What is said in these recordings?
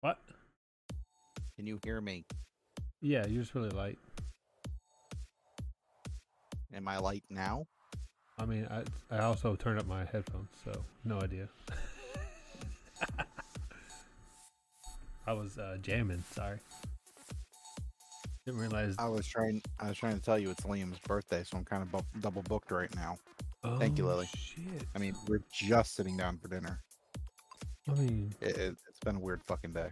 What? Can you hear me? Yeah, you're just really light. Am I light now? I mean, I I also turned up my headphones, so no idea. I was uh, jamming. Sorry, didn't realize. I was trying. I was trying to tell you it's Liam's birthday, so I'm kind of bu- double booked right now. Oh, thank you, Lily. Shit. I mean, we're just sitting down for dinner. I mean, It, it, it's been a weird fucking day.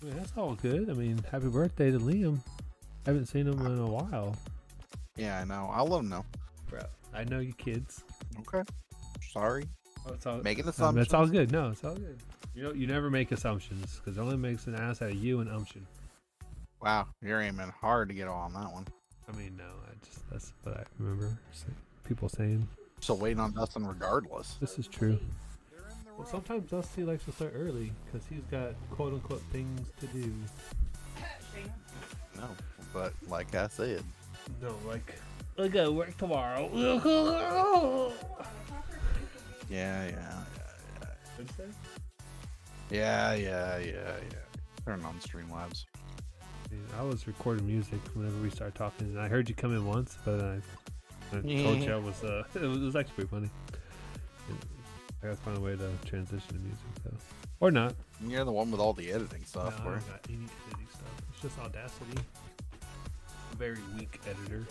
I mean, that's all good. I mean, happy birthday to Liam. Haven't seen him in a while, Yeah, I know. I'll let him know. bro. I know you kids. Okay. Sorry. Oh, it's all, Making Um, assumptions. that's all good. No, it's all good. You know, you never make assumptions because it only makes an ass out of you and umption. Wow, you're aiming hard to get all on that one. I mean, no, I just that's what I remember sa- people saying. So waiting on Dustin regardless. This is true. Well, sometimes Dusty likes to start early because he's got quote unquote things to do. No, but like I said, No, like I gotta work tomorrow. yeah, yeah, yeah, yeah, yeah, yeah. Turn on Streamlabs. I was recording music whenever we started talking, and I heard you come in once, but I, I told you I was. Uh, it, was it was actually pretty funny. And I gotta find a way to transition to music, though, or not. You're the one with all the editing No, I software. don't got any editing stuff. It's just Audacity. Very weak editor.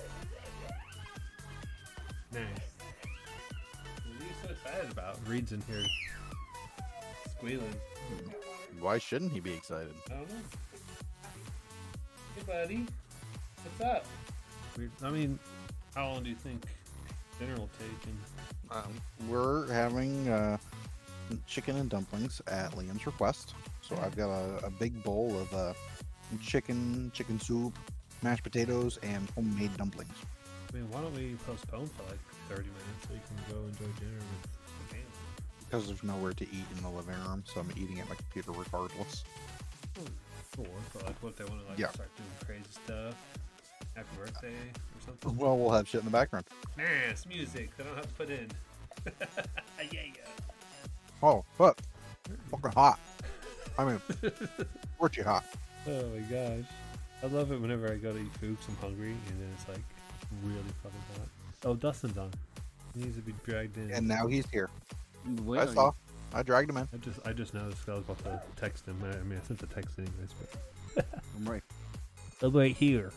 Nice. What are you so excited about? Reed's in here squealing. Why shouldn't he be excited? I don't know. Hey, buddy. What's up? I mean, how long do you think dinner will take? And Um, we're having uh, chicken and dumplings at Liam's request. So I've got a, a big bowl of uh, chicken, chicken soup, mashed potatoes, and homemade dumplings. I mean, why don't we postpone for like 30 minutes so you can go enjoy dinner with the family? Because there's nowhere to eat in the living room, so I'm eating at my computer regardless. Or, but like, what if they want to like Yeah. start doing crazy stuff? Happy birthday or something? Well, we'll have shit in the background. Nice music. They don't have to put in. yeah, yeah. Oh, fuck. Fucking hot. I mean, pretty hot. Oh my gosh, I love it whenever I go to eat food 'cause I'm hungry and then it's like really fucking hot. Oh, Dustin's on. He needs to be dragged in. And now he's here. Where I are you? saw. I dragged him in. I just I just noticed 'cause I was about to text him. I, I mean, I sent the text anyways. But... I'm right. I'm right here.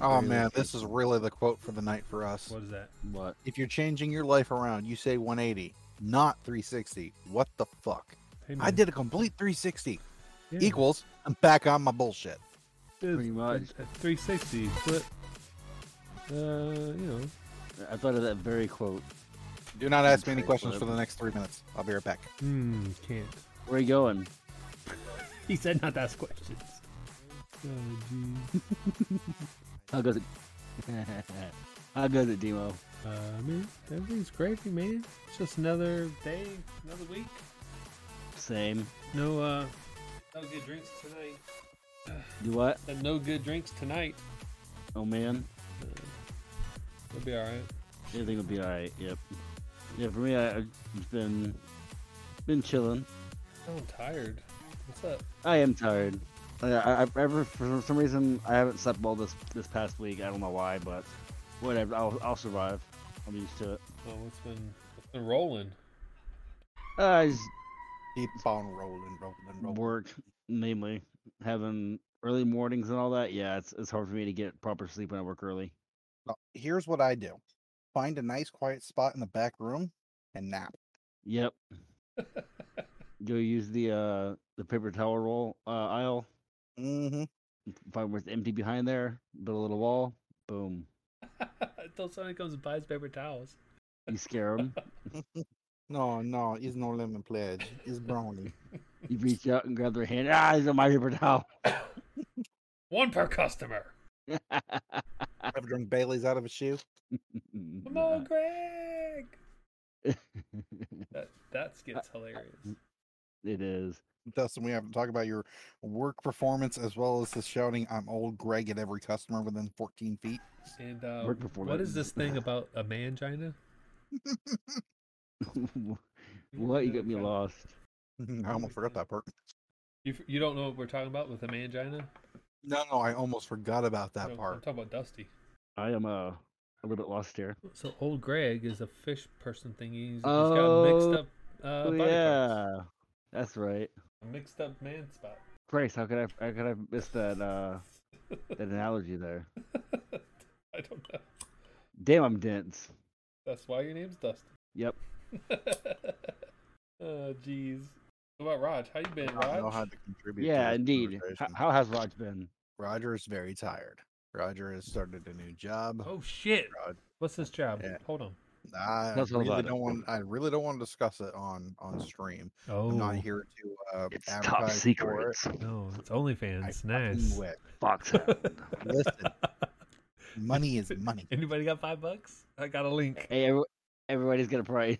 Oh, man. This is really the quote for the night for us. What is that? What? If you're changing your life around, you say 180, not 360. What the fuck? Hey, I man. did a complete 360 Hmm. Yeah. equals I'm back on my bullshit. It's- pretty much. it's a 360, but uh, you know, I thought of that very quote. Do not ask me any Okay, questions for whatever. the next three minutes. I'll be right back. hmm, can't. Where are you going? He said not to ask questions. Oh, geez. How goes it? How goes it, Demo? Uh, I mean, everything's crazy, man. It's just another day, another week. Same. No, uh, no good drinks tonight. Do what? And no good drinks tonight. Oh man, It'll be all right. everything will be all right. Yep. Yeah, for me, I, I've been been chilling. Oh, I'm tired. What's up? I am tired. I, I, I ever for some reason I haven't slept well this this past week. I don't know why, but whatever. I'll I'll survive. I'm used to it. Well, Oh, what's been what's been rolling? Uh, I just Keep on rolling, rolling, rolling. work mainly having early mornings and all that yeah it's, it's hard for me to get proper sleep when i work early Now, Uh, Here's what I do find a nice quiet spot in the back room and nap. yep go use the uh the paper towel roll uh, aisle Mm-hmm. find where it's empty behind there build a little wall boom Until somebody comes and buys paper towels. you scare them No, no, it's no lemon pledge. It's brownie. you reach out and grab their hand ah these are my paper towel One per customer. Ever drink Bailey's out of a shoe? Come on, Greg. That that skits hilarious. Uh, it is Dustin, we have to talk about your work performance as well as the shouting "I'm old Greg" at every customer within 14 feet. And uh, Work before what that. is this thing about a mangina? what you got me lost Mm-hmm, I almost forgot that part. You, f- you don't know what we're talking about with the mangina? No, no, I almost forgot about that No, I'm part. talking about Dusty. I am uh, a little bit lost here. So old Greg is a fish person thing. He's, he's got Oh, mixed up uh, Oh, body parts. yeah, that's right. A mixed up man spot. Grace, how could I? How could I miss that? Uh, that analogy there. I don't know. Damn, I'm dense. That's why your name's Dusty. Yep. oh, jeez. What about Raj? How you I been, don't know Raj? how to contribute. to yeah, this indeed. How, conversation. how has Raj been? Roger is very tired. Roger has started a new job. Oh shit! Raj. What's this job? Yeah. Hold on. I Tell us all really Oh, about it. don't want. I really don't want to discuss it on on stream. Oh I'm not here to uh, advertise for it. no, it's I OnlyFans. fucking Nice. wish. Foxhound. Listen, money is money. Anybody got five bucks? I got a link. hey, every, everybody's gonna pray.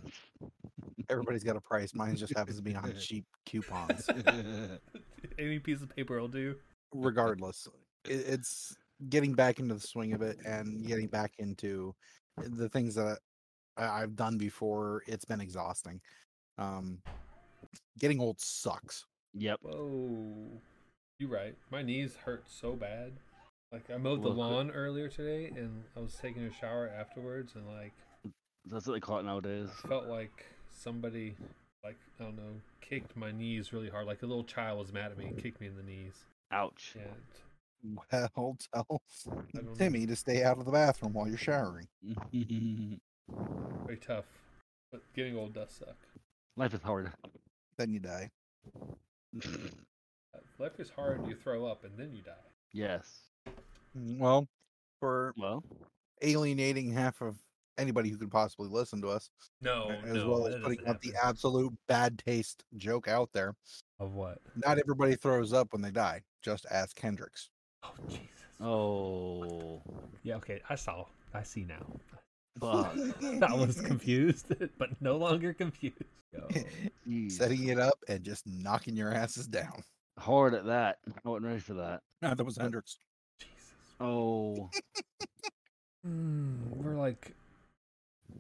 Everybody's got a price. Mine just happens to be on cheap coupons. Any piece of paper will do. Regardless, it, it's getting back into the swing of it and getting back into the things that I, I've done before. It's been exhausting. Um, getting old sucks. yep. Whoa. You right. My knees hurt so bad. Like I mowed the Look. lawn earlier today and I was taking a shower afterwards and like That's what they call it nowadays. I felt like somebody like I don't know, kicked my knees really hard. Like a little child was mad at me and kicked me in the knees. Ouch. Yeah. Well, tell don't know. Timmy to stay out of the bathroom while you're showering. Very tough. But getting old does suck. Life is hard. Then you die. Uh, Life is hard, you throw up and then you die. yes. Mm, Well, for Well, alienating half of anybody who could possibly listen to us, Oh, No, as well as putting out the absolute bad taste joke out there. of what? Not everybody throws up when they die. Just ask Hendrix. Oh Jesus. oh, Yeah, okay. I saw. I see now. fuck. I was confused, but no longer confused. Yo. Jeez. Setting it up and just knocking your asses down. Hard at that. I wasn't ready for that. No, that was Hendrix. Jesus. Oh, Mm, we're like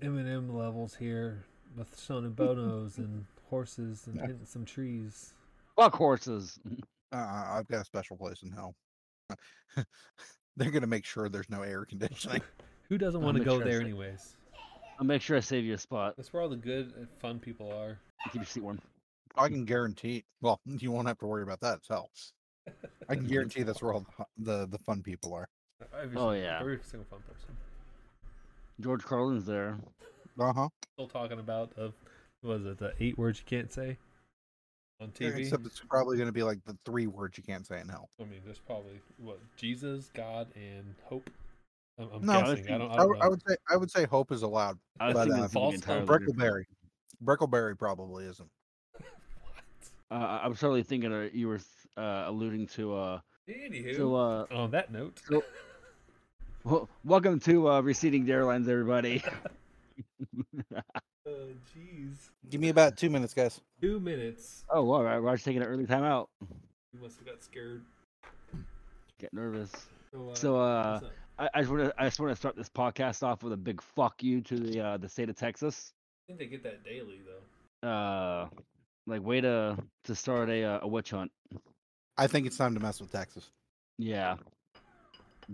Eminem levels here with Son and Bonos and horses and hitting some trees. fuck horses. Uh, I've got a special place in hell. They're gonna make sure there's no air conditioning. Who doesn't I'll want to make go sure I there say- anyways? I'll make sure I save you a spot. That's where all the good and fun people are. Keep your seat warm. I can guarantee. Well, you won't have to worry about that. It's hell. I can guarantee that's where all the hu- the, the fun people are. Every Oh, single- yeah. Every single fun person. George Carlin's there. Uh huh. Still talking about the what is it, the eight words you can't say on TV? Except it's probably gonna be like the three words you can't say in hell. I mean, there's probably what Jesus, God, and hope. I'm, I'm No. I guessing. would I think- don't. I I, don't would- I know. would say I would say hope is allowed. I was But, thinking uh, something False hope. entirely different. Brickleberry. Brickleberry probably isn't. Uh, I- I was totally thinking uh, you were uh, alluding to. Uh, Anywho, so, uh, on that note, so- w- welcome to uh, Receding Dare Lines, everybody. uh, jeez, Give me about two minutes, guys. two minutes. oh, all right. Roger's taking an early time out. You must have got scared. Get nervous. So, uh, So, uh, what's up? I, I just want to I just want to start this podcast off with a big fuck you to the uh, the state of Texas. I think they get that daily though. Uh, like way to to start a uh, a witch hunt. I think it's time to mess with Texas. Yeah,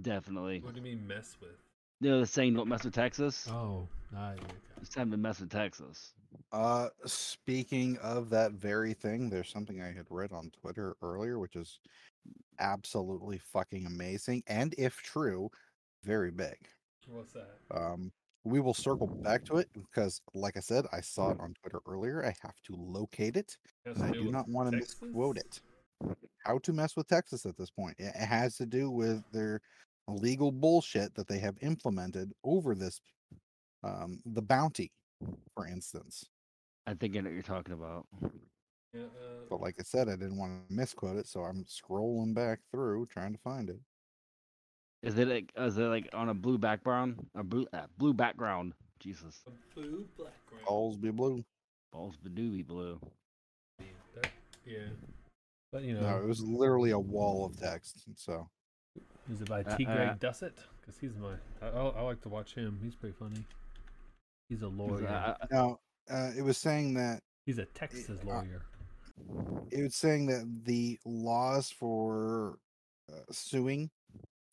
definitely. What do you mean mess with? You know the saying, "Don't mess with Texas." Oh, I It's time to mess with Texas. Uh, speaking of that very thing, there's something I had read on Twitter earlier, which is absolutely fucking amazing, and if true, very big. what's that? Um, we will circle back to it because, like I said, I saw it on Twitter earlier. I have to locate it. Has and to I do do with not want to Texas? misquote it. How to mess with Texas at this point? It it has to do with their legal bullshit that they have implemented over this, um, the bounty, for instance. I think I know what you're talking about. Yeah, uh, But like I said, I didn't want to misquote it, so I'm scrolling back through trying to find it. Is it like, is it like on a blue background? A blue uh, blue background. Jesus, a blue background. All's be blue. balls badooby blue. That- yeah. But you know, No, it was literally a wall of text. So Is it by Uh, T. Greg uh, Dussett? Because he's my. I, I, I like to watch him. He's pretty funny. He's a lawyer. Uh, now uh, it was saying that he's a Texas uh, lawyer. it was saying that the laws for uh, suing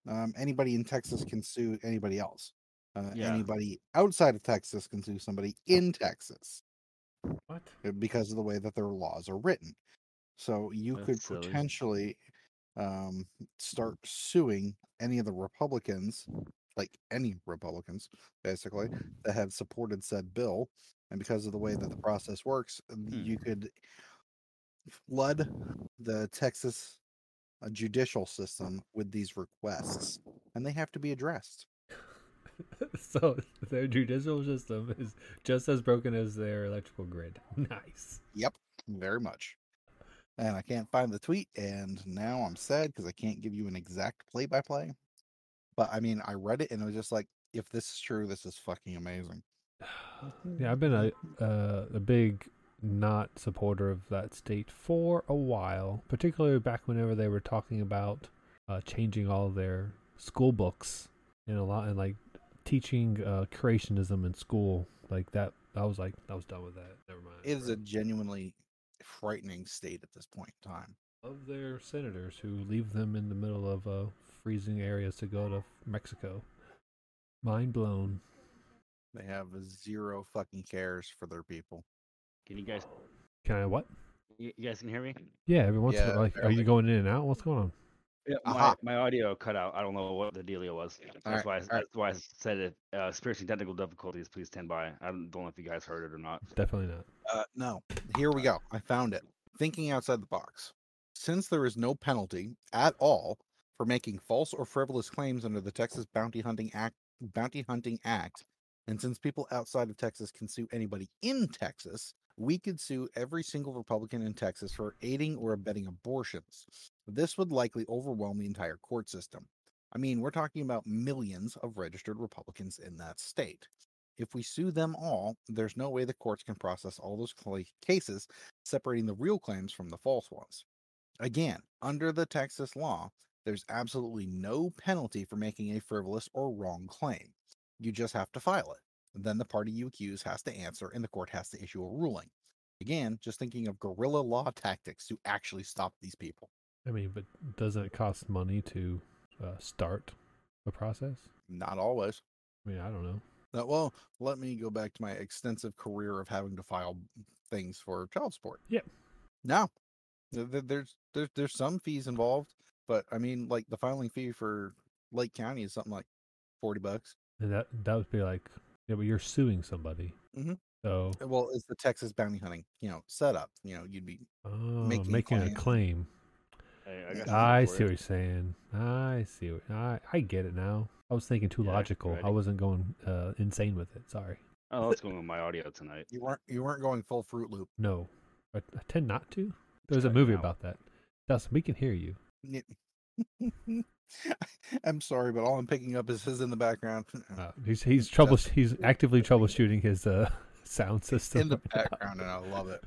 um, anybody in Texas can sue anybody else. Uh, Yeah. Anybody outside of Texas can sue somebody in Texas What? uh, because of the way that their laws are written. So you That's could silly. potentially um, start suing any of the Republicans, like any Republicans, basically, that have supported said bill. And because of the way that the process works, you could flood the Texas uh, judicial system with these requests, and they have to be addressed. so their judicial system is just as broken as their electrical grid. Nice. Very much. And I can't find the tweet, and now I'm sad because I can't give you an exact play by play. But I mean, I read it and it was just like, if this is true, this is fucking amazing. uh, Yeah, I've been a uh, a big not supporter of that state for a while, particularly back whenever they were talking about uh, changing all their school books and a lot and like teaching uh, creationism in school. Like that, I was like, I was done with that. Never mind. It is a genuinely frightening state at this point in time. of their senators who leave them in the middle of uh, freezing areas to go to Mexico. Mind blown. They have zero fucking cares for their people. Can you guys? Can I what? You you guys can hear me? Yeah, every once in a Yeah, while, like, are barely. you going in and out? What's going on? Yeah, my, Aha. my audio cut out. I don't know what the dealio was. Alright, That's why. I, alright. That's why I said it. Uh, spiritually technical difficulties. Please stand by. I don't, don't know if you guys heard it or not. Definitely not. Uh, no, here we go. I found it. Thinking outside the box. Since there is no penalty at all for making false or frivolous claims under the Texas Bounty Hunting Act, Bounty Hunting Act, and since people outside of Texas can sue anybody in Texas, we could sue every single Republican in Texas for aiding or abetting abortions. This would likely overwhelm the entire court system. I mean, we're talking about millions of registered Republicans in that state. If we sue them all, there's no way the courts can process all those cla- cases, separating the real claims from the false ones. Again, under the Texas law, there's absolutely no penalty for making a frivolous or wrong claim. You just have to file it. Then the party you accuse has to answer and the court has to issue a ruling. Again, just thinking of guerrilla law tactics to actually stop these people. I mean, but doesn't it cost money to uh, start the process? Not always. I mean, I don't know. Uh, well, let me go back to my extensive career of having to file things for child support. Yep. No, Th- th- there's there's there's some fees involved, but I mean, like the filing fee for Lake County is something like forty bucks. And that that would be like, yeah, but you're suing somebody. Mhm. So Uh, Well, it's the Texas bounty hunting, you know, setup. You know, you'd be oh, Making making, a claim. claim. I, Yeah. got I something see for what it. you're saying. I see what I I get it now. I was thinking too Yeah, logical. I ready. wasn't going uh, insane with it. Sorry. Oh, what's going on with my audio tonight? you weren't you weren't going full Fruit Loop. No, I, I tend not to. There's a Try movie now. about that. Dustin, we can hear you. Yeah. I'm sorry, but all I'm picking up is his in the background. Uh, he's he's trouble. Dustin. He's actively troubleshooting his uh, sound system. in the right now. background, and I love it.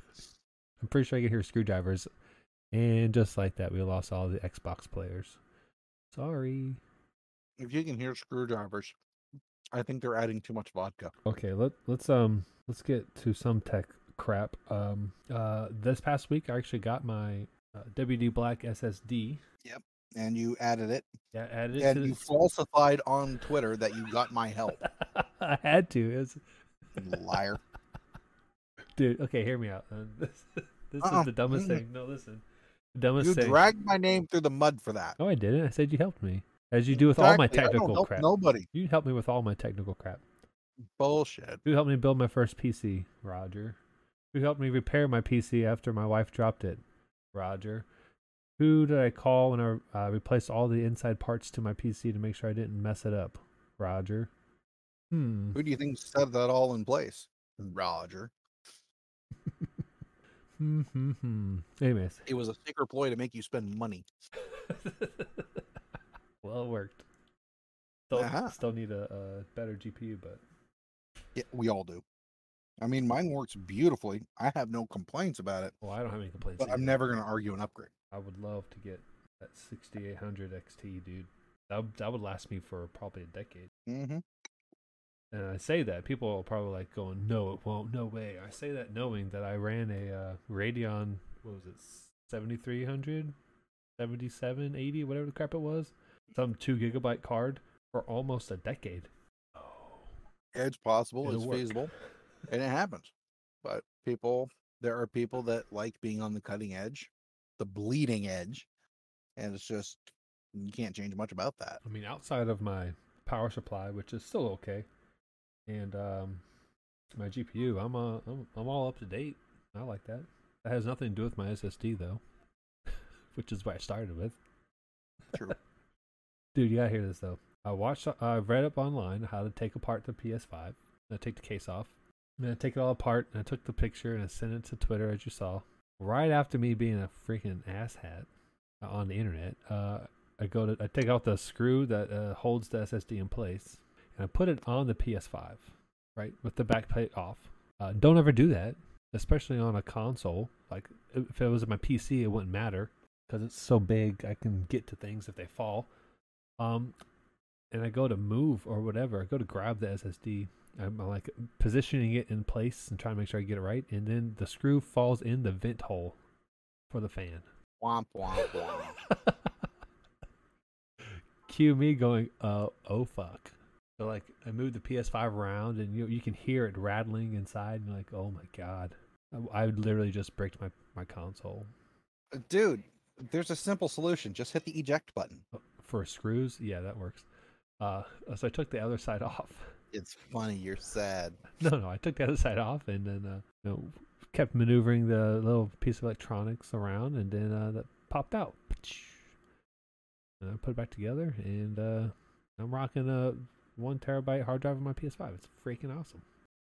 I'm pretty sure I can hear screwdrivers. And just like that, we lost all the Xbox players. Sorry. If you can hear screwdrivers, I think they're adding too much vodka. Okay, let let's um let's get to some tech crap. Um, uh, this past week I actually got my uh, WD Black SSD. And you added it Yeah, added it to and you the- falsified on Twitter that you got my help, I had to. It's, you liar. dude, okay, hear me out. Uh, This, this Uh-uh. is the dumbest Mm-mm. thing. No, listen. The dumbest You thing. dragged my name through the mud for that. no, I didn't. I said you helped me. As you do with all my Exactly, I don't technical help crap. Nobody. You helped me with all my technical crap. Bullshit. Who helped me build my first PC? Roger. Who helped me repair my PC after my wife dropped it? Roger. Who did I call when I uh, replaced all the inside parts to my PC to make sure I didn't mess it up? Roger. Hmm. Who do you think set that all in place? Roger. Hmm. Hmm. Hmm. Anyways. It was a secret ploy to make you spend money. well, it worked. Still, Uh-huh. still need a, a better GPU, but Yeah, we all do. I mean, mine works beautifully. I have no complaints about it, well, I don't have any complaints. but I'm either. never going to argue an upgrade. I would love to get that 6800 XT, dude. That that would last me for probably a decade. Mm-hmm. and I say that, people are probably like going, "No, it won't. No way." I say that knowing that I ran a uh, Radeon what was it 7300 7780 whatever the crap it was some two gigabyte card for almost a decade Oh. It's possible. It'll it's work. feasible, and it happens. But people, there are people that like being on the cutting edge, the bleeding edge, and it's just you can't change much about that. I mean, outside of my power supply, which is still okay, and um, my GPU, I'm uh, I'm, I'm all up to date. I like that. That has nothing to do with my SSD though, which is what I started with. True. Dude, you gotta hear this though. I watched. uh, I read up online how to take apart the PS5. I take the case off. And I take it all apart, and I took the picture and I sent it to Twitter, as you saw. Right after me being a freaking asshat on the internet, uh, I go to I take out the screw that uh, holds the SSD in place, and I put it on the PS5, right, with the back plate off. Uh, don't ever do that, especially on a console. Like if it was my PC, it wouldn't matter because it's so big. I can get to things if they fall. Um, and I go to move or whatever. I go to grab the SSD. I'm uh, like positioning it in place and trying to make sure I get it right. And then the screw falls in the vent hole for the fan. womp womp womp. Cue me going, uh, oh fuck. So like I moved the PS5 around and you you can hear it rattling inside and you're like, oh my god. I, I literally just bricked my, my console. Uh, Dude, there's a simple solution. Just hit the eject button. For screws, yeah, that works. Uh, so I took the other side off. It's funny. You're sad. No, no, I took the other side off and then uh, you know, kept maneuvering the little piece of electronics around, and then uh, that popped out. And I put it back together, and uh, I'm rocking a one terabyte hard drive on my PS5. It's freaking awesome.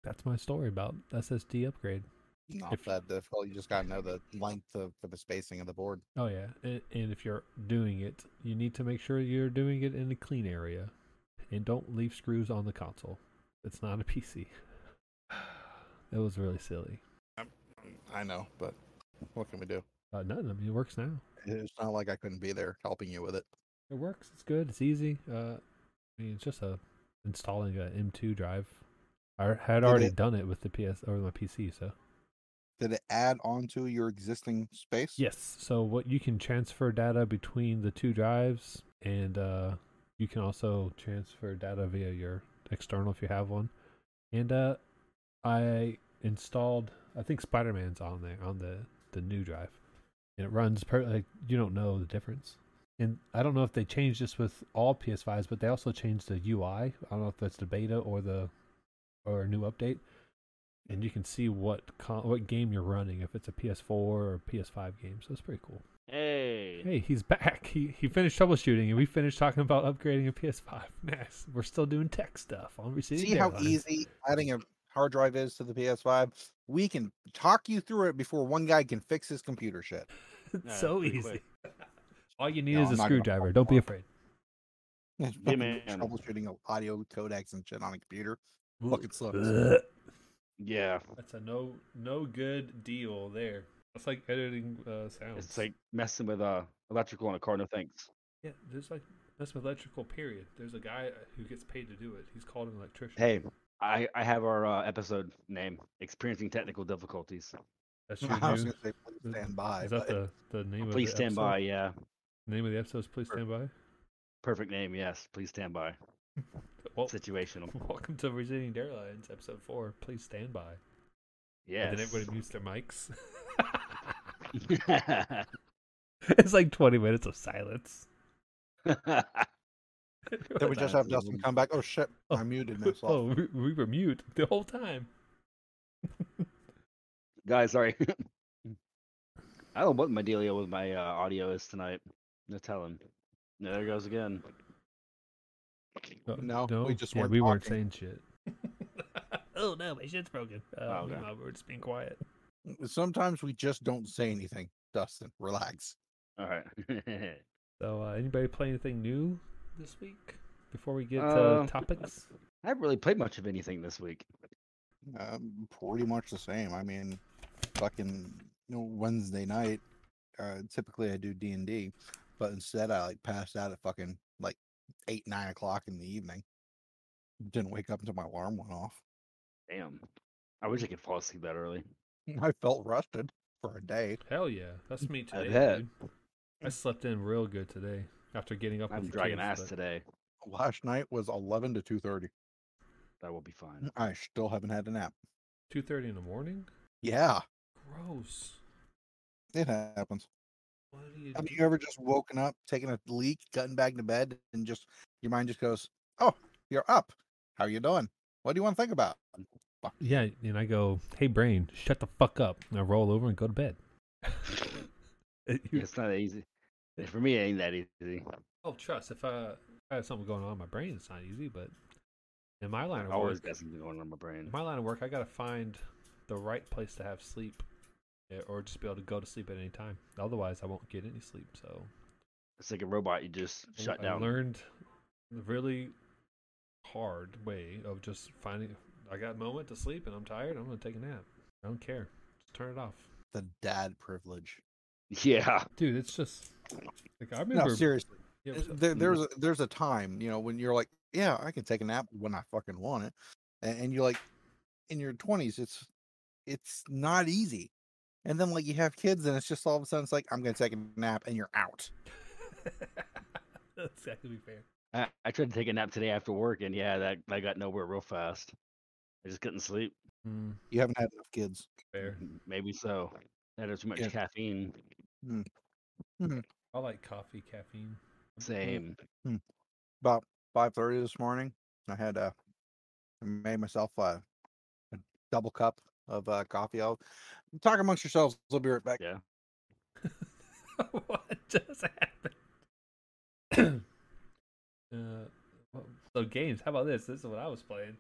That's my story about SSD upgrade. Not If- that difficult. You just gotta know the length of for the spacing of the board. Oh yeah, and, and if you're doing it, you need to make sure you're doing it in a clean area, and don't leave screws on the console. It's not a PC. It was really silly. I know, but what can we do? Uh, nothing. I mean, it works now. It's not like I couldn't be there helping you with it. It works. It's good. It's easy. Uh, I mean, it's just a installing a M2 drive. I had Did already it- done it with the PS or my PC, so Did it add on to your existing space? yes. So what you can transfer data between the two drives, and uh, you can also transfer data via your external if you have one. And uh, I installed. I think Spider Man's on there on the the new drive, and it runs per like you don't know the difference. And I don't know if they changed this with all PS5s, but they also changed the UI. I don't know if that's the beta or the or a new update, and you can see what con- what game you're running if it's a PS4 or a PS5 game. So it's pretty cool. Hey. Hey, he's back. He he finished troubleshooting, and we finished talking about upgrading a PS5. Nice. We're still doing tech stuff on receiving. See how deadlines. easy adding a hard drive is to the PS5? We can talk you through it before one guy can fix his computer shit. It's Yeah, so pretty easy. quick. All you need No, is I'm a not gonna screwdriver. fuck Don't be off. afraid. It's fucking man. Troubleshooting of audio codecs and shit on a computer. Ooh. Fucking sucks. Ugh. Yeah. That's a no no good deal there. That's like editing uh, sounds. It's like messing with uh electrical in a car, no thanks. yeah, there's like that's with electrical. Period. There's a guy who gets paid to do it. He's called an electrician. Hey, I, I have our uh, episode name, Experiencing Technical Difficulties. that's your I was new. gonna say, please th- stand by. Is that but the, the name Please of the stand episode? by, yeah. Name of the episode is Please Stand By. Perfect name, yes. Please stand by. Well, Situational. welcome to Virginia Airlines, episode four. Please stand by. Yes. And then everybody mutes their mics. it's like 20 minutes of silence. Then we just That's have Dustin even- come back. Oh shit, Oh. I muted myself. Oh, we, we were mute the whole time. Guys, sorry. Mm. I don't know what my dealio with my uh, audio is tonight. No telling. There it goes again. No, we just yeah, weren't we weren't talking. saying shit. oh no, my shit's broken. Uh, Oh, okay. meanwhile, We're just being quiet. Sometimes we just don't say anything. Dustin, relax. All right. So, uh, anybody play anything new this week before we get to Uh, topics? I haven't really played much of anything this week. Um, pretty much the same. I mean, fucking you know, Wednesday night. Uh, typically I do D and D, but instead I like passed out at fucking like eight nine o'clock in the evening. Didn't wake up until my alarm went off. Damn. I wish I could fall asleep that early. I felt rusted for a day. Hell yeah, that's me today. bet. Dude. I slept in real good today after getting up. I'm with the dragging ass kids, but- today. Last night was 11 to 2:30. That will be fine. I still haven't had a nap. Two thirty in the morning. Yeah, Gross. it happens. What do you? Have do? you ever just woken up, taken a leak, gotten back to bed, and just your mind just goes, "Oh, you're up. How you doing? What do you want to think about?" Yeah, and I go, "Hey brain, shut the fuck up," and I roll over and go to bed. It- you- It's not easy. For me, it ain't that easy. Oh, trust. If I, if I have something going on in my brain, it's not easy. But in my line I of always work, got something going on in my brain. in my line of work, I gotta find the right place to have sleep, eh, or just be able to go to sleep at any time. Otherwise, I won't get any sleep. So It's like a robot. You just I- shut I down. learned the really hard way of just finding. I got a moment to sleep, and I'm tired. I'm gonna take a nap. I don't care. Just turn it off, The dad privilege. Yeah. dude. It's just like I remember. No, uh, seriously. yeah, Th- what's up? There, there's a, there's a time, you know, when you're like, yeah, I can take a nap when I fucking want it, and, and you're like, in your 20s, it's it's not easy, and then like you have kids, and it's just all of a sudden it's like I'm gonna take a nap, and you're out. That's exactly fair. I, I tried to take a nap today after work, and yeah, that I got nowhere real fast. I just couldn't sleep. Mm, You haven't had enough kids. fair. M- Maybe so. That is too much Yeah. caffeine. I like coffee, caffeine. Same. About 5:30 this morning, I had uh, I made myself a, a double cup of uh, coffee. I'll talk amongst yourselves. I'll be right back. Yeah. what just happened? uh, well, so games. How about this? This is what I was playing.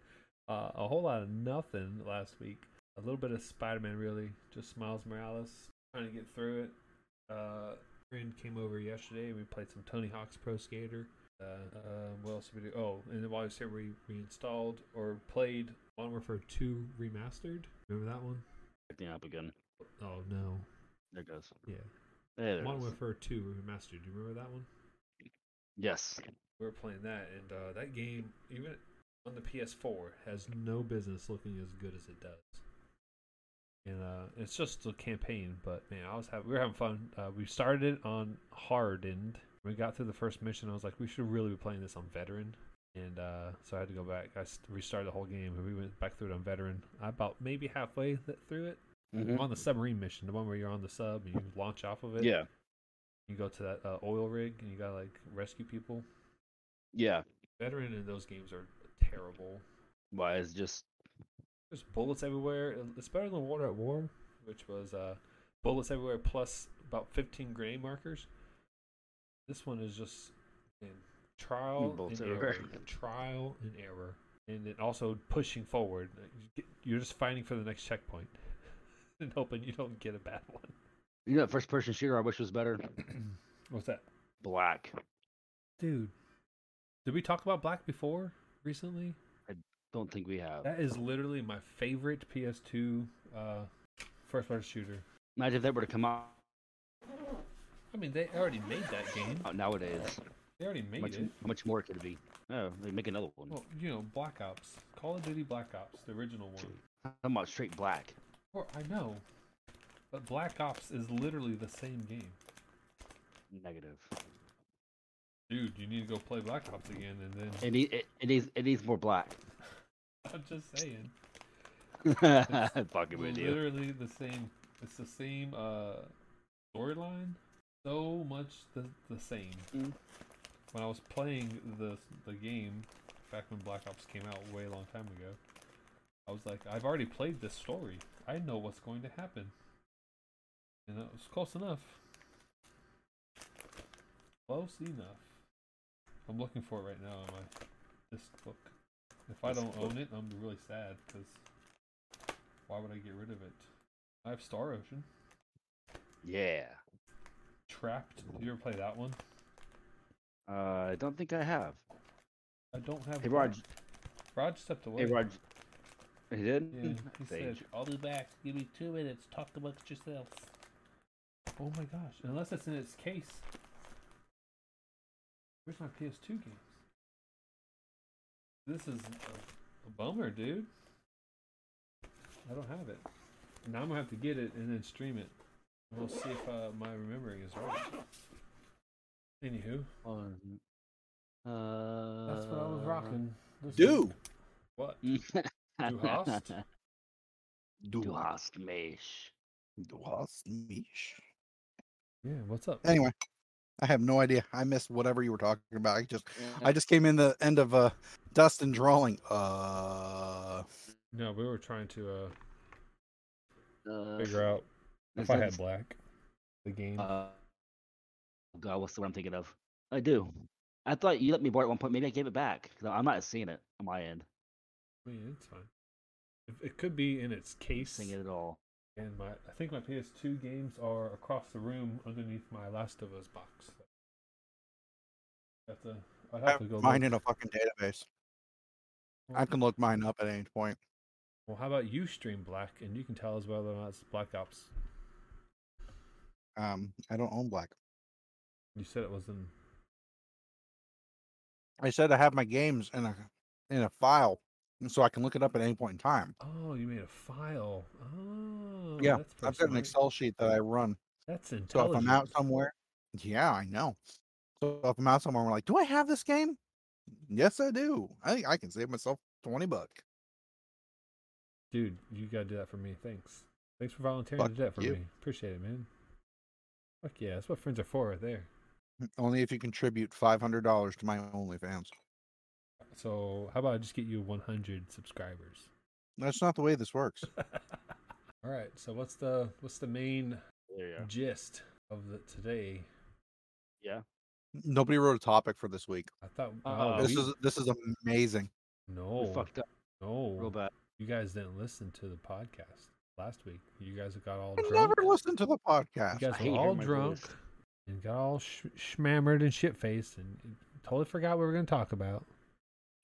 Uh, a whole lot of nothing last week. A little bit of Spider-Man, really. Just Miles Morales trying to get through it. Uh, friend came over yesterday and we played some Tony Hawk's Pro Skater. Uh, um, what else did we do? Oh, and then while I was here, we reinstalled or played Modern Warfare 2 Remastered. Remember that one? Picking up again. Oh no. There it goes. Yeah. There it Modern is. Warfare 2 Remastered. Do you remember that one? Yes. We were playing that, and uh, that game, even on the PS4, has no business looking as good as it does. And uh, it's just a campaign, but man, I was having, we were having fun. Uh, we started it on Hardened. When we got through the first mission. I was like, we should really be playing this on Veteran. And uh, so I had to go back. I s- restarted the whole game, and we went back through it on Veteran. I about maybe halfway th- through it Mm-hmm. Mhm. on the submarine mission, the one where you're on the sub and you launch off of it. Yeah. You go to that uh, oil rig and you gotta like rescue people. Yeah. Veteran in those games are terrible. Why is just There's bullets everywhere. It- It's better than Water at War, which was uh, bullets everywhere plus about 15 grenade markers. This one is just in trial Bullets and everywhere. error, trial and error, and then also pushing forward. Like, you get- You're just fighting for the next checkpoint and hoping you don't get a bad one. you know first person shooter? I wish was better. What's that, Black. dude? Did we talk about Black before recently? Don't think we have. That is literally my favorite PS2 uh, first-person shooter. Imagine if that were to come out I mean, they already made that game. nowadays. They already How made much, it. how much more could it be? Oh, they make another one. Well, you know, Black Ops, Call of Duty Black Ops, the original one. I'm about straight black. Or I know, but Black Ops is literally the same game. Negative. Dude, you need to go play Black Ops again, and then It needs it, it needs it needs more black. I'm just saying, Fucking with you. literally the same. It's the same uh, storyline. So much the the same. Mm. When I was playing the the game back when Black Ops came out way long time ago, I was like, I've already played this story. I know what's going to happen, and that was close enough. Close enough. I'm looking for it right now on my this book. If I Disc don't book. own it, I'm really sad because why would I get rid of it? I have Star Ocean. Yeah. Trapped. Did you ever play that one? Uh, I don't think I have. I don't have. Hey that. Rod. Rod stepped away. Hey Rod. He did. Yeah, he Sage. said, "I'll be back. Give me two minutes. Talk amongst yourselves." Oh my gosh! Unless it's in its case. Where's my PS2 games? This is a, a bummer, dude. I don't have it. Now I'm gonna have to get it and then stream it. We'll see if uh, my remembering is right. Anywho, Hold on. Uh, that's what I was rocking. this Do. week. What? Uh, Du hast? Du hast mich. Du hast mich. Yeah, what's up? Anyway, I have no idea. I missed whatever you were talking about. I just I just came in the end of uh Dustin drawing. Uh No, we were trying to uh, Uh, figure out if is I that- had black. The game. Uh, oh God, what's the one I'm thinking of? I do. I thought you let me borrow it at one point. Maybe I gave it back. 'cause I'm not seeing it on my end. I mean, it's fine. It, it could be in its case. Seeing it at all. And my, I think my PS2 games are across the room underneath my Last of Us box. Have to, I'd I have to have go. mine look. in a fucking database. Well, I can look mine up at any point. Well, how about you stream Black, and you can tell us whether or not it's Black Ops. Um I don't own black. You said it was in. I said I have my games in a in a file so I can look it up at any point in time. Oh, you made a file. Oh, yeah. that's pretty I've got an smart. Excel sheet that I run. That's So intelligent. if I'm out somewhere, yeah, I know. So if I'm out somewhere, we're like, do I have this game? Yes, I do. I I can save myself twenty bucks. Dude, you gotta do that for me. Thanks. Thanks for volunteering Fuck to do that for you. me. Appreciate it, man. Fuck yeah, that's what friends are for, right there. Only if you contribute five hundred dollars to my OnlyFans. So how about I just get you 100 subscribers? That's not the way this works. All right. So what's the what's the main There you go. gist of the today? Yeah. Nobody wrote a topic for this week. I thought Uh, this we- is this is amazing. We no fucked up real no. bad. You guys didn't listen to the podcast last week. You guys got all I drunk. never listened to the podcast. You I guys hate were all hearing my drunk voice. and got all sh- shmammered and shit faced and totally forgot what we were going to talk about.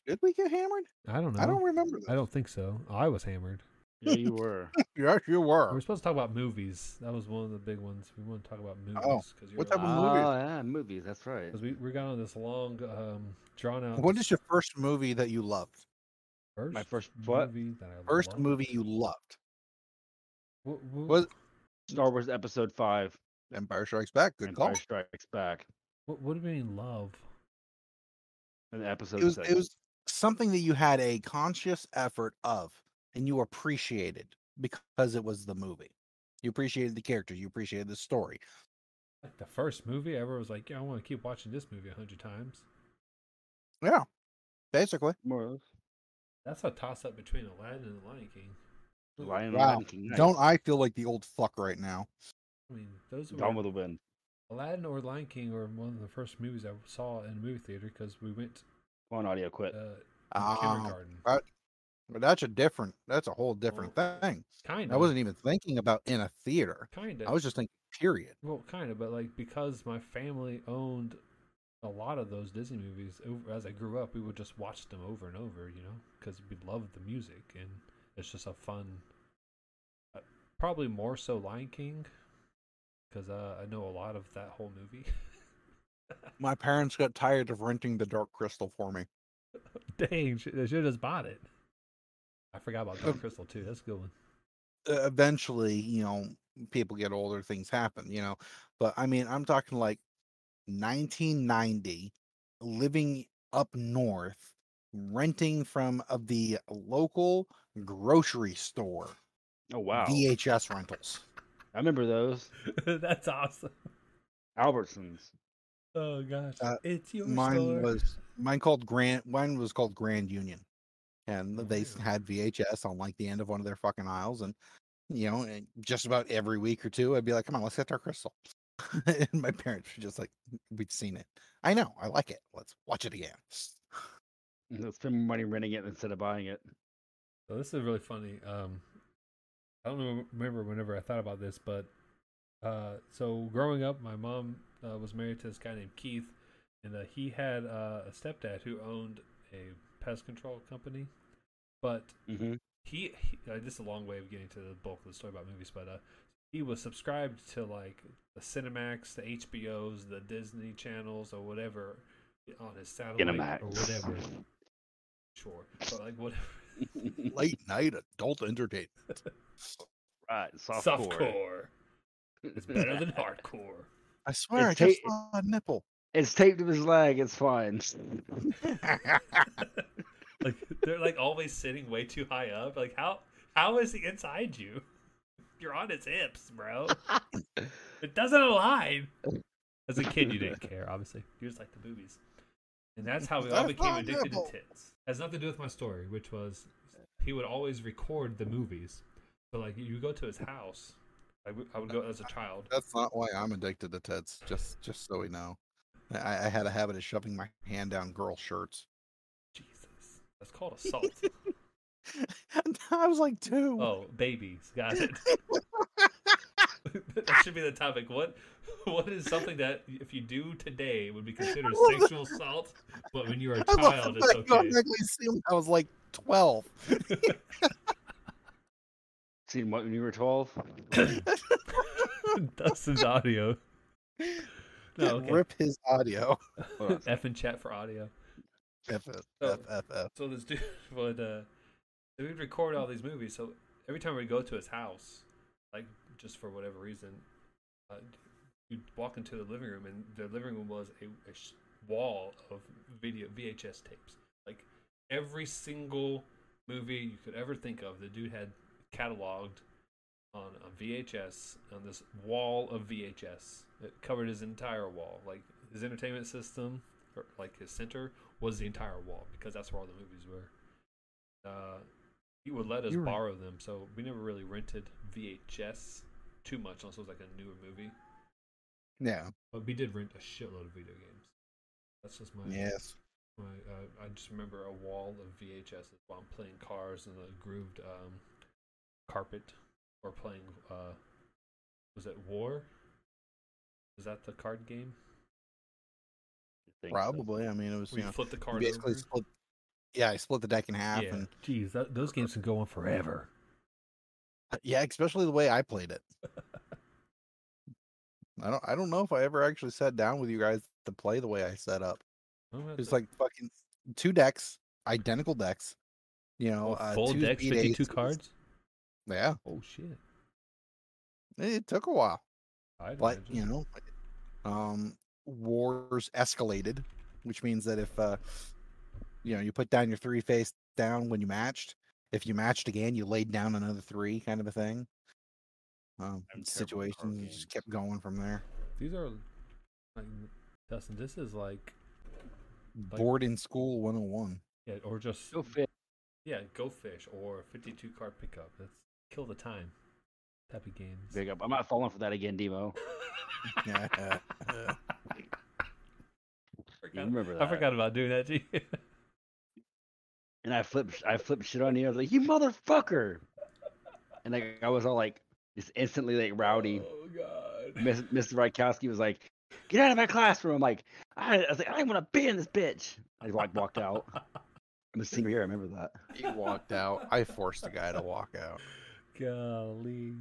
Did we get hammered? I don't know. I don't remember that. I don't think so. I was hammered. Yeah, you were. Yes, you We were. were supposed to talk about movies. That was one of the big ones. We want to talk about movies because Oh, what type of- oh yeah, movies. That's right. we we got on this long, um, drawn out. What is your first movie that you loved? first my first what? movie that I First loved? movie you loved? What, what, Was Star Wars Episode Five. Empire Strikes Back? Good Empire call. Strikes Back. what, what do you mean love? And episode It was six. it was something that you had a conscious effort of, and you appreciated because it was the movie. You appreciated the characters. You appreciated the story. Like the first movie ever was like, yeah, I want to keep watching this movie a hundred times. Yeah, basically. More or less. That's a toss up between Aladdin and The Lion King. The Lion and Wow. Aladdin King Knight. Don't I feel like the old fuck right now? I mean, those Gone were with the Wind. Aladdin or Lion King were one of the first movies I saw in a movie theater because we went Come on, audio, quit. uh, Ah, kindergarten. But that's a different. That's a whole different Well, thing. Kind of. Oh, I wasn't even thinking about in a theater. Kind of. I was just thinking. Period. Well, kind of, but like because my family owned a lot of those Disney movies o- as I grew up, we would just watch them over and over, you know, because we loved the music and it's just a fun. uh, Probably more so Lion King, because uh, I know a lot of that whole movie. My parents got tired of renting the Dark Crystal for me. Dang, sh- they should have just bought it. I forgot about Oh. Dark Crystal too. That's a good one. uh, eventually, you know, people get older, things happen, you know. But I mean, I'm talking like 1990, living up north, renting from uh, the local grocery store Oh wow, VHS rentals. I remember those That's awesome. Albertsons. Oh gosh, Uh, it's your mine store. was mine called Grand. Mine was called Grand Union, and Oh, they s- yeah. had VHS on like the end of one of their fucking aisles, and you know, and just about every week or two, I'd be like, "Come on, let's get our crystal." and my parents were just like, "We've seen it. I know. I like it. Let's watch it again." Let's spend more money renting it instead of buying it. So this is really funny. Um, I don't know- remember whenever I thought about this, but uh, so growing up, my mom uh, was married to this guy named Keith, and uh, he had uh, a stepdad who owned a pest control company. But Mm-hmm. he, he uh, this is a long way of getting to the bulk of the story about movies, but uh, he was subscribed to like the Cinemax, the HBOs, the Disney channels, or whatever on his satellite or whatever. Sure, but like whatever. Mm-hmm. Late night adult entertainment. right, softcore. softcore. It's better than hardcore. I swear, It's I just ta- saw a nipple. It's taped to his leg. It's fine. Like they're like always sitting way too high up. Like how how is he inside you? You're on his hips, bro. it doesn't align. As a kid, you didn't care, obviously. You just liked the movies, and that's how we all That's became not addicted to nipple. tits. Has nothing to do with my story, which was he would always record the movies. But like you go to his house, I would- I would go as a child. That's not why I'm addicted to tits. Just, just so we know, I, I had a habit of shoving my hand down girl shirts. Jesus, that's called assault. I was like two. Oh, babies. Got it. that should be the topic. What what is something that if you do today would be considered love that. sexual assault, but when you were a I love child the it's fact that I okay. automatically assumed I was like twelve. Oh, Seen what when you were twelve? Dustin's audio. No, okay. Rip his audio. Hold on. F in chat for audio. F it, So- F, F, F. So this dude would uh they would record all these movies, so every time we go to his house, like just for whatever reason, uh, you'd walk into the living room, and the living room was a, a sh- wall of video VHS tapes. Like every single movie you could ever think of, the dude had cataloged on, on VHS on this wall of VHS. It covered his entire wall, like his entertainment system, or like his center was the entire wall because that's where all the movies were. Uh, he would let us You were- borrow them, so we never really rented VHS too much unless it was like a newer movie. Yeah. But we did rent a shitload of video games. That's just my Yes. my, uh, I just remember a wall of VHSs while I'm playing cars in the grooved um, carpet or playing. Uh, was it War? Was that the card game? Think so. Probably. I mean, it was Where you you know flip the card basically over? split. Yeah, I split the deck in half, Yeah. and Jeez, that, those games can go on forever. yeah, especially the way I played it. I don't. I don't know if I ever actually sat down with you guys to play the way I set up. I'm gonna have It's to- like fucking two decks, identical decks. You know, Oh, uh, full two deck, speed fifty-two aces. cards. Yeah, Oh shit! it, it took a while, I'd but imagine. you know, um, wars escalated, which means that if uh, you know, you put down your three face down when you matched. If you matched again, you laid down another three, kind of a thing. Um, I'm terrible at card situations just games. kept going from there. these are like Dustin. This is like Like- Board in school 101. yeah, or just Go fit. yeah, go fish or fifty-two card pickup. That's kill the time. Type of games. Big up. I'm not falling for that again, Demo. Yeah. You Forgot- remember that? I forgot about doing that to you. And I flipped. I flipped shit on you. I was like, "You motherfucker!" And like, I was all like, just instantly like rowdy. Oh god. Miss, Mr. Rykowski was like, "Get out of my classroom!" I'm like, I, I was like, "I want to be in this bitch." I like walked out. I'm a senior year. I remember that. he walked out. I forced the guy to walk out. Golly.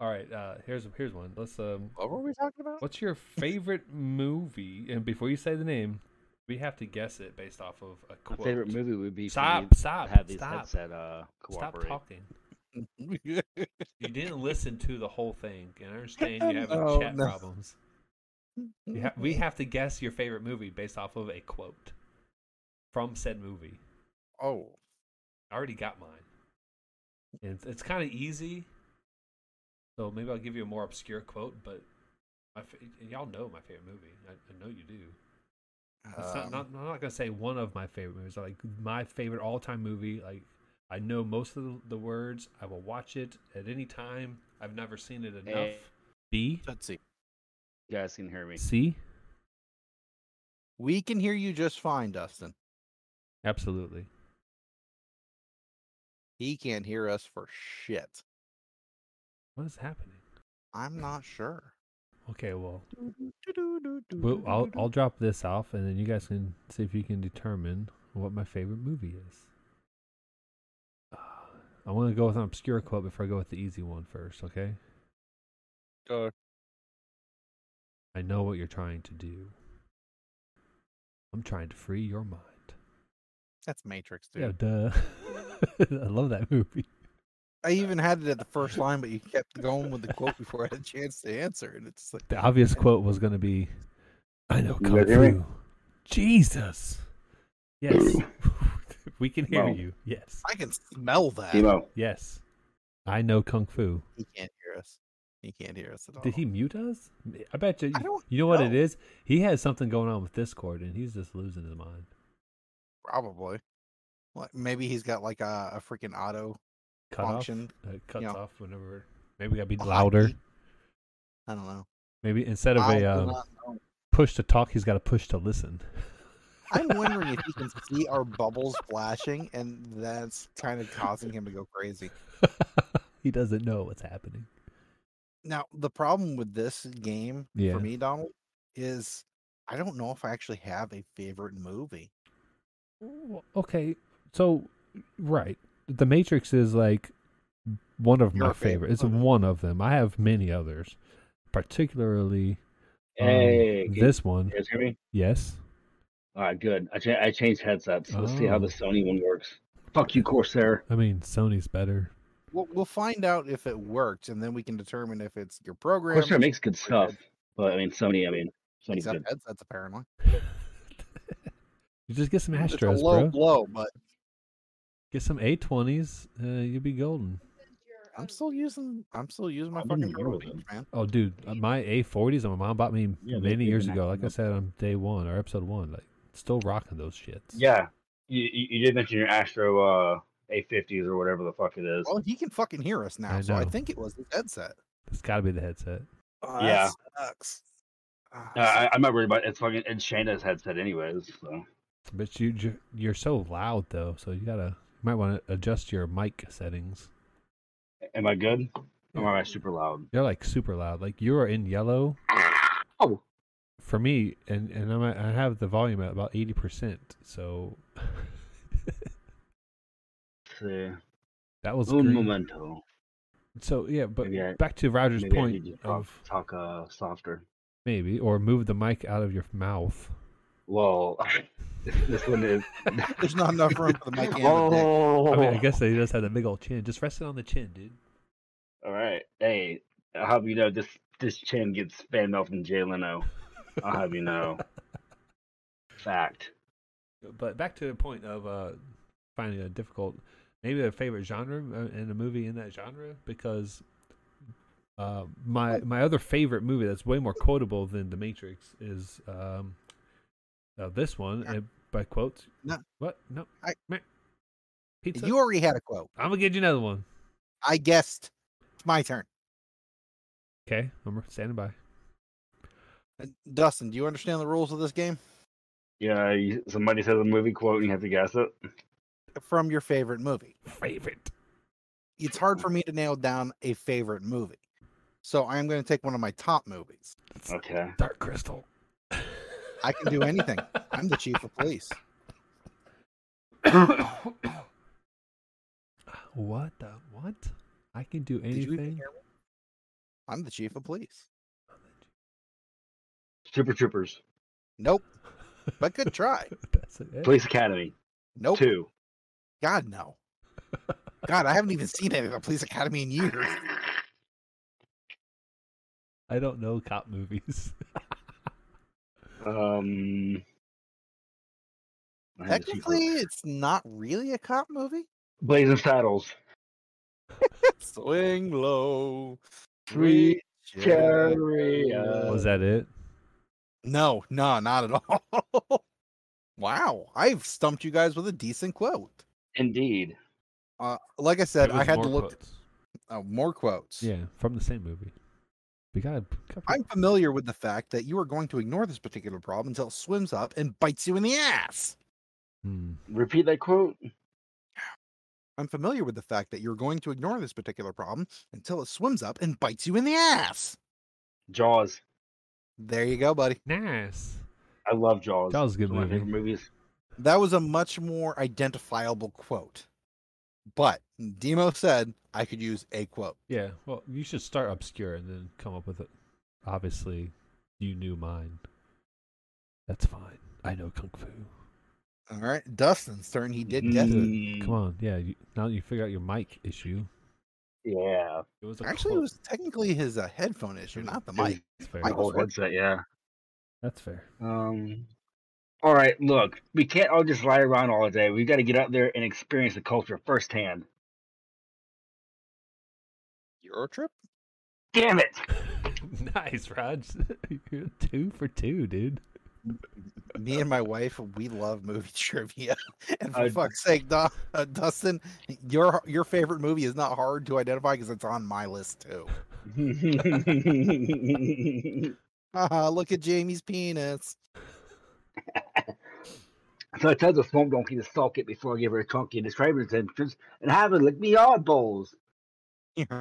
All right, uh here's here's one. Let's um What were we talking about? what's your favorite movie? And before you say the name, we have to guess it based off of a My quote. favorite movie would be for me Stop, to stop. have these stop. headset uh Stop cooperate. talking. yeah, You didn't listen to the whole thing, and I understand you have Oh, chat no. problems. You ha- we have to guess your favorite movie based off of a quote from said movie. Oh, I already got mine. And it's, it's kind of easy. So maybe I'll give you a more obscure quote, but my, fa- and y'all know my favorite movie. I, I know you do. It's um, not, not, I'm not going to say one of my favorite movies. Like, my favorite all time movie. Like, I know most of the, the words. I will watch it at any time. I've never seen it enough. Hey. B? let's see. You guys can hear me. C? We can hear you just fine, Dustin. Absolutely. He can't hear us for shit. What is happening? I'm not sure. Okay, well, Well, I'll I'll drop this off, and then you guys can see if you can determine what my favorite movie is. Uh, I want to go with an obscure quote before I go with the easy one first. Okay, Go. I know what you're trying to do. I'm trying to free your mind. That's Matrix, dude. Yeah, duh. I love that movie. I even had it at the first line, but you kept going with the quote before I had a chance to answer, and it's like The obvious quote was going to be, "I know You kung guys hear me? fu." Jesus. Yes. we can hear Wow. you. Yes. I can smell that. Um, Emo. Yes. I know kung fu. He can't hear us. He can't hear us at all. Did he mute us? I bet you. Oh. I don't You know what it know. is? He has something going on with Discord, and he's just losing his mind. Probably. Like, maybe he's got like a, a freaking auto Cut off. function. Uh, cuts Yeah. off whenever. Maybe we gotta be A louder. hotkey. I don't know. Maybe instead of I a do um, not know. push to talk, he's got to push to listen. I'm wondering if he can see our bubbles flashing, and that's kind of causing him to go crazy. he doesn't know what's happening. Now, the problem with this game Yeah. for me, Donald, is I don't know if I actually have a favorite movie. Well, Okay, so right, The Matrix is like one of my Your favorite. favorite. It's one of them. I have many others, particularly um, Hey, can this one. you guys hear me? Yes, All right, good. I, cha- I changed headsets. Let's see how the Oh. Sony one works. Fuck you, Corsair. I mean Sony's better. We'll, we'll find out if it worked, and then we can determine if it's your program. Corsair makes good stuff, but I mean Sony. I mean Sony's except good. headsets, apparently. You just get some It's a Astros, low bro. blow, but Get some A20s. Uh, you'll be golden. I'm still using I'm still using my I'm in fucking the middle turbo of beams, man. Oh, dude, uh, my A40s. My mom bought me Yeah, they- many they've years been ago. acting Like I up. said on day one or episode one, like still rocking those shits. Yeah, you, you you did mention your Astro uh, A50s or whatever the fuck it is. Well, he can fucking hear us now, I so I know. think it was his headset. it's got to be the headset. Oh, Yeah. That sucks. Ah, Uh, I, I'm not worried about it. it's fucking it's Shayna's headset anyways. So But you ju- you're so loud though, so you gotta you might want to adjust your mic settings. am I good? Am I super loud? You're like super loud. Like you are in yellow Oh, for me, and and I'm at, I have the volume at about eighty percent. So let's see. that was Un green. momento. So yeah, but Maybe I- back to Roger's Maybe I point need to talk, of talk uh, softer. maybe or move the mic out of your mouth. Well, this one is. There's not enough room for the mic and the dick. Oh, I mean, I guess that he does have that big old chin. Just rest it on the chin, dude. All right. Hey, I'll have you know this this chin gets spammed off from Jay Leno. I'll have you know. Fact. But back to the point of uh, finding a difficult, maybe a favorite genre uh, and a movie in that genre because uh, my my other favorite movie that's way more quotable than The Matrix is um, uh, this one uh, by quotes. No. What? No. I- Meh. Pizza. You already had a quote. I'm gonna get you another one. I guessed. It's my turn. Okay, I'm standing by. Dustin, do you understand the rules of this game? Yeah, you, somebody says a movie quote and you have to guess it. From your favorite movie. Favorite. It's hard for me to nail down a favorite movie. So I'm going to take one of my top movies. Okay. Dark Crystal. I can do anything. I'm the chief of police. What the what? I can do Did you even anything. hear me? I'm the chief of police. Super Troopers, Nope. But good try. That's it. Police Academy, Nope. two. God no. God, I haven't even seen any of the police academy in years. I don't know cop movies. Um. I had to see Technically, it's not really a cop movie. something. Blazing Saddles, Swing low. Sweet sweet chariot. Was that it? No, no, not at all. wow, I've stumped you guys with a decent quote. indeed. Uh, like I said, It I was had to more look quotes. uh, more quotes. Yeah, from the same movie. We gotta. cover I'm it. familiar with the fact that you are going to ignore this particular problem until it swims up and bites you in the ass. Hmm. Repeat that quote. I'm familiar with the fact that you're going to ignore this particular problem until it swims up and bites you in the ass. Jaws. There you go, buddy. Nice. I love Jaws. Jaws is a good It's one of my movie. favorite movies. That was a much more identifiable quote. But Demo said I could use a quote. Yeah. Well, you should start obscure and then come up with it. Obviously, you knew mine. That's fine. I know kung fu. All right, Dustin's turn. He did guess it. Mm, Come on. Yeah. You, now that you figure out your mic issue. Yeah. It was a Actually, it clo- was technically his uh, headphone issue, not the It mic. That's fair. My Mic whole was working. headset, yeah. That's fair. Um, all right, look, we can't all just lie around all day. We've got to get out there and experience the culture firsthand. Euro trip? Damn it! nice, Raj. You're two for two, dude. Me and my wife, we love movie trivia. And for I- fuck's sake, Du- uh, Dustin, your your favorite movie is not hard to identify because it's on my list too. Haha, look at Jamie's penis. so I tell the swamp donkey to stalk it before I give her a chunky in the Traver's entrance and have her lick me oddballs.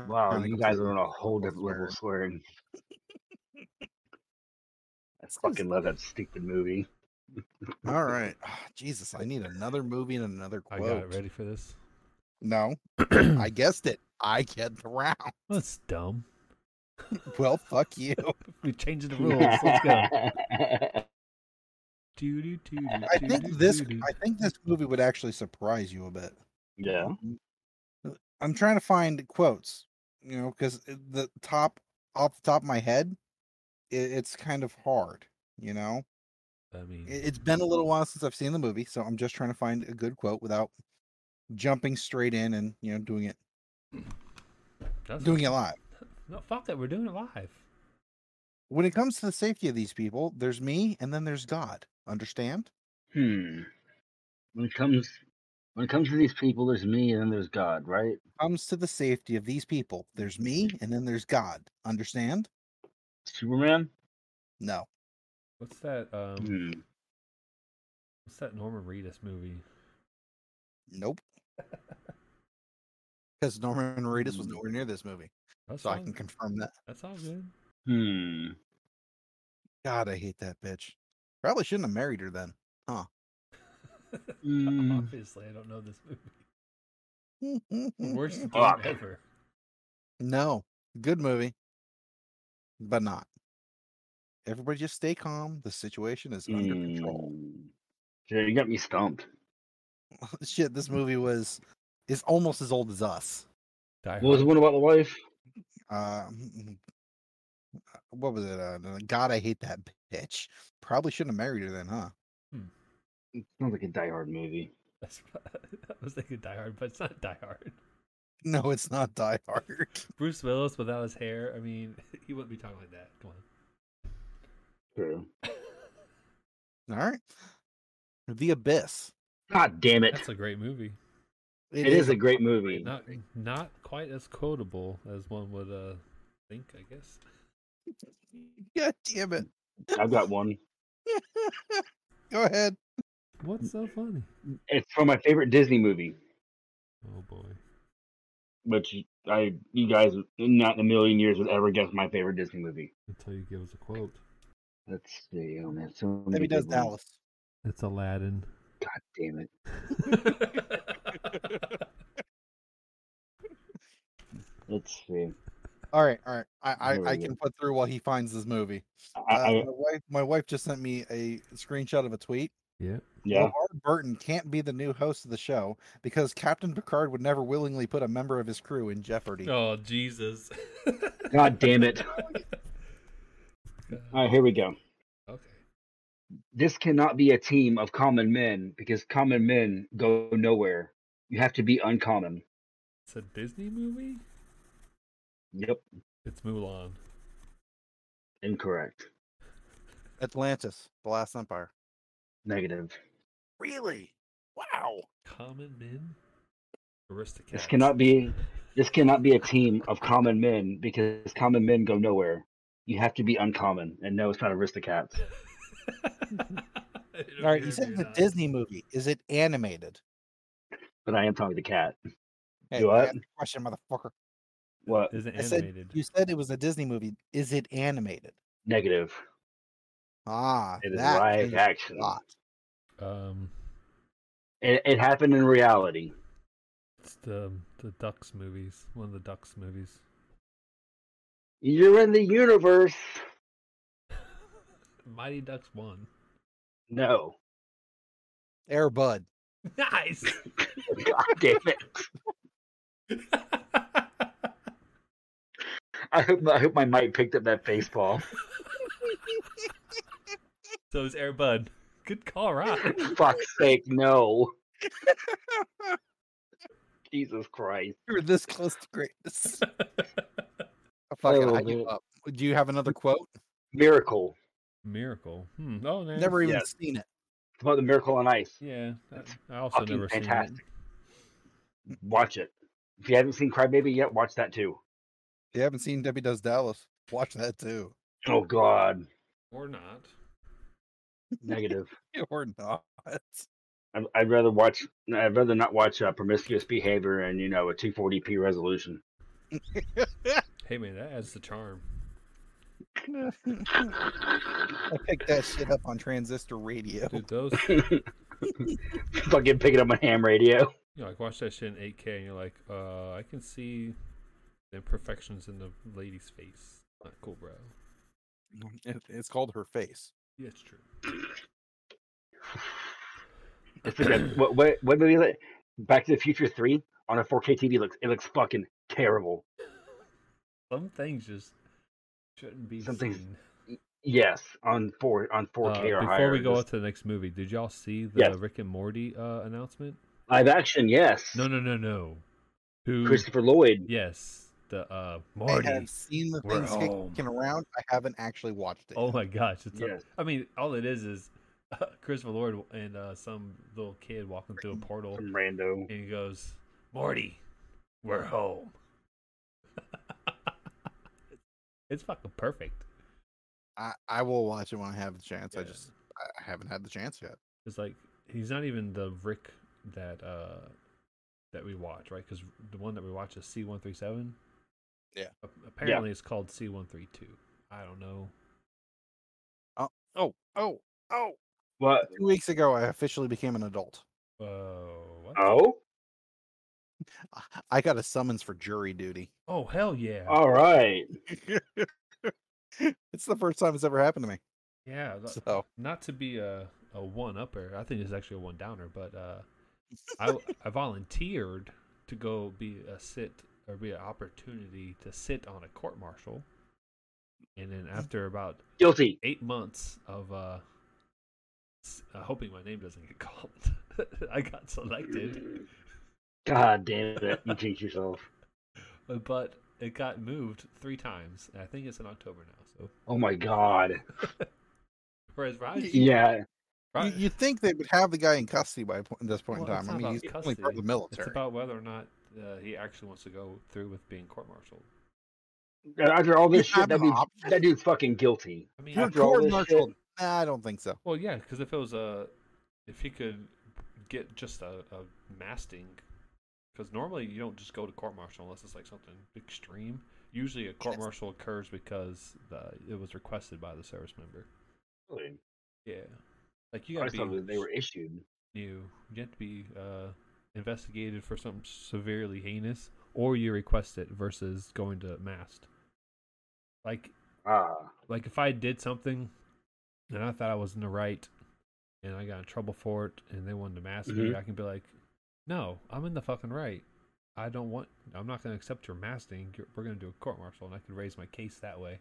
Wow, you guys are on a whole different level of swearing. I fucking love that stupid movie. All right. Ah, Jesus, I need another movie and another I quote. got it ready for this. No, I guessed it. I get the round. That's dumb. Well, fuck you. We're changing the rules. Let's go. Doo-doo, doo-doo, I think doo-doo, this doo-doo. I think this movie would actually surprise you a bit. yeah. Mm, uh, I'm trying to find quotes, you know, because the top off the top of my head, it, it's kind of hard. You know, I mean, it, it's been a little while since I've seen the movie, so I'm just trying to find a good quote without jumping straight in and you know doing it that's- doing it live. No, fuck it. We're doing it live. When it comes to the safety of these people, there's me and then there's God. Understand? Hmm. When it comes when it comes to these people, there's me and then there's God, right? Comes to the safety of these people, there's me and then there's God. Understand? Superman? No. What's that? Um, Mm. Hmm. What's that Norman Reedus movie? Nope. Because Norman Reedus was nowhere near this movie, That's so I all- can confirm that. That's all good. Hmm. God, I hate that bitch. Probably shouldn't have married her then. Mm. Obviously, I don't know this movie. Worst game Fuck. ever. no, good movie, but not. Everybody just stay calm. The situation is under control. Mm. Yeah, you got me stumped. Shit, this movie was is almost as old as us. Die What was Hard. the one about the wife? Uh, what was it? Uh, God, I hate that bitch. Probably shouldn't have married her then, huh? It sounds like a Die Hard movie. That's what, I was thinking Die Hard, but it's not Die Hard. No, it's not Die Hard. Bruce Willis without his hair. I mean, he wouldn't be talking like that. Come on. True. All right. The Abyss. God damn it. That's a great movie. it is, a great movie. Not not quite as quotable as one would uh think. I guess. God damn it. I've got one. Go ahead. What's so funny? It's from my favorite Disney movie, Oh boy. which I you guys not in a million years would ever guess my favorite Disney movie. Until you give us a quote. Let's see. Oh man, so Maybe many does good ones. Dallas. It's Aladdin. God damn it. Let's see. All right, all right. I, There I, I we can put through while he finds this movie. I, Uh, I, my, wife, my wife just sent me a screenshot of a tweet. yeah. yeah. LeVar Burton can't be the new host of the show because Captain Picard would never willingly put a member of his crew in jeopardy. Oh Jesus. God damn it. All right, here we go. okay. This cannot be a team of common men because common men go nowhere. You have to be uncommon. It's a Disney movie. Yep, It's Mulan. incorrect. Atlantis, The Last Empire. Negative. Really? Wow. Common men. This Aristocrats. cannot be this cannot be a team of common men because common men go nowhere. You have to be uncommon. And no, it's not aristocrats. All right, you said it's a Disney movie. Is it animated? But I am talking to cat. Hey, Do I I? got a question, motherfucker. What? Isn't I said- animated. You said it was a Disney movie. Is it animated? Negative. Ah, It is that live is action. not. Um, It, it happened in reality. it's the the Ducks movies. One of the Ducks movies. You're in the universe. Mighty Ducks one. No. Air Bud. Nice. God damn it. I hope I hope my mic picked up that baseball. So it's Air Bud. Good call, Rock. Fuck's sake, no. Jesus Christ. You were this close to greatness. I fucking Oh, I give man. up. Do you have another quote? Miracle. Miracle. Hmm. Oh, man. Never even Yes. seen it. It's about the miracle on ice. Yeah, It's I, I also fucking never seen it. fantastic. Watch it. If you haven't seen Crybaby yet, watch that too. You haven't seen Debbie Does Dallas. Watch that too. Oh God. or not. Negative. or not. I'd, I'd rather watch. I'd rather not watch uh, promiscuous behavior and you know a 240p resolution. Hey, man, that adds the charm. I picked that shit up on transistor radio. Dude, those Fucking pick it up on ham radio. you know, like watch that shit in 8K, and you're like, uh, I can see the imperfections in the lady's face. Not cool, bro. It- it's called her face. Yeah, it's true. It's like a- what, what what movie? Is it? Back to the Future Three on a 4K TV looks. It looks fucking terrible. Some things just shouldn't be Some things- seen. Yes, on four on Uh, 4K or before higher. we go on just to the next movie, did y'all see the Yes. Rick and Morty uh, announcement? live action, yes. No, no, no, no. Who? Christopher Lloyd. Yes, the uh, I Morty. have seen the we're things home. kicking around. I haven't actually watched it. Oh yet. my gosh! It's Yes. I mean, all it is is uh, Christopher Lloyd and uh, some little kid walking through a portal, Some rando. and he goes, "Morty, we're home." it's fucking perfect. I, I will watch it when I have the chance. I Yeah. just I- I haven't had the chance yet. It's like he's not even the Rick that uh that we watch, right? Because the one that we watch is C one three seven. Yeah. Apparently, it's called C one three two. I don't know. Oh, oh, oh. What? Two weeks ago, I officially became an adult. Oh. what? Oh, I- I got a summons for jury duty. Oh hell yeah! all right. it's the first time it's ever happened to me. Yeah. th- So not to be a, a one upper. I think it's actually a one downer, but uh, I I volunteered to go be a sit or be an opportunity to sit on a court martial, and then after about Guilty. eight months of uh, s- uh, hoping my name doesn't get called, I got selected, God damn it! You jinxed yourself. but it got moved three times. And I think it's in October now. So Oh my god. whereas Raj, Yeah. you, Raj- you think they would have the guy in custody by po- this point Well, in it's time? not I mean, about he's only part of the custody. military. it's about whether or not uh, he actually wants to go through with being court-martialed. After all You this shit, have that an dude, option. that dude's fucking guilty. I mean, You're after all this shit- court-martialed. Nah, I don't think so. Well, yeah, because if it was a, if he could get just a, a masting, because normally you don't just go to court martial unless it's like something extreme. Usually, a court martial occurs because the, it was requested by the service member. Yeah, like you I got just thought to that be they were issued. new. You have to be uh, investigated for something severely heinous, or you request it versus going to mast. Like Ah, like if I did something and I thought I was in the right and I got in trouble for it and they wanted to mask me, Mhm. I can be like, No, I'm in the fucking right. I don't want I'm not gonna accept your masking. You're- We're gonna do a court martial and I could raise my case that way.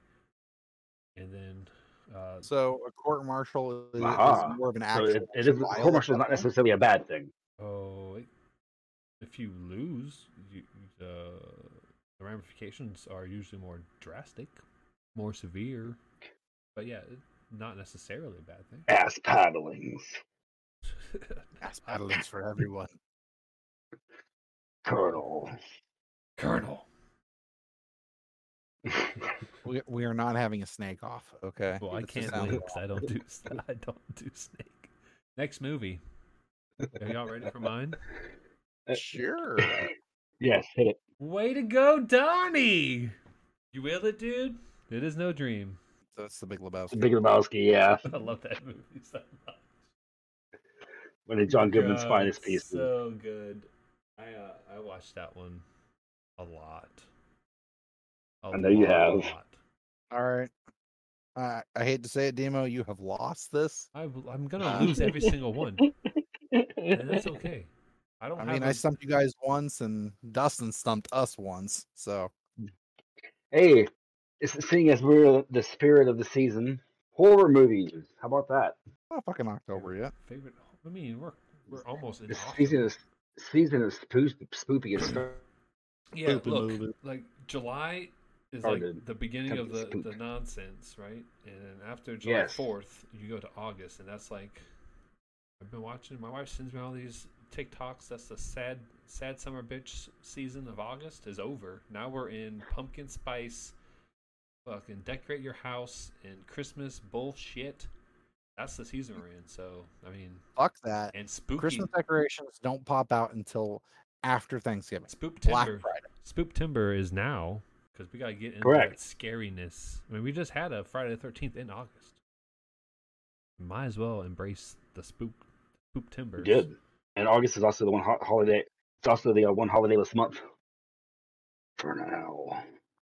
And then uh So a court martial is, Aha. more of an so actual. it, it is, trial at court martial is that not point. necessarily a bad thing. oh it, if you lose you uh, the ramifications are usually more drastic, more severe. But yeah, it- not necessarily a bad thing. Ass paddlings. Ass battling's for everyone. Colonel. Colonel. We, we are not having a snake off. Okay. Well, I This is can't how- wait because I don't do I don't do snake. Next movie. Are y'all ready for mine? Eh. Sure. yes, hit it. Way to go, Donnie! You will it, dude. It is no dream. That's the Big It's Lebowski. Big Lebowski, yeah. I love that movie so much. One of John Goodman's God, finest pieces. So good. I uh, I watched that one a lot. I know you have. All right. Uh, I hate to say it, Demo. You have lost this. I, am gonna Uh, lose every single one, and that's okay. I don't. I Oh, have mean, a- I stumped you guys once, and Dustin stumped us once. So hey, It's- Seeing as we're the spirit of the season, horror movies. How about that? Not oh, fucking October yet. Favorite? I mean, we're we're almost in The October. season is season of spoof, spoopy is starting. Yeah, Spoopy look, movie. like July is Or like the- the beginning of kind the, of the spook. nonsense, right? And then after July Yes. fourth, you go to August, and that's like I've been watching. My wife sends me all these TikToks. That's the sad, sad summer bitch season of August is over. Now we're in pumpkin spice, fucking decorate your house and Christmas bullshit. That's the season we're in. So I mean, Fuck that. and spooky, Christmas decorations don't pop out until after Thanksgiving. spook Black timber. Friday. Spoop Timber is now because we gotta get into that Correct. scariness. I mean, we just had a Friday the Thirteenth in August. Might as well embrace the spook spook timber. Good. And August is also the one ho- holiday. It's also the uh, one holidayless month. For now.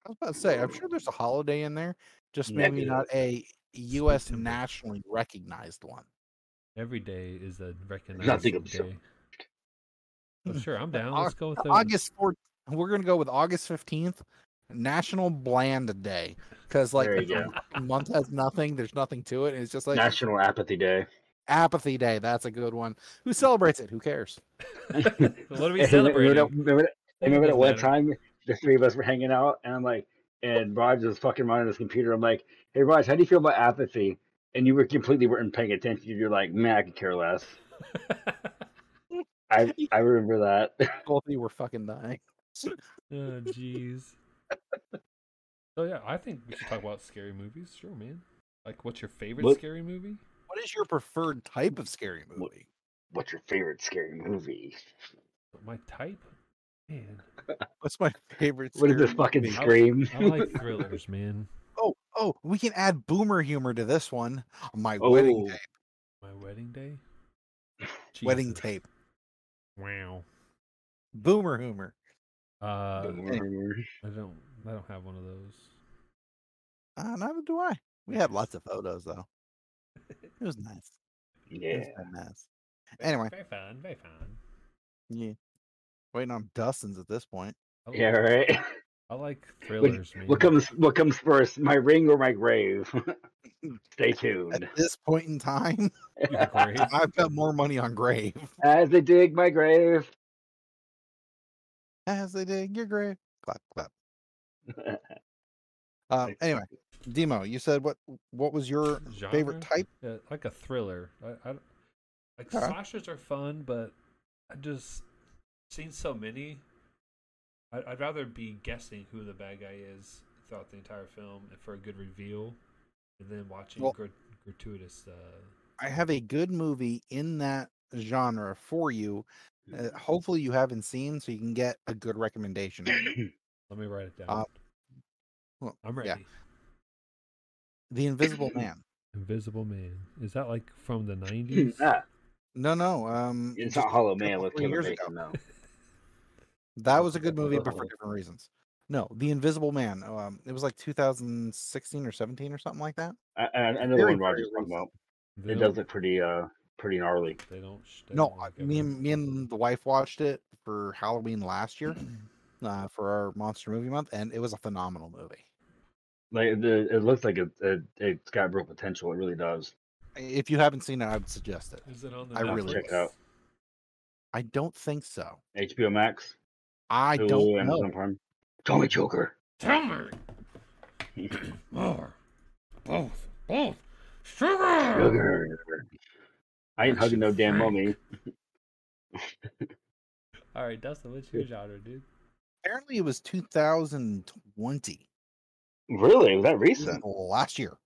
I was about to say, I'm sure there's a holiday in there, just maybe Negative. not a U.S. September. nationally recognized one. Every day is a recognized Nothing of day. Well, sure, I'm down. Au- Let's go with the August 4th. We're gonna go with August 15th, National Bland Day, because like There you the go. fucking month has nothing. There's nothing to it. And it's just like National Apathy Day. Apathy Day. That's a good one. Who celebrates it? Who cares? What are we And remember- celebrating? Remember, that- remember that Doesn't one matter. time the three of us were hanging out, and I'm like, and Raj was fucking running his computer. I'm like, hey, Raj, how do you feel about apathy? And you were completely weren't paying attention. You're like, man, I could care less. I I remember that. Both of you were fucking dying. oh, jeez. so yeah, I think we should talk about scary movies. Sure, man. Like, what's your favorite What- scary movie? What is your preferred type of scary movie? What's your favorite scary movie? My type, man. What's my favorite? What is scary this fucking movie? scream? I like thrillers, man. Oh, oh, we can add boomer humor to this one. My wedding Oh. tape. My wedding day? Wedding Jesus. tape. Wow. Boomer humor. Uh, I Boomer. don't. I don't have one of those. Uh, neither do I. We had lots of photos though. It was nice. It yeah. was been nice. Anyway. Very fun. Very fun. Yeah. Waiting on Dustin's at this point. I like, Yeah, right. I like thrillers, man. What comes what comes first, my ring or my grave? Stay tuned. At this point in time, Your grave. I've got more money on grave. As they dig my grave. As they dig your grave. Clap, clap. Um, anyway, Demo, you said what? What was your Genre? favorite type? Yeah, like a thriller. I, I like Okay. slashers are fun, but I just seen so many. I, I'd rather be guessing who the bad guy is throughout the entire film and for a good reveal, than watching Well- grat- gratuitous. Uh, I have a good movie in that genre for you. Uh, hopefully, you haven't seen, so you can get a good recommendation. let me write it down. Uh, well, I'm ready. yeah. the Invisible Man. Invisible Man. Is that like from the nineties? Ah, No, no. Um, it's just not Hollow a couple, Man with three Kevin years Bacon, ago. no. That was a good movie, but for Oh. different reasons. No, The Invisible Man. Um, it was like 2016 or 17 or something like that. I, I, I know the Very, one Roger's very talking about. It does look pretty uh pretty gnarly. They don't. sh- They No, don't I- like me everyone. and me and the wife watched it for Halloween last year, uh, for our monster movie month, and it was a phenomenal movie. Like the, it looks like it, it it's got real potential. It really does. I- If you haven't seen it, I would suggest it. Is it on the? I Netflix? really Check it out. I don't think so. HBO Max, I Hulu, don't Amazon know. Prime. Tell me, Joker. Tell me. More. Both. Both. Sugar. Sugar. I ain't hugging no Action damn Frank. mummy. All right, Dustin. What's your genre, dude? Apparently, it was 2020, Really? Was that so recent? last year.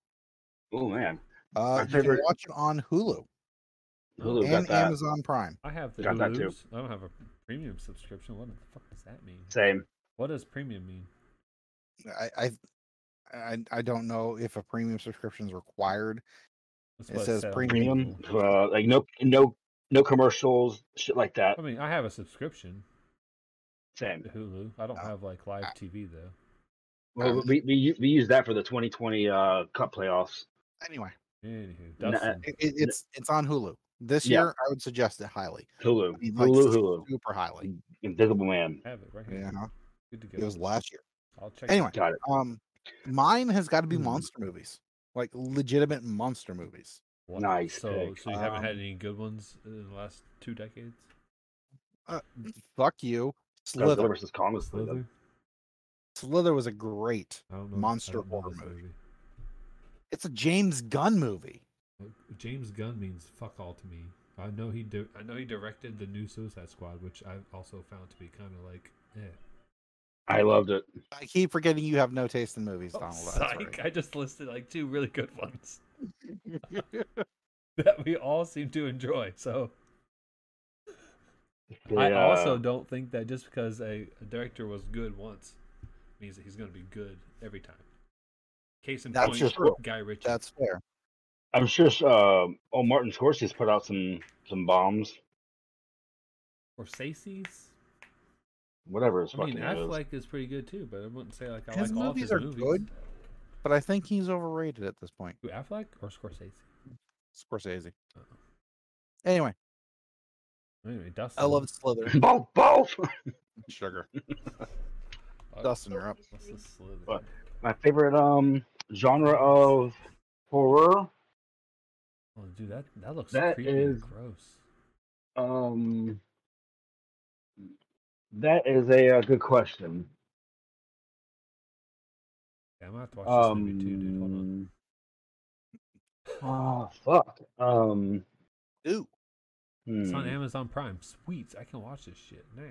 Oh man, Uh, you can favorite- watch it on Hulu Hulu got and that. Amazon Prime. I have the Got that too. Hulu's. I don't have a premium subscription. What the fuck does that mean? Same. What does premium mean? I, I, I, I don't know if a premium subscription is required. That's It what says said on premium. Premium, Google. uh, like no, no, no commercials, shit like that. I mean, I have a subscription to Same. Hulu. I don't Uh, have like live uh, TV though. Well, Um, we, we u- we use that for the 2020 uh, Cup playoffs. anyway, Anywho, Nah, Dustin. it, it- it's it's on Hulu this Yeah. year. I would suggest it highly. Hulu, I mean, like, Hulu, Hulu, super highly. Invisible Man. I have it right here. Yeah, Good to go. it was last year. I'll check. Anyway, Got it. um, Mine has got to be Hmm. monster movies, like legitimate monster movies. Wow. Nice So, pick. so you haven't had Um, any good ones in the last two decades? Uh, fuck you. Godzilla Slither. versus Kong was Slither. Slither? Slither was a great. I don't know. Monster I don't know horror this movie. It's a James Gunn movie. Look, James Gunn means fuck all to me. I know he di- I know he directed the new Suicide Squad, which I also found to be kind of like, eh. I loved it. I keep forgetting you have no taste in movies, Oh, Donald. That's all Psych! I just listed like two really good ones that we all seem to enjoy. So I Yeah. also don't think that just because a, a director was good once means that he's going to be good every time. Case in That's point, just true. Guy Ritchie. That's fair. I'm sure. Uh, oh, Martin Scorsese's put out some some bombs. or Sacy's. Whatever his I mean, fucking name is. Affleck is pretty good too, but I wouldn't say like I His like all of movies his are movies. good. But I think he's overrated at this point. Who, Affleck or Scorsese? Scorsese. Uh-oh. Anyway, Anyway, Dustin. I love Slither. both, both. Sugar. Uh, Dustin, you're up. What's the Slither? What? My favorite um genre of horror. Oh, dude, that that looks That creepy and is- gross. Um, that is a, uh good question. Yeah, I'm gonna have to watch this movie too, dude. Hold on. Um, oh fuck. Um, Ooh. It's on hmm. Amazon Prime. Sweet, I can watch this shit. Nice.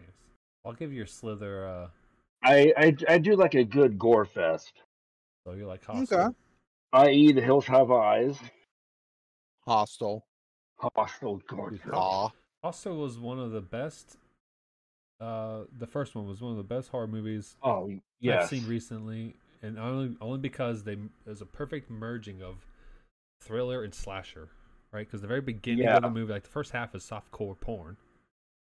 I'll give your Slither. uh I, I I do like a good gore fest. So you're like Okay. hostile. I.e., The Hills Have Eyes. Hostile. Oh, Hostile Gorgeous. Aw. Also, was one of the best. Uh, the first one was one of the best horror movies Oh yes. I've seen recently, and only only because they there's a perfect merging of thriller and slasher, right? Because the very beginning Yeah. of the movie, like the first half, is softcore porn,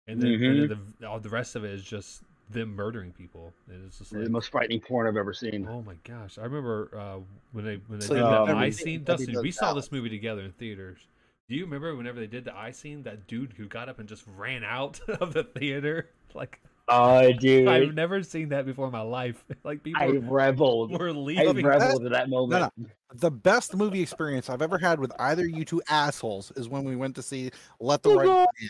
and then, and then Mm-hmm. the all the rest of it is just them murdering people, and it's just the like. most frightening porn I've ever seen. Oh my gosh! I remember uh, when they when they So did yeah, that um, eye scene. everybody Dustin, does we saw that. this movie together in theaters. Do you remember whenever they did the eye scene? That dude who got up and just ran out of the theater. Like Oh, dude, I've never seen that before in my life. Like people I reveled. were I leaving. reveled in that moment. The best movie experience I've ever had with either you two assholes is when we went to see Let the Oh, Right God. In.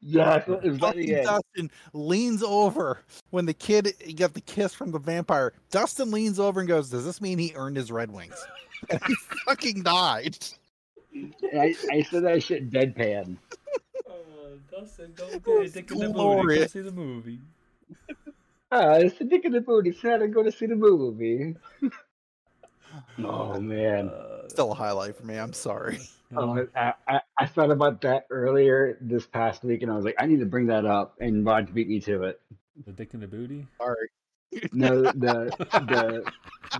Yeah, it Fucking was very good. Dustin leans over when the kid got the kiss from the vampire. Dustin leans over and goes, "Does this mean he earned his Red Wings?" and he fucking died. And I, I said that shit deadpan. Oh, Dustin, don't It be was addicted to movie. Go glorious. see the movie. Ah, it's the dick in the booty. It's not to go to see the movie. oh man, Uh, Still a highlight for me. I'm sorry. no. Oh, I, I, I thought about that earlier this past week, and I was like, I need to bring that up, and Rod beat me to it. addicted to booty. Sorry. No, the the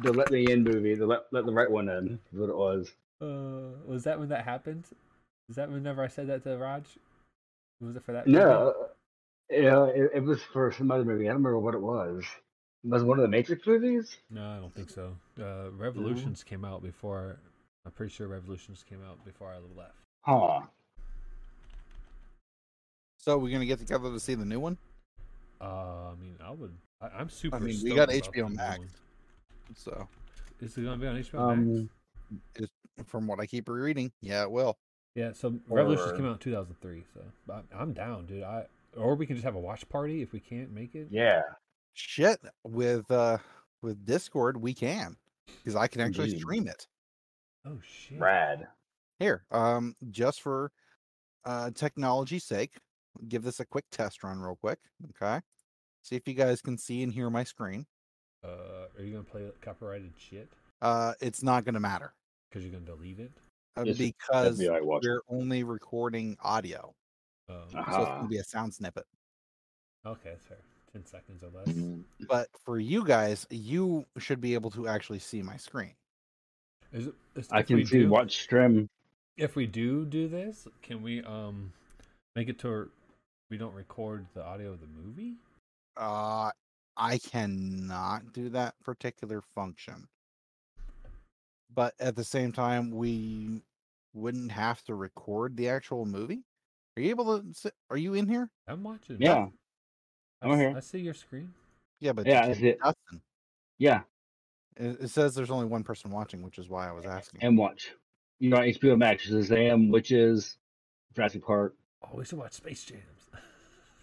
the Let Me In movie, the Let, Let the Right One In, is what it was. Uh, was that when that happened? Is that whenever I said that to Raj? Was it for that? No, yeah, it, it was for some other movie. I don't remember what it was. It was one of the Matrix movies. No, I don't think so. Uh, Revolutions came out before. I'm pretty sure Revolutions came out before I left. Huh. So we're gonna get together to see the new one. Uh, I mean, I would. I, I'm super. mean, we stoked got about HBO the new Max. one. So Is it gonna be on HBO Max? Um, from what I keep reading, yeah, it will. Yeah. So Revolutions or- came out in 2003. So I, I'm down, dude. I or we can just have a watch party if we can't make it. yeah. Shit, with uh with Discord, we can because I can actually Indeed. stream it. Oh shit. Rad. here um just for uh technology's sake give this a quick test run real quick okay see if you guys can see and hear my screen Uh, are you gonna play copyrighted shit? uh it's not going to matter Because you're gonna delete it. uh, Yes, it- because I watch. we're only recording audio Um, so it's going Ah. to be a sound snippet Okay, that's fair. Ten seconds or less. Mm-hmm. Mm. but for you guys you should be able to actually see my screen Is it, is, I if we can see do- watch stream. if we do do this, can we um make it to where we don't record the audio of the movie? uh i cannot do that particular function but at the same time we wouldn't have to record the actual movie are you able to sit, are you in here I'm watching. Yeah. I, I'm s- here. I see your screen. yeah but Yeah, you I can't see it. Dustin. Yeah. It, it says there's only one person watching, which is why I was asking. and watch. You know, HBO Max is the same, which is Jurassic Park. Oh, we should watch Space Jams.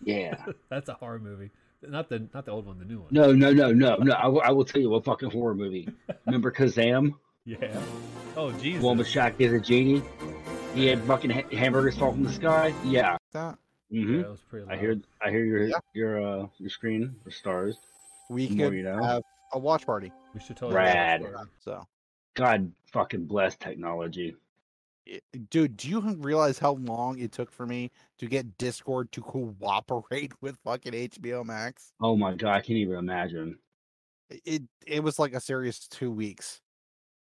Yeah. That's a horror movie. Not the not the old one, the new one. No, no, no, no, no. I will, I will tell you a fucking horror movie. Remember Kazam? Yeah. Oh Jesus. One with Shaq is a genie. He had fucking ha- hamburgers fall from the sky. Yeah. That Yeah, hmm that was pretty. I loud. hear, I hear your Yeah. your uh your screen, the stars. we The more could you know. have a watch party. We should totally. Rad. So, God fucking bless technology. I- dude, do you realize how long it took for me to get Discord to cooperate with fucking HBO Max? Oh my god, I can't even imagine. I- It it was like a serious two weeks.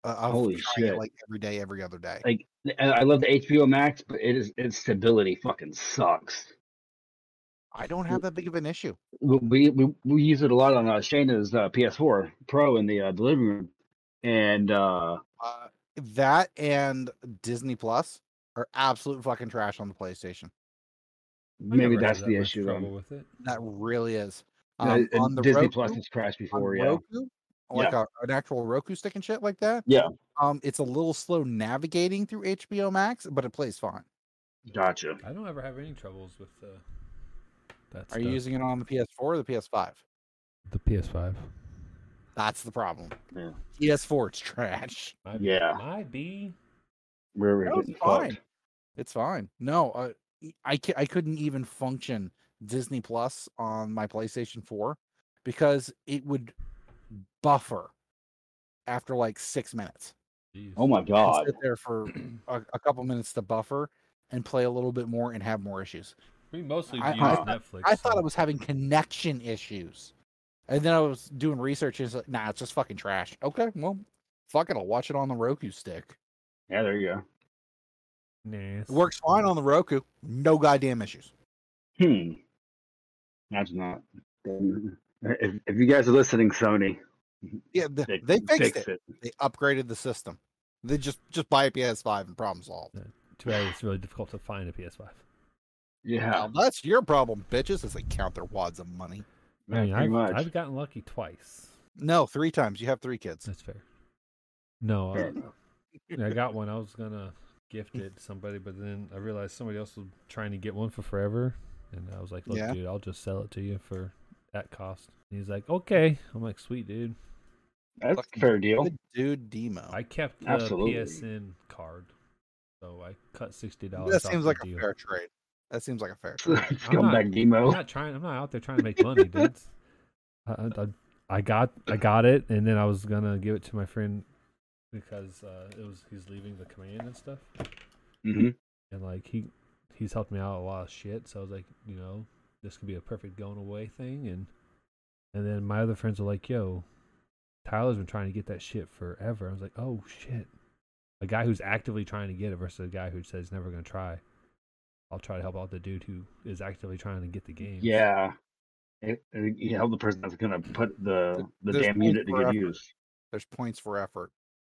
Uh, of trying Holy it, shit. Like every day, every other day. Like, I I love the HBO Max, but it is its stability fucking sucks. I don't have that big of an issue. we we, we use it a lot on uh, Shayna's uh, PS4 Pro in the uh, the living room, and uh, Uh, that and Disney Plus are absolute fucking trash on the PlayStation. I maybe never had that's that the much issue. Trouble Um, with it. That really is. uh, Um, and on the Disney Roku, Plus has crashed on before. Yeah, Roku, like a, an actual Roku stick and shit like that. Yeah. Um, it's a little slow navigating through HBO Max, but it plays fine. gotcha. I don't ever have any troubles with uh, that. Are you using it on the PS4 or the PS5? the PS5? That's the problem. Yeah. PS4, it's trash. Might Yeah. Be, might be. We're, we're No, it's getting fine. fucked. It's fine. No, uh, e- I ca- I couldn't even function Disney Plus on my PlayStation 4 because it would buffer after like six minutes. Jeez. Oh my and god, sit there for a, a couple minutes to buffer and play a little bit more and have more issues. We mostly I- use I- Netflix. I thought so- I was having connection issues, and then I was doing research and it's like, nah, it's just fucking trash. Okay, well, fuck it, I'll watch it on the Roku stick. yeah, there you go. Nah, It works fine on the Roku, no goddamn issues. Hmm, that's not. If, if you guys are listening, Sony, Yeah, th- fi- they fixed fix it. They upgraded the system. They just just buy a PS5 and problem solved. Too bad it's really difficult to find a PS5. Yeah, Now that's your problem, bitches. As they count their wads of money. I mean, pretty I've, much. I've gotten lucky twice. No, three times. You have three kids. That's fair. No, Fair uh, I got one. I was gonna gift it to somebody, but then I realized somebody else was trying to get one for forever, and I was like, "Look, Yeah. dude, I'll just sell it to you for that cost." And he's like, "Okay." I'm like, "Sweet, dude." that's a fucking fair deal. Good dude, Demo. I kept the Absolutely. PSN card, so I cut sixty dollars. that seems like a fair trade. That seems like a fair trade. Scumbag I'm Demo. not trying. I'm not out there trying to make money, dude. I, I, I got I got it, and then I was gonna give it to my friend because uh, it was he's leaving the command and stuff, hmm and like he he's helped me out a lot of shit. So I was like, you know, this could be a perfect going away thing, and and then my other friends were like, yo, Tyler's been trying to get that shit forever. I was like, oh shit, a guy who's actively trying to get it versus a guy who says he's never gonna try. I'll try to help out the dude who is actively trying to get the game. Yeah. It, it, you help the person that's going to put the, the There's damn room unit to for good effort. use. There's points for effort.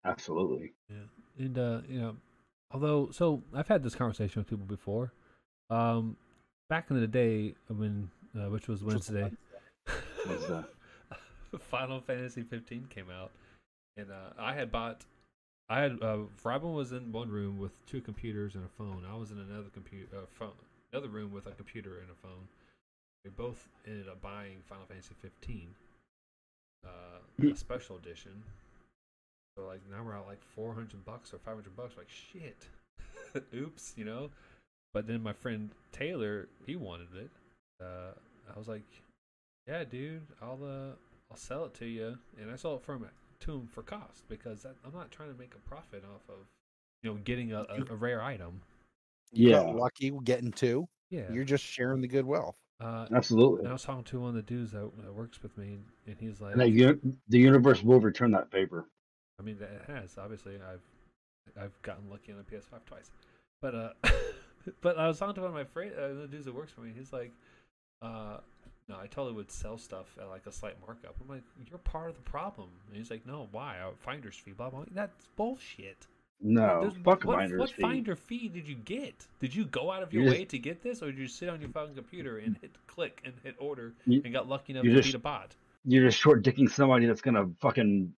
Absolutely. and uh, you know, although so I've had this conversation with people before. Um, back in the day when, uh, which was Which was Wednesday, Was, uh, Final Fantasy 15 came out, and uh, I had bought. I had uh, Robin was in one room with two computers and a phone. I was in another computer, uh, phone, another room with a computer and a phone. We both ended up buying Final Fantasy 15, uh, a special edition. So like now we're at like 400 bucks or 500 bucks. Like shit, oops, you know. But then my friend Taylor, he wanted it. Uh, I was like, yeah, dude, I'll uh, I'll sell it to you, and I sold it from to him for cost because that, I'm not trying to make a profit off of you know getting a, a, a rare item. You yeah. got lucky getting two. Yeah, You're just sharing the good wealth. uh, Absolutely. and I was talking to one of the dudes that, that works with me, and he's like, Like, you- the universe will return that favor. I mean, that it has. Obviously, I've I've gotten lucky on a PS5 twice, but uh, but I was talking to one of my friend, uh, the dudes that works for me. He's like, uh, no, I totally would sell stuff at like a slight markup. I'm like, you're part of the problem. And he's like, no, why? Uh, Finder's fee, blah blah. blah." That's bullshit. No. There's- Oh, Fuck what, Minder's what fee. Finder fee did you get? Did you go out of You your just- way to get this, or did you sit on your fucking computer and hit click and hit order You- and got lucky enough you to just- beat a bot? You're just short dicking somebody that's going to fucking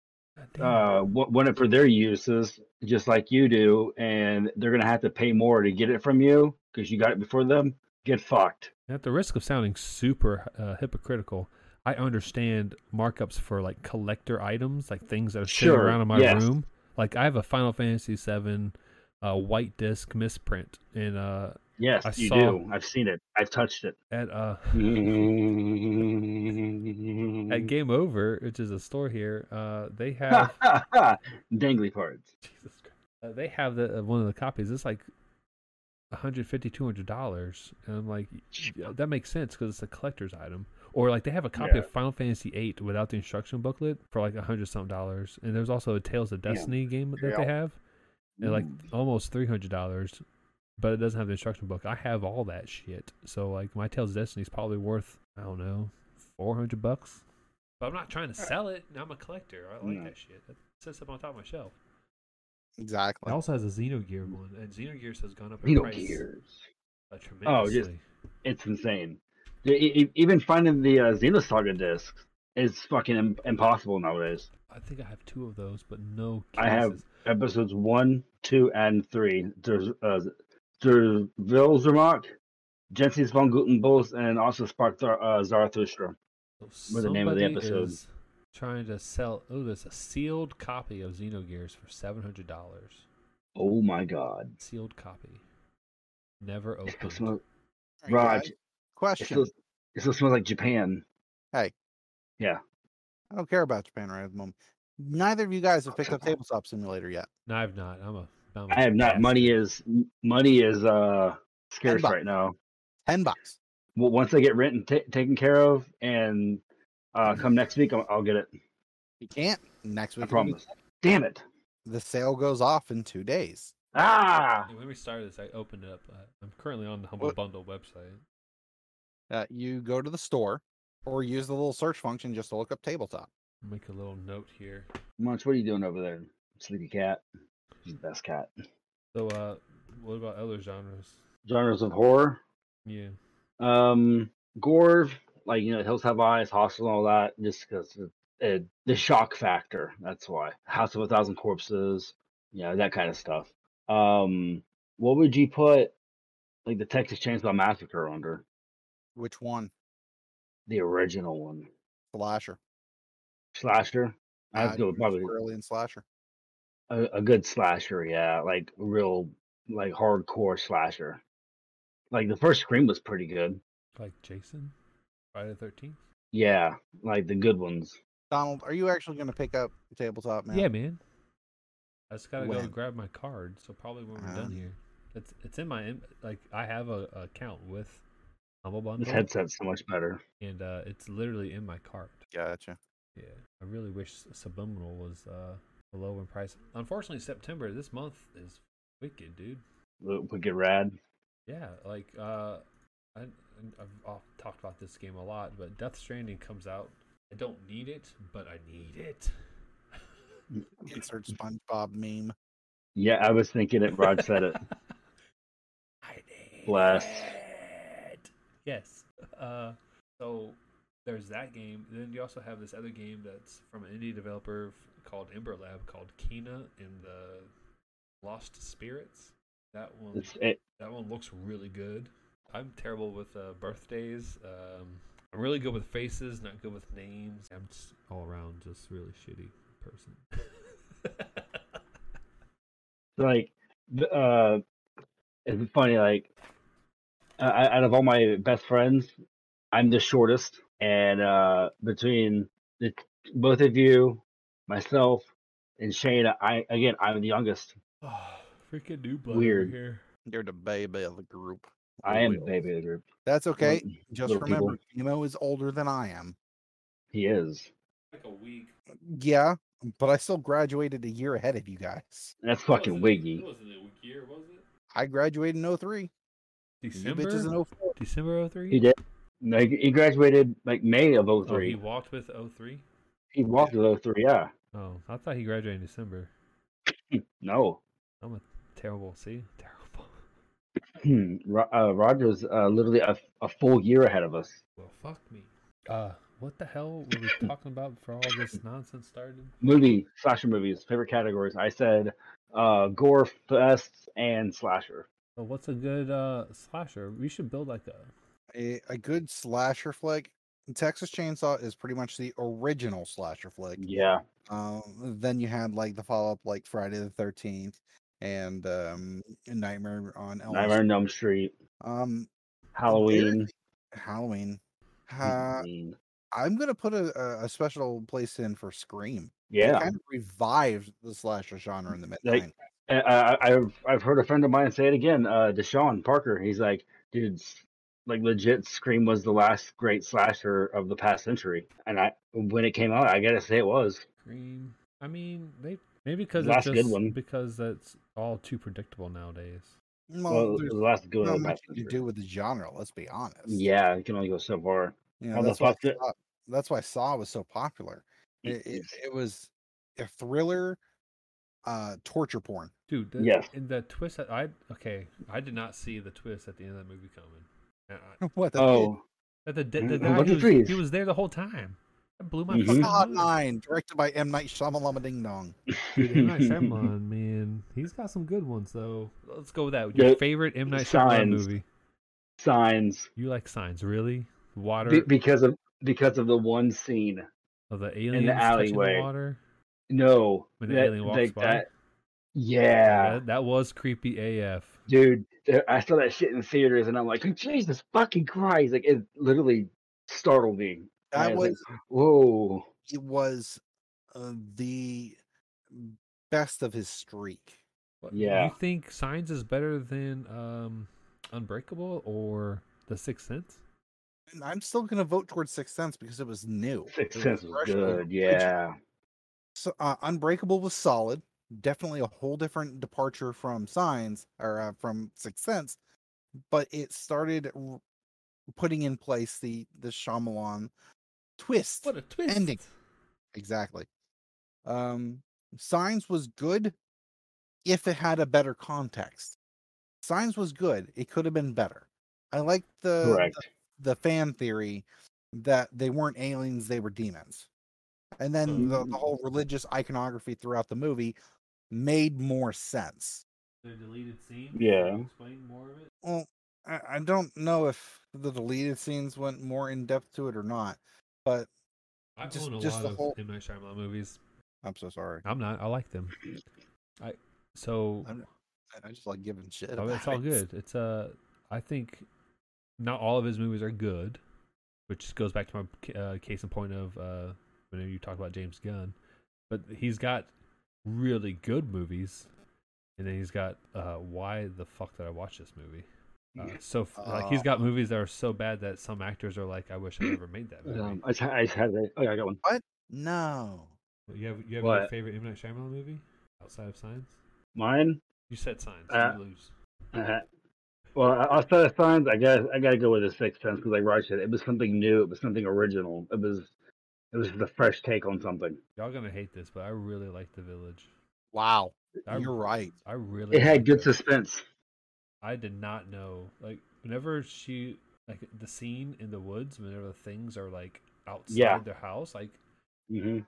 uh, Mm-hmm. wa- want it for their uses, just like you do, and they're gonna have to pay more to get it from you because you got it before them. Get fucked. At the risk of sounding super uh, hypocritical, I understand markups for like collector items, like things that are sitting Sure, around in my yes. room. Like I have a Final Fantasy VII uh, white disc misprint, and uh, Yes, I you saw- do. I've seen it. I've touched it. at uh, at Dangly Game Over, which is a store here, uh, they have cards. Jesus Christ. Uh, they have the uh, one of the copies. It's like 150 dollars, and I'm like, yeah, that makes sense because it's a collector's item. Or like they have a copy Yeah. of Final Fantasy VIII without the instruction booklet for like a hundred something dollars, and there's also a Tales of Yeah. Mm. Destiny game that Yeah. they have, at like almost three hundred dollars, but it doesn't have the instruction book. I have all that shit, so like my Tales of Destiny is probably worth I don't know four hundred bucks. But I'm not trying to Uh, sell it. I'm a collector. I like No. that shit. That sits up on top of my shelf. It Exactly. also has a Xenogear one, and Xenogears has gone up in You don't price care. uh, Oh, tremendously. just- It's insane. E- e- Even finding the uh, Xenosaga discs is fucking im- impossible nowadays. I think I have two of those, but no. Cases. I have episodes one, two, and three. There's uh, there's Vilzermach, Jensen's von Gutenbos, and also Spark Zar- uh, Zarathustra. So what the name of the somebody episode. is Trying to sell. Oh, there's a sealed copy of Xenogears for seven hundred dollars. Oh my god. Sealed copy, never It still, opened. smells, All right, Raj. guys. it, Question. still, it still smells like Japan. I don't care about Japan right at the moment. Neither of you guys have picked up Tabletop Simulator yet. No, I've not. I'm a. I'm a I have not. bastard. Money is money is uh scarce Ten bucks. right now. Ten bucks. Well, once I get written t- taken care of, and uh, come next week, I'll, I'll get it. You can't. Next week, I it'll be- promise. Damn it! The sale goes off in two days. Ah, When we started this, I opened it up. Uh, I'm currently on the Humble What- Bundle website. Uh, you go to the store or use the little search function just to look up Tabletop. Make a little note here. Munch, what are you doing over there, sleepy cat? He's the best cat. So, uh, what about other genres? Genres of horror, Yeah. um, gore, like you know, Hills Have Eyes, Hostel, and all that, just because uh, the shock factor. That's why House of a Thousand Corpses, you know, that kind of stuff. Um, what would you put like the Texas Chainsaw Massacre under? Which one? The original one. Slasher. slasher. I have Uh, to go with probably Squarely in Slasher. a, a good slasher, yeah, like real, like hardcore slasher. Like the first Scream was pretty good, Like Jason, Friday the Thirteenth. yeah, like the good ones. Donald, are you actually going to pick up Tabletop, man? Yeah, man. I just gotta go When? grab my card. So probably when we're Um, done here, it's it's in my in- like I have a, a account with Humble This Bundle, headset's so much better. and uh, it's literally in my cart. Gotcha. Yeah, I really wish Subliminal was uh, below in price. Unfortunately, September this month is wicked, dude. Look, We get rad. Yeah, like uh, I, I've off- talked about this game a lot, but Death Stranding comes out. I don't need it, but I need it. Insert SpongeBob meme. Yeah, I was thinking it. Rod said it. I need Bless. it. Yes. Uh, so there's that game. Then you also have this other game that's from an indie developer f- called Ember Lab called Kena and the Lost Spirits. That one. It's, it That one looks really good. I'm terrible with uh, birthdays. Um, I'm really good with faces, not good with names. I'm just all around just really shitty person. like th- uh, it's funny. Like uh, out of all my best friends, I'm the shortest, and uh, between the t- both of you, myself, and Shane, I again I'm the youngest. oh, freaking new blood over Weird. here. You're the baby of the group. I am the Little- baby of the group. That's okay. Little- Just little people. remember, Nemo is older than I am. He is. Like a week. Yeah, but I still graduated a year ahead of you guys. That's fucking wiggy. wasn't a year, was it? I graduated in 03. You bitches December. in 04. December 03? He did. No, he- he graduated like May of Oh, he 03. walked with 03? he, walked with 03, yeah. Oh, I thought he graduated in December. No. I'm a terrible, see? Terrible. Hmm, Ro- uh, Roger's uh, literally a, a full year ahead of us. Well, fuck me. Uh, what the hell were we talking about before all this nonsense started? Movie, slasher movies, favorite categories. I said uh, gore fest and slasher. Oh, what's a good uh, slasher? We should build like a A, a good slasher flick. Texas Chainsaw is pretty much the original slasher flick. Yeah. Um, then you had like the follow up, like Friday the Thirteenth and um, Nightmare on Elm. Nightmare on Elm Street. Street, Um, Halloween. Halloween. Mm. Uh, Halloween. I'm gonna put a, a- a special place in for Scream. They Yeah. kind of revived the slasher genre in the mid Like- I, I, I've I've heard a friend of mine say it again. Uh, Deshaun Parker. He's like, dude, s- like legit. Scream was the last great slasher of the past century, and I when it came out, I gotta say it was. Scream. I mean, they maybe because Last it's good just one. because that's all too predictable nowadays. Well, Well, it was there's the last good one not of the much past you century. can do with the genre. Let's be honest. Yeah, it can only go so far. You How know, the that's why fuck did- Saw, that's why Saw was so popular. It, it, it was a thriller, uh, torture porn. Dude, the, Yes. and the twist. That I okay, I did not see the twist at the end of that movie coming. Uh, What the oh, uh, the, the, Mm, the and guy what who the was, trees? he was there the whole time. That blew my Mhm. fucking Saw mind. Nine, directed by M Night Shyamalan Ding Dong. Dude, M Night Shyamalan, man, he's got some good ones though. Let's go with that. Your Yeah. favorite M Night Shyamalan Signs. movie? signs You like Signs, really? Water Be- because of because of the one scene. of the aliens touching alleyway. the water. No, When the alien walks by? yeah, That, that was creepy AF. dude, there- I saw that shit in theaters, and I'm like, Jesus fucking Christ! Like it literally startled me. I That was like, was Whoa, it was uh, the best of his streak. What- Yeah. You think Signs is better than um, Unbreakable or The Sixth Sense? And I'm still gonna vote towards Sixth Sense because it was new. Sixth It Sense was fresh, it good. original. Yeah, So, uh, Unbreakable was solid. Definitely a whole different departure from Signs or uh, from Sixth Sense, but it started r- putting in place the the Shyamalan twist. What a twist! Ending. Exactly. Um, Signs was good if it had a better context. Signs was good. It could have been better. I like the, Correct. the the fan theory that they weren't aliens; they were demons. And then the, Mm. the whole religious iconography throughout the movie made more sense. The deleted scene. Yeah. Explain more of it. Well, I, I don't know if the deleted scenes went more in depth to it or not, but I Just- own a just lot the of whole- M Night Shyamalan movies. I'm so sorry. I'm not. I like them. I so I'm- I, I just like giving shit. Oh, about it's all it. good. It's uh, I think not all of his movies are good, which goes back to my ca- uh, case in point of uh, when you talk about James Gunn, but he's got really good movies, and then he's got uh, why the fuck did I watch this movie? Uh, so f- like he's got movies that are so bad that some actors are like, I wish I never made that movie. um, I, just had- I just had that. Oh yeah, I got one. No. you have you have your what? favorite M Night Shyamalan movie outside of Signs? Mine. You said Signs. Uh, you lose. Uh-huh. Well, I- outside of signs, I guess I gotta go with the sixth sense because, like Rod said, it was something new. It was something original. It was, it was the fresh take on something. Y'all gonna hate this, but I really like The Village. Wow. I, You're right. I really. It had like good that. suspense. I did not know. Like whenever she like the scene in the woods, whenever the things are like outside Yeah. their house, like hmm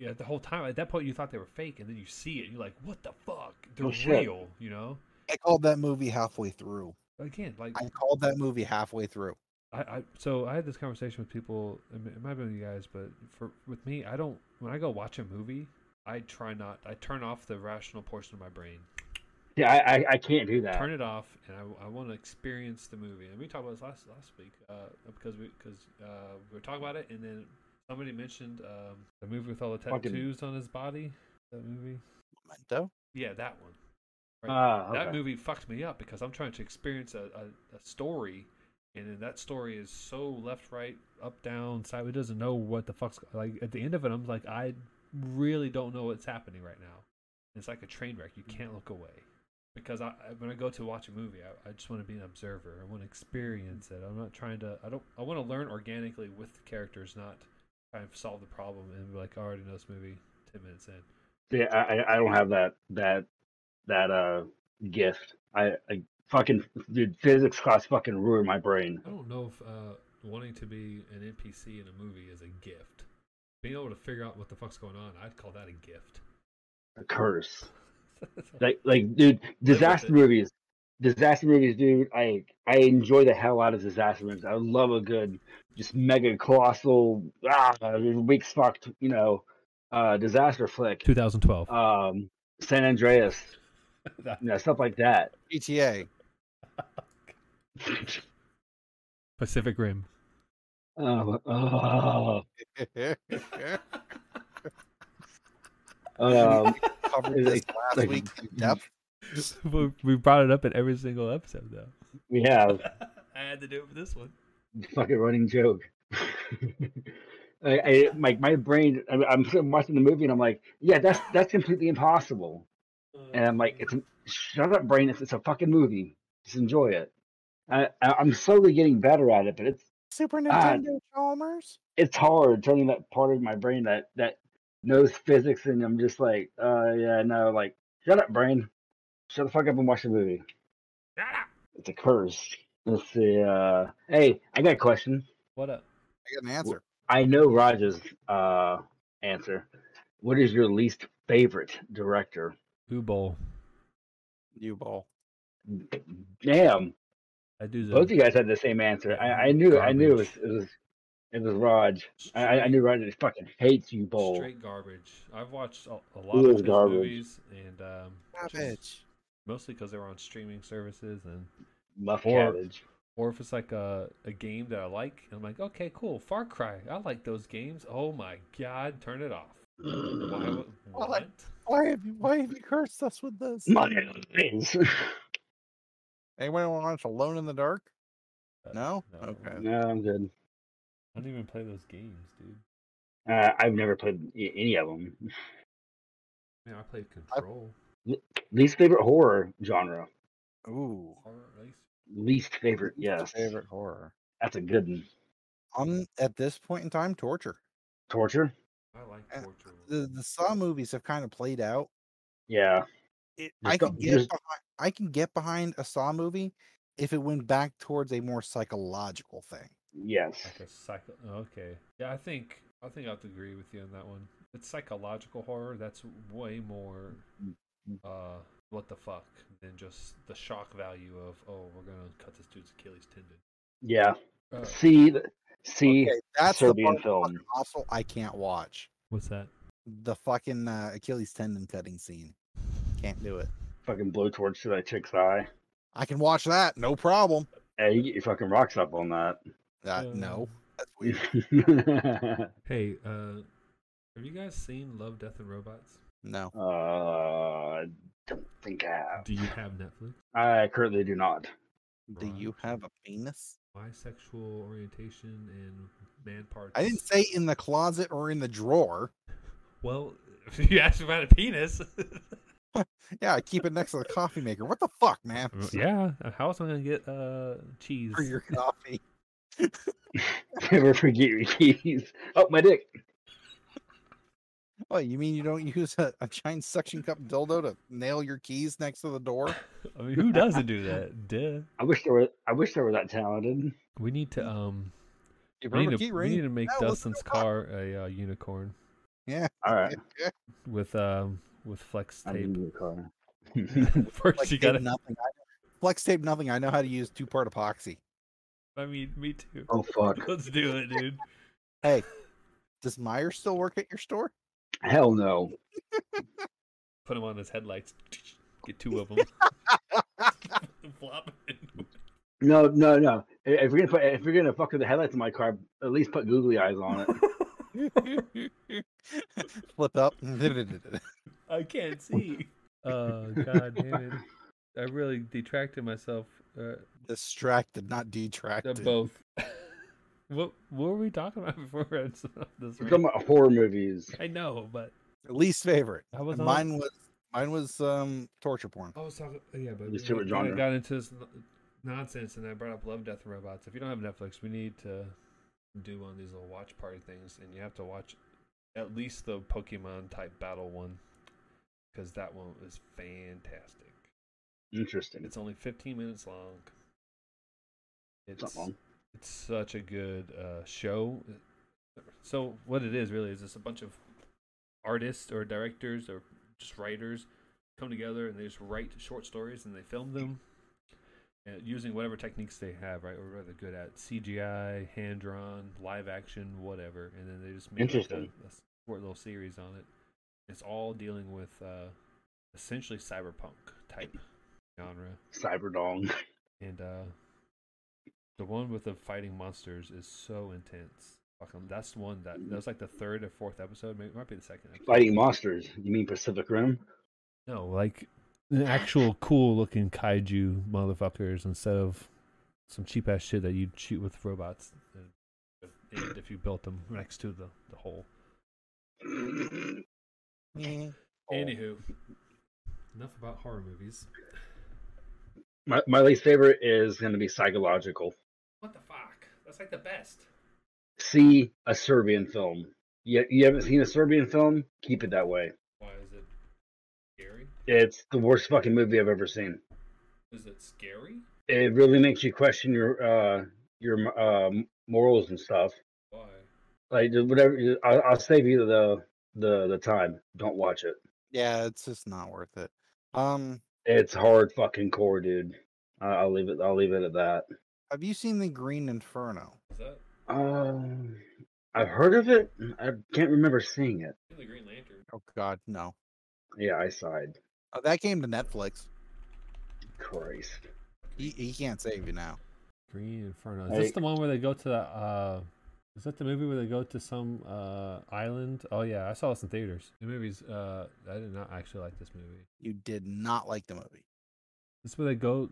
yeah, the whole time at that point you thought they were fake, and then you see it, you're like, what the fuck? They're No Oh, shit. real, you know. I called that movie halfway through. Again, like I called that movie halfway through. I, I so I had this conversation with people. It m- it might have been you guys, but for with me, I don't. When I go watch a movie, I try not. I turn off the rational portion of my brain. Yeah, I, I, I can't do that. turn it off and I, want to experience the movie. And we talked about this last last week uh, because we because uh, we were talking about it and then somebody mentioned um, the movie with all the Fucking- tattoos on his body. That movie, Memento? yeah, that one. Ah, okay. That movie fucked me up because I'm trying to experience a, a, a story, and then that story is so left, right, up, down, side. It doesn't know what the fuck's like. At the end of it, I'm like, I really don't know what's happening right now. It's like a train wreck. You can't look away because I I- when I go to watch a movie, I, I just want to be an observer. I want to experience it. I'm not trying to. I don't. I want to learn organically with the characters, not try and solve the problem and be like, "Oh, I already know this movie. Ten minutes in. Yeah, I, I- I don't have that that that uh gift. I, I fucking dude, physics class fucking ruined my brain. I don't know if uh, wanting to be an NPC in a movie is a gift. Being able to figure out what the fuck's going on, I'd call that a gift. A curse. Like like dude, disaster it. movies. Disaster movies, dude. I I enjoy the hell out of disaster movies. I love a good, just mega colossal, ah, week's fucked, you know, uh, disaster flick. 2012. Um, San Andreas, you know, stuff like that. GTA. Pacific Rim. Um, oh, um, Covered this last like- week in depth. we we brought it up in every single episode, though. we have I had to do it for this one. fucking running joke. I, I, my my brain. I'm, I'm sitting watching the movie and I'm like, yeah, that's that's completely impossible. And I'm like, it's a, shut up, brain. It's, it's a fucking movie. Just enjoy it. I, I I'm slowly getting better at it, but it's Super Ah. Nintendo Chalmers. it's hard turning that part of my brain that that knows physics, and I'm just like, uh, yeah, no, like, shut up, brain. Shut the fuck up and watch the movie. It's a curse. Let's see. Uh, hey, I got a question. What up? I got an answer. I know Roger's uh, answer. What is your least favorite director? Bowl. You ball. Damn, I do both of you guys had the same answer. I, I knew, I knew it was, Garbage. it was, it was Raj. I, I- I knew Roger fucking hates you, bowl. Straight garbage. I've watched a, a It lot was of his garbage. movies, and um, Ah, just Savage. mostly because they were on streaming services, and Muff Or- cabbage. or if it's like a, a game that I like, and I'm like, okay, cool, Far Cry. I like those games. Oh my god, turn it off. Why? would- Well, What? like- Why have you why have you cursed us with this? Money is. Anyone want to watch Alone in the Dark? Uh, No? Okay. no, I'm good. I don't even play those games, dude. Uh, I've never played a- any of them. Man, I played Control. Least favorite horror genre. Ooh. Horror Race. Least favorite. Yes, Favorite horror. that's a good one. Um at this point in time, torture. Torture. I like Uh, Torture. The the Saw movies have kind of played out. Yeah. It, Just I can don't- get just- behind I can get behind a Saw movie if it went back towards a more psychological thing. Yes. Like a psycho. Okay. Yeah, I think I think I have to agree with you on that one. It's psychological horror. That's way more uh what the fuck than just the shock value of oh we're gonna cut this dude's Achilles tendon. Yeah. Uh, See, th- see, Okay, that's Serbian the part of the film. fucking hostel I can't watch. What's that? The fucking uh, Achilles tendon cutting scene. Can't do it. fucking blowtorch to that chick's eye. I can watch that, no problem. Hey, you get your fucking rocks up on that. Uh, no, Uh, that's weird. Hey, uh, have you guys seen Love, Death, and Robots? No. uh, I Uh, don't think I have. Do you have Netflix? I currently do not. Do you Right. have a penis? Bisexual orientation and man parts. I didn't say in the closet or in the drawer. Well, if you asked about a penis. Yeah, I keep it next to the coffee maker. What the fuck, man? yeah. How else am I gonna get uh cheese? For your coffee. Never forget your keys. Oh, my dick. Oh, you mean you don't use a, a giant suction cup dildo to nail your keys next to the door? I mean, who doesn't do that? Duh. I wish there were. I wish they were that talented. We need to um. You We remember need, key to, we need ring? to make No, let's Dustin's go back. car a uh, unicorn All right. with um with flex I'm tape. in the car. First, Flex you tape, gotta. nothing. I, flex tape, nothing. I know how to use two part epoxy. I mean, me too. oh fuck! Let's do it, dude. Hey, does Meyer still work at your store? Hell no. Put him on his headlights. Get two of them. Flop it. No, no, no. I- If you're gonna put, if you're gonna fuck with the headlights of my car, at least put googly eyes on it. Flip up. I can't see. Oh god damn it! I really detracted myself. Uh, Distracted, not uh, detracted. both. what what were we talking about before I was on this? We're rant? talking about horror movies. I know, but Least favorite. I was on- Mine was mine was um torture porn. I was talking. uh, Yeah, but Let's we- see what we genre. got into this n- nonsense, and I brought up Love, Death, and Robots. If you don't have Netflix, we need to do one of these little watch party things, and you have to watch at least the Pokemon type battle one, because that one is fantastic. Interesting. It's only 15 minutes long. It's It's not long. It's such a good uh, show. So what it is really is just a bunch of artists or directors or just writers come together and they just write short stories and they film them uh, using whatever techniques they have, right? Or rather good at CGI, hand drawn, live action, whatever, and then they just make like, a, Interesting. a short little series on it. It's all dealing with uh, essentially cyberpunk type genre. Cyberdong. And uh the one with the fighting monsters is so intense. Fucking, that's the one that that was like the third or fourth episode. Maybe it might be the second. Episode. Fighting monsters. You mean Pacific Rim? No, like the actual cool looking kaiju motherfuckers instead of some cheap ass shit that you'd shoot with robots uh, if, if you built them next to the the hole. Mm-hmm. Anywho, enough about horror movies. My, my least favorite is going to be psychological. What the fuck? That's like the best. See a Serbian film. You, you haven't seen a Serbian film? Keep it that way. Why is it scary? It's the worst fucking movie I've ever seen. Is it scary? It really makes you question your uh, your uh, morals and stuff. Why? Like just whatever, I'll, I'll save you the the the time. Don't watch it. Yeah, it's just not worth it. Um, It's hard fucking core, dude. I I'll leave it. I'll leave it at that. have you seen the Green Inferno? Is that Um, I've heard of it. I can't remember seeing it. the Green Lantern? Oh God, no. Yeah, I sighed. Uh, that came to Netflix. Christ. He he can't save you now. Green Inferno. Is I- this the one where they go to the? Uh, is that the movie where they go to some uh, island? Oh yeah, I saw this in theaters. The movie's. Uh, I did not actually like this movie. You did not like the movie. This is where they go.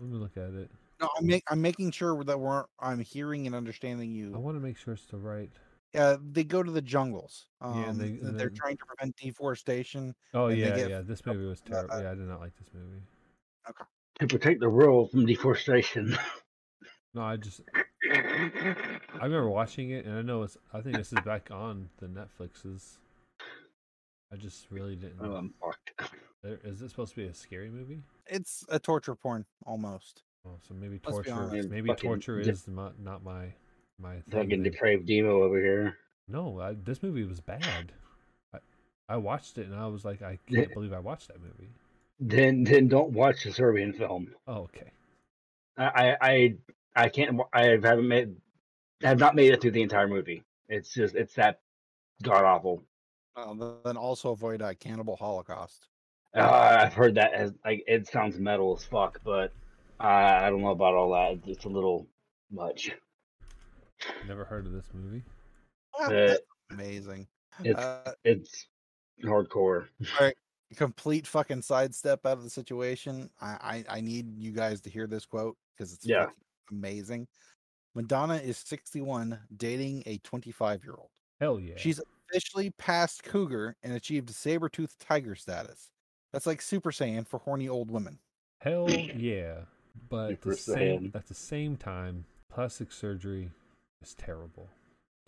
Let me look at it. No, I'm make, I'm making sure that we're I'm hearing and understanding I you. want to make sure it's the right. Uh, they go to the jungles. Um, Yeah, they- th- they're the- trying to prevent deforestation. Oh And they yeah, get- yeah. This movie was uh, terrible. uh, Yeah, I did not like this movie. To protect the world from deforestation. No, I just I remember watching it, and I know it's. I think this is back on the Netflixes. I just really didn't. Oh, I'm fucked. There- Is it supposed to be a scary movie? It's a torture porn almost. Oh, so maybe Let's be torture. honest. Maybe Fucking torture de- is my, not my my thing. Fucking then. depraved demo over here. No, I, this movie was bad. I, I watched it and I was like, I Yeah. can't believe I watched that movie. Then then don't watch the Serbian film. Oh, okay. I I I, I can't. wa- I haven't made. Have not made it through the entire movie. It's just it's that god awful. Uh, th- then also avoid uh, Cannibal Holocaust. Uh, I've heard that as like it sounds metal as fuck, but I I don't know about all that. It's a little much. Never heard of this movie. Ah, Uh, that's amazing. It's Uh, it's hardcore. complete fucking sidestep out of the situation. I, I I need you guys to hear this quote because it's Yeah. fucking amazing. Madonna is 61, dating a 25 year old. Hell yeah. She's officially past cougar and achieved saber toothed tiger status. That's like Super Saiyan for horny old women. Hell yeah. But at the Rips the same, hand. at the same time, plastic surgery is terrible.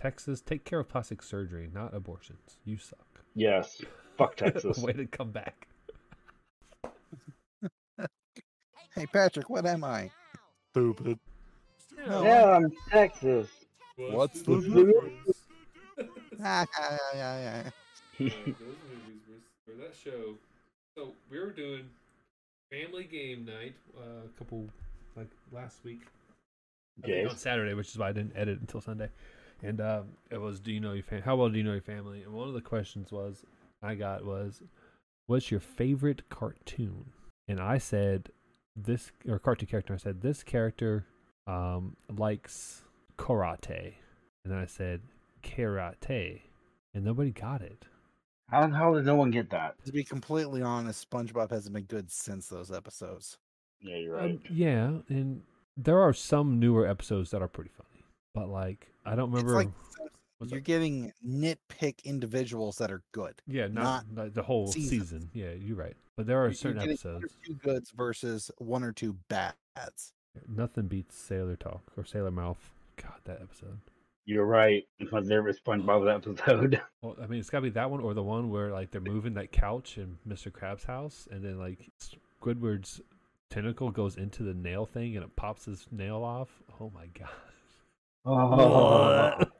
Texas, take care of plastic surgery, not abortions. You suck. Yes, fuck Texas. Way to come back. Hey Patrick, what am I? Stupid. No. yeah, I'm Texas. What's the Ah, ah, ah, ah, ah. Yeah, those movies were, or that show. So we were doing family game night uh, a couple like last week I think Yes. on Saturday, which is why I didn't edit until Sunday. And um, it was, do you know your family? How well do you know your family? And one of the questions was I got was, what's your favorite cartoon? And I said this or cartoon character. I said this character um, likes karate, and then I said karate, and nobody got it. How the hell did no one get that? To be completely honest, SpongeBob hasn't been good since those episodes. Yeah, you're Um, yeah, and there are some newer episodes that are pretty funny, but like I don't remember. it's like what's you're that? getting nitpick individuals that are good. yeah, not, like, the whole seasons. season. Yeah, you're right. But there are You're- you're certain getting one or episodes. Two goods versus one or two bads. Nothing beats Sailor Talk or Sailor Mouth. God, that episode. You're right. It's my favorite SpongeBob episode. Well, I mean, it's got to be that one or the one where like they're moving that couch in Mr. Krabs' house, and then like Squidward's tentacle goes into the nail thing and it pops his nail off. Oh my god. Oh, What?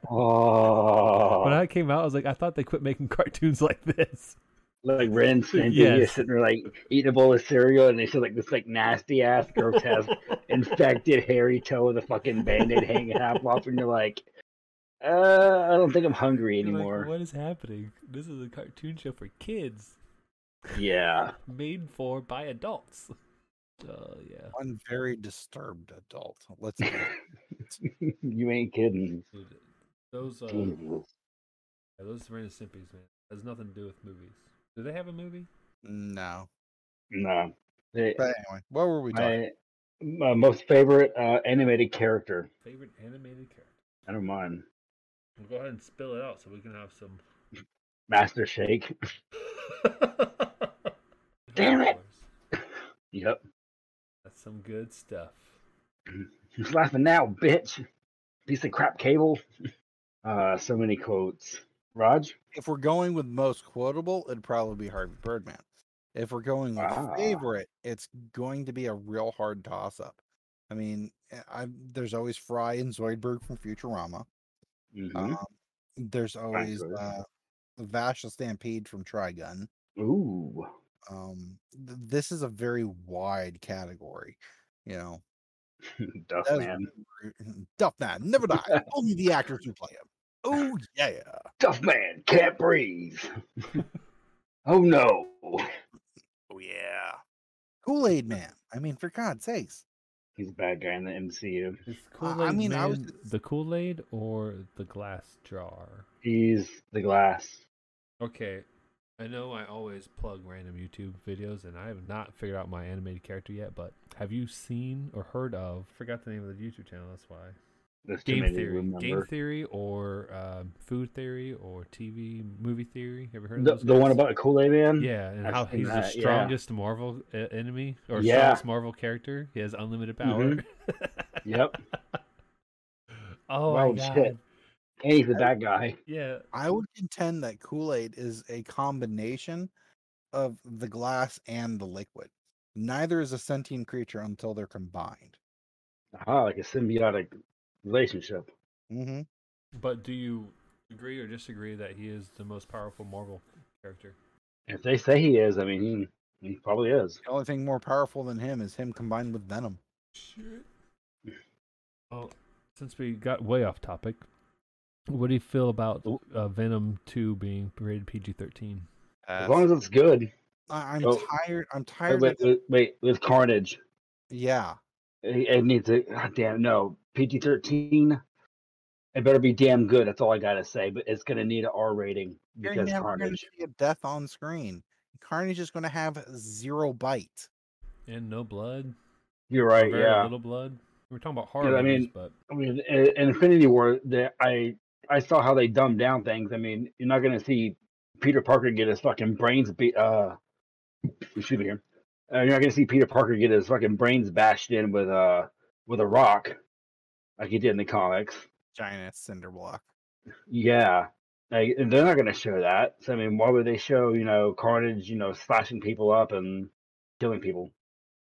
oh. When I came out, I was like, I thought they quit making cartoons like this. like Ren and Yes. yes. sitting there like eating a bowl of cereal and they see like this like nasty ass grotesque infected hairy toe with a fucking band-aid hanging half off and you're like uh I don't think I'm hungry You're like, anymore. what is happening? This is a cartoon show for kids, yeah. made for by adults. Oh yeah. One very disturbed adult. Let's see. you ain't kidding. Dude, Those uh, yeah, Jesus. those Ren and Simpies, man, has nothing to do with movies. Do they have a movie? no. No. They- But anyway, what were we talking? my, my most favorite uh, animated character. Favorite animated character? I don't mind. Well, go ahead and spill it out so we can have some. Master Shake. Damn it! Yep. That's some good stuff. He's laughing now, bitch. Piece of crap cable. Uh, so many quotes. Raj? If we're going with most quotable, it'd probably be Harvey Birdman. If we're going with Ah. favorite, it's going to be a real hard toss up. I mean, eh, I there's always Fry and Zoidberg from Futurama. Mm-hmm. Mhm. Um, there's always Zoidberg. uh, Vash the Stampede from Trigun. Ooh. um th- this is a very wide category you know Duff that's Man. duff man never die only the actors who play him oh yeah Duff Man can't breathe. oh no. oh yeah kool-aid man i mean for god's sakes He's a bad guy in the MCU. Is I Kool Aid mean, I was Man just- the Kool Aid or the glass jar? He's the glass. Okay, I know I always plug random YouTube videos, and I have not figured out my animated character yet. But have you seen or heard of? Forgot the name of the YouTube channel. That's why. That's too Game many to theory, game remember. theory, or um, food theory, or TV movie theory. Have you heard The, of those the one guys? about Kool Aid Man? Yeah, and I've how seen he's the that, yeah. strongest Marvel uh, enemy or Yeah. strongest Marvel character. He has unlimited power. Mhm. Yep. Oh, Wow, my god. shit. And he's the bad guy. Yeah. i would contend that kool-aid is a combination of the glass and the liquid neither is a sentient creature until they're combined Ah, like a symbiotic relationship. mm-hmm. But do you agree or disagree that he is the most powerful Marvel character? If they say he is, I mean, he, he probably is. the only thing more powerful than him is him combined with venom Shit. Well, since we got way off topic, what do you feel about Oh. uh, Venom 2 being rated PG 13? As long as it's good. I- i'm Oh. tired i'm Wait, tired wait, of, wait, wait, with Carnage. yeah It, it needs to. God damn, no. PG 13. It better be damn good. That's all I got to say. But it's going to need an R rating You're because never going to Carnage. see a death on screen. Carnage is going to have zero bite. And no blood? You're or right. Very Yeah. little blood? We're talking about horror I movies, mean- but I mean, in in Infinity War, the, I I saw how they dumbed down things. I mean, you're not going to see Peter Parker get his fucking brains beat. Uh, excuse me here. Uh, you're not going to see Peter Parker get his fucking brains bashed in with a with a rock, like he did in the comics. Giant ass cinder block. Yeah, like, they're not going to show that. So I mean, why would they show you know Carnage, you know, slashing people up and killing people?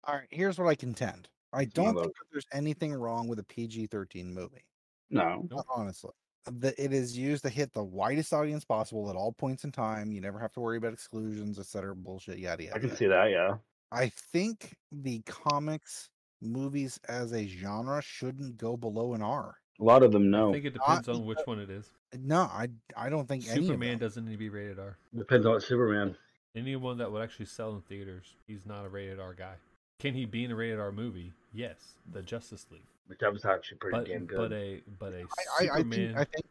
All right, here's what I contend. I my don't vote. think that there's anything wrong with a PG 13 movie, No, Nope. honestly. The, it is used to hit the widest audience possible at all points in time. You never have to worry about exclusions, et cetera, bullshit, yada, yada. I can yada. see that. Yeah, I think the comics movies as a genre shouldn't go below an R. a lot of them I know. think it depends Not- on which one it is. No, I I don't think any of Superman them. doesn't need to be rated R. Depends on Superman. Anyone that would actually sell in theaters, he's not a rated R guy. Can he be in a rated R movie? Yes, the Justice League. Which I was actually pretty But, damn good. but a but a I, I, I think Superman. I think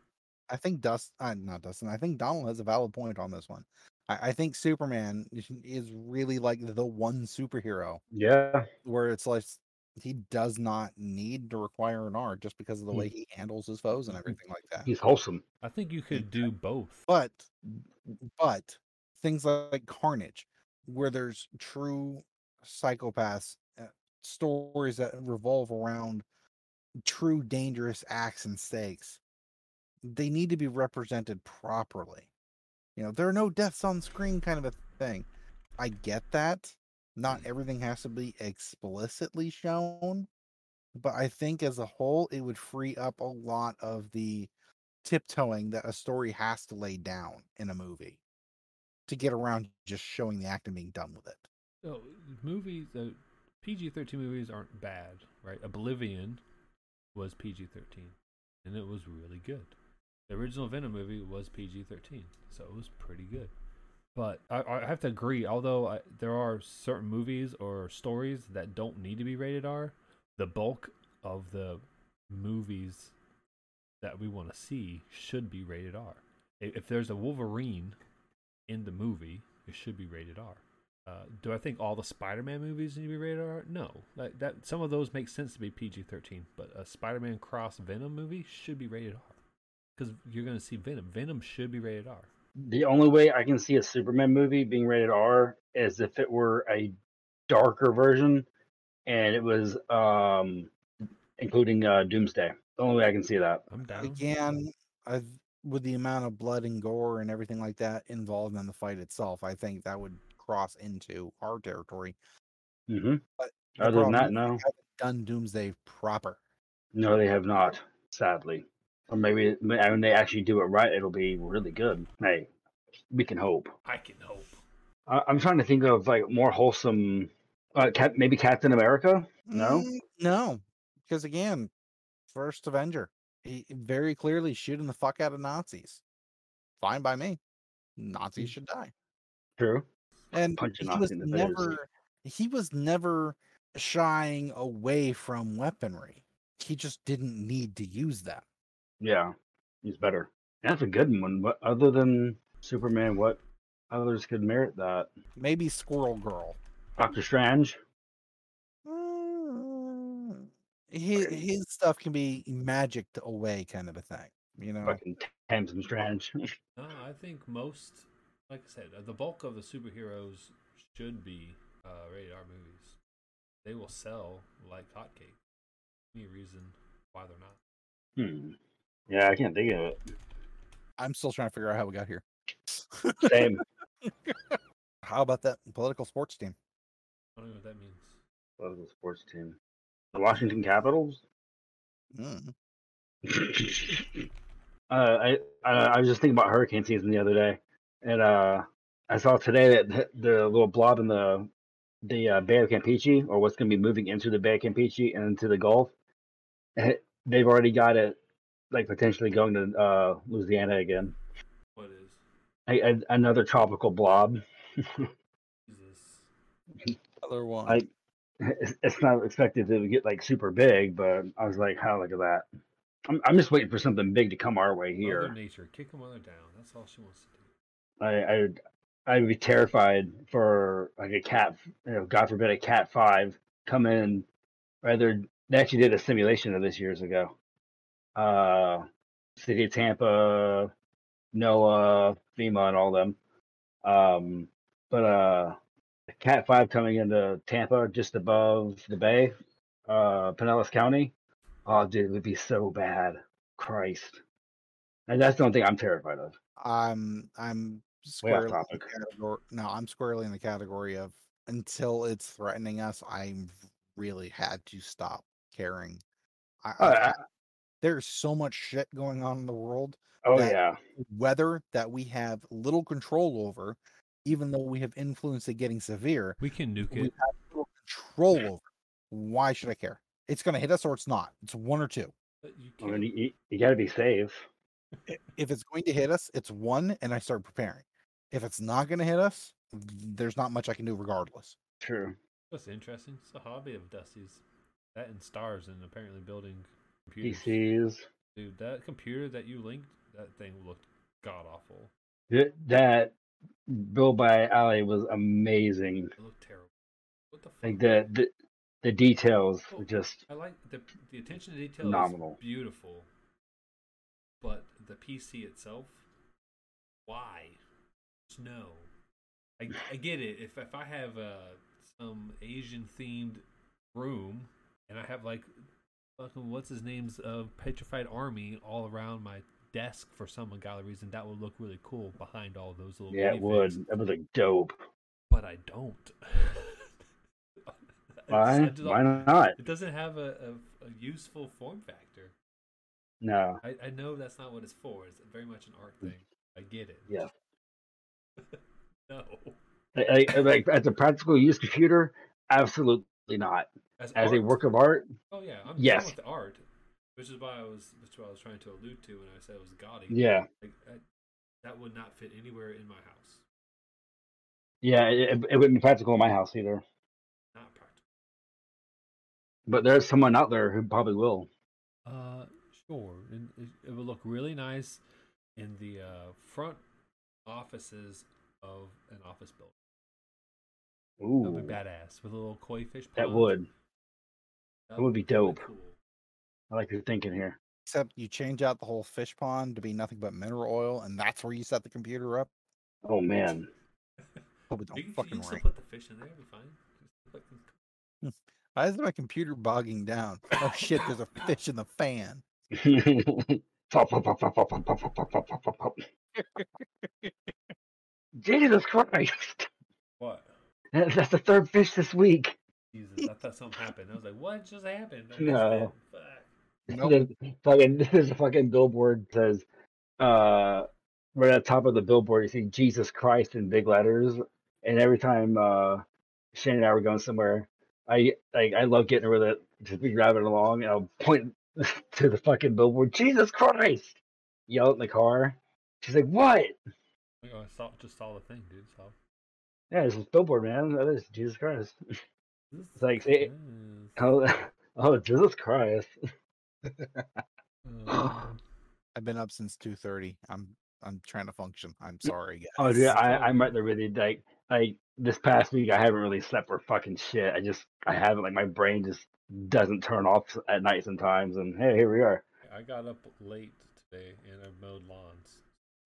I think Dust uh, not Dustin. I think Donald has a valid point on this one. I, I think Superman is- is really like the one superhero yeah. where it's like s- he does not need to require an R just because of the Hmm. way he handles his foes and everything like that. He's wholesome. I think you could do both. But but things like Carnage, where there's true psychopaths uh, stories that revolve around true dangerous acts and stakes, they need to be represented properly. You know, there are no deaths on screen kind of a thing. I get that. Not everything has to be explicitly shown, but I think as a whole, it would free up a lot of the tiptoeing that a story has to lay down in a movie to get around just showing the act and being done with it. No, movies, uh, PG 13 movies aren't bad, right? Oblivion was PG 13, and it was really good. The original Venom movie was PG 13, so it was pretty good. But I, I have to agree, although I, there are certain movies or stories that don't need to be rated R, the bulk of the movies that we want to see should be rated R. I- If there's a Wolverine in the movie, it should be rated R. Uh, do I think all the Spider-Man movies need to be rated R? No. Like that, some of those make sense to be PG-13, but a Spider-Man cross Venom movie should be rated R because you're going to see Venom. Venom should be rated R. The only way I can see a Superman movie being rated R is if it were a darker version and it was um including uh Doomsday. The only way I can see that. I'm down. Again, i with the amount of blood and gore and everything like that involved in the fight itself, I think that would cross into our territory. hmm But the Other than problem that, is they no. haven't Done Doomsday proper. No, they have not, sadly. Or maybe may- when they actually do it right, it'll be really good. Hey, we can hope. I can hope. I, I'm trying to think of like more wholesome, uh, Cap- maybe Captain America. No? Mm, no, because again, first Avenger, he very clearly shooting the fuck out of Nazis. Fine by me. Mm. Nazis should die. True. and punch a he Nazi was in the face. never he was never shying away from weaponry. He just didn't need to use them. Yeah, he's better. That's a good one. But other than Superman, what others could merit that? Maybe Squirrel Girl. Doctor Strange. Mm, His, his stuff can be magicked away, kind of a thing. You know, Fucking Tamsin Strange. No, Uh, I think most, like I said, uh, the bulk of the superheroes should be uh, rated R movies. They will sell like hotcakes. Any reason why they're not? hmm. Yeah, I can't think of it. I'm still trying to figure out how we got here. Same. How about that political sports team? I don't know what that means. Love the sports team. The Washington Capitals. Mm. uh, I, I I was just thinking about hurricane season the other day, and uh, I saw today that th- the little blob in the the uh, Bay of Campeche, or what's going to be moving into the Bay of Campeche and into the Gulf, eh, they've already got it like potentially going to uh, Louisiana again. What is A, a, another tropical blob. Jesus? Other one. I- It's it's not expected to get like super big, but I was like, how look at that. I'm I'm just waiting for something big to come our way here. Mother Nature, kick a mother down. That's all she wants to do. I, I would I'd be terrified for like a cat, you know, God forbid, a cat five come in. Rather, they actually did a simulation of this years ago. Uh, City of Tampa, NOAA, FEMA, and all them. Um, but uh, a cat five coming into Tampa, just above the bay, uh, Pinellas County. Oh, dude, it would be so bad. Christ, and that's the only thing I'm terrified of. I'm I'm Way squarely off in topic. the category. No, I'm squarely in the category of until it's threatening us. I'm really had to stop caring. I, Oh, like, I- I- there's so much shit going on in the world, Oh That- yeah. weather that we have little control over, even though we have influence at getting severe. We can nuke We it. have little control over. Why should I care? It's gonna hit us or it's not. It's one or two. But you I can't. mean, you, you got to be safe. if it's going to hit us, it's one, and I start preparing. If it's not going to hit us, there's not much I can do regardless. True. That's interesting. It's a hobby of Dusty's. That and stars and apparently building computers. PCs. Dude, that computer that you linked, that thing looked god awful. Th- That Bill by Alley was amazing. It looked terrible. What the fuck? Like the the, the details Oh, were just I like the the attention to detail Phenomenal. is beautiful, but the PC itself, why? Snow. I, I get it. If if I have uh, some Asian themed room and I have like fucking what's his name's uh, petrified army all around my desk for some ungodly reason, that would look really cool behind all those little. yeah, it minifigs, would. That was like dope. But I don't. I just- I Why? just- Why not? it doesn't have a, a- a useful form factor. No. I, I know that's not what it's for. It's very much an art thing. I get it. Yeah. no. I, I, like, as a practical use computer, absolutely not. As a art- work of art, Oh yeah, I'm Yes. yes. with the art, which is why I was, which is what I was trying to allude to when I said it was gaudy. yeah, like, I, that would not fit anywhere in my house. yeah, it, it wouldn't be practical in my house either. Not practical. But there's someone out there who probably will. Uh, sure, and it, it would look really nice in the uh, front offices of an office building. That Ooh, would be badass with a little koi fish. that pond. would. That that would be really dope. cool. I like your thinking here. Except you change out the whole fish pond to be nothing but mineral oil, and that's where you set the computer up. Oh man, Hope it You, don't can- you fucking can still work. put the fish in there. It'd be fine. Just put the- Why is my computer bogging down? Oh shit, there's a fish in the fan. Pop, pop, pop, pop, pop, pop, pop, pop, pop, pop, pop, pop. Jesus Christ! What? That- That's the third fish this week. Jesus, I thought something happened. I was like, what just happened? I missed No. it. Fuck. Nope. There's, fucking, there's a fucking billboard that says, uh, right at the top of the billboard, you see Jesus Christ in big letters. And every time uh, Shane and I were going somewhere, I like I love getting rid of it, just be driving along, and I'll point to the fucking billboard, Jesus Christ! Yell it in the car. She's like, what? Like, oh, I saw, just saw the thing, dude. So. Yeah, it's this billboard, man. That is Jesus Christ. It's like, it- Oh, oh Jesus Christ. I've been up since two thirty. I'm I'm trying to function. I'm sorry, guys. Oh, dude, I, I'm So- right there with you. Like, like this past week, I haven't really slept for fucking shit. I just, I haven't. Like, my brain just doesn't turn off s- at night sometimes. And hey, here we are. I got up late today and I mowed lawns.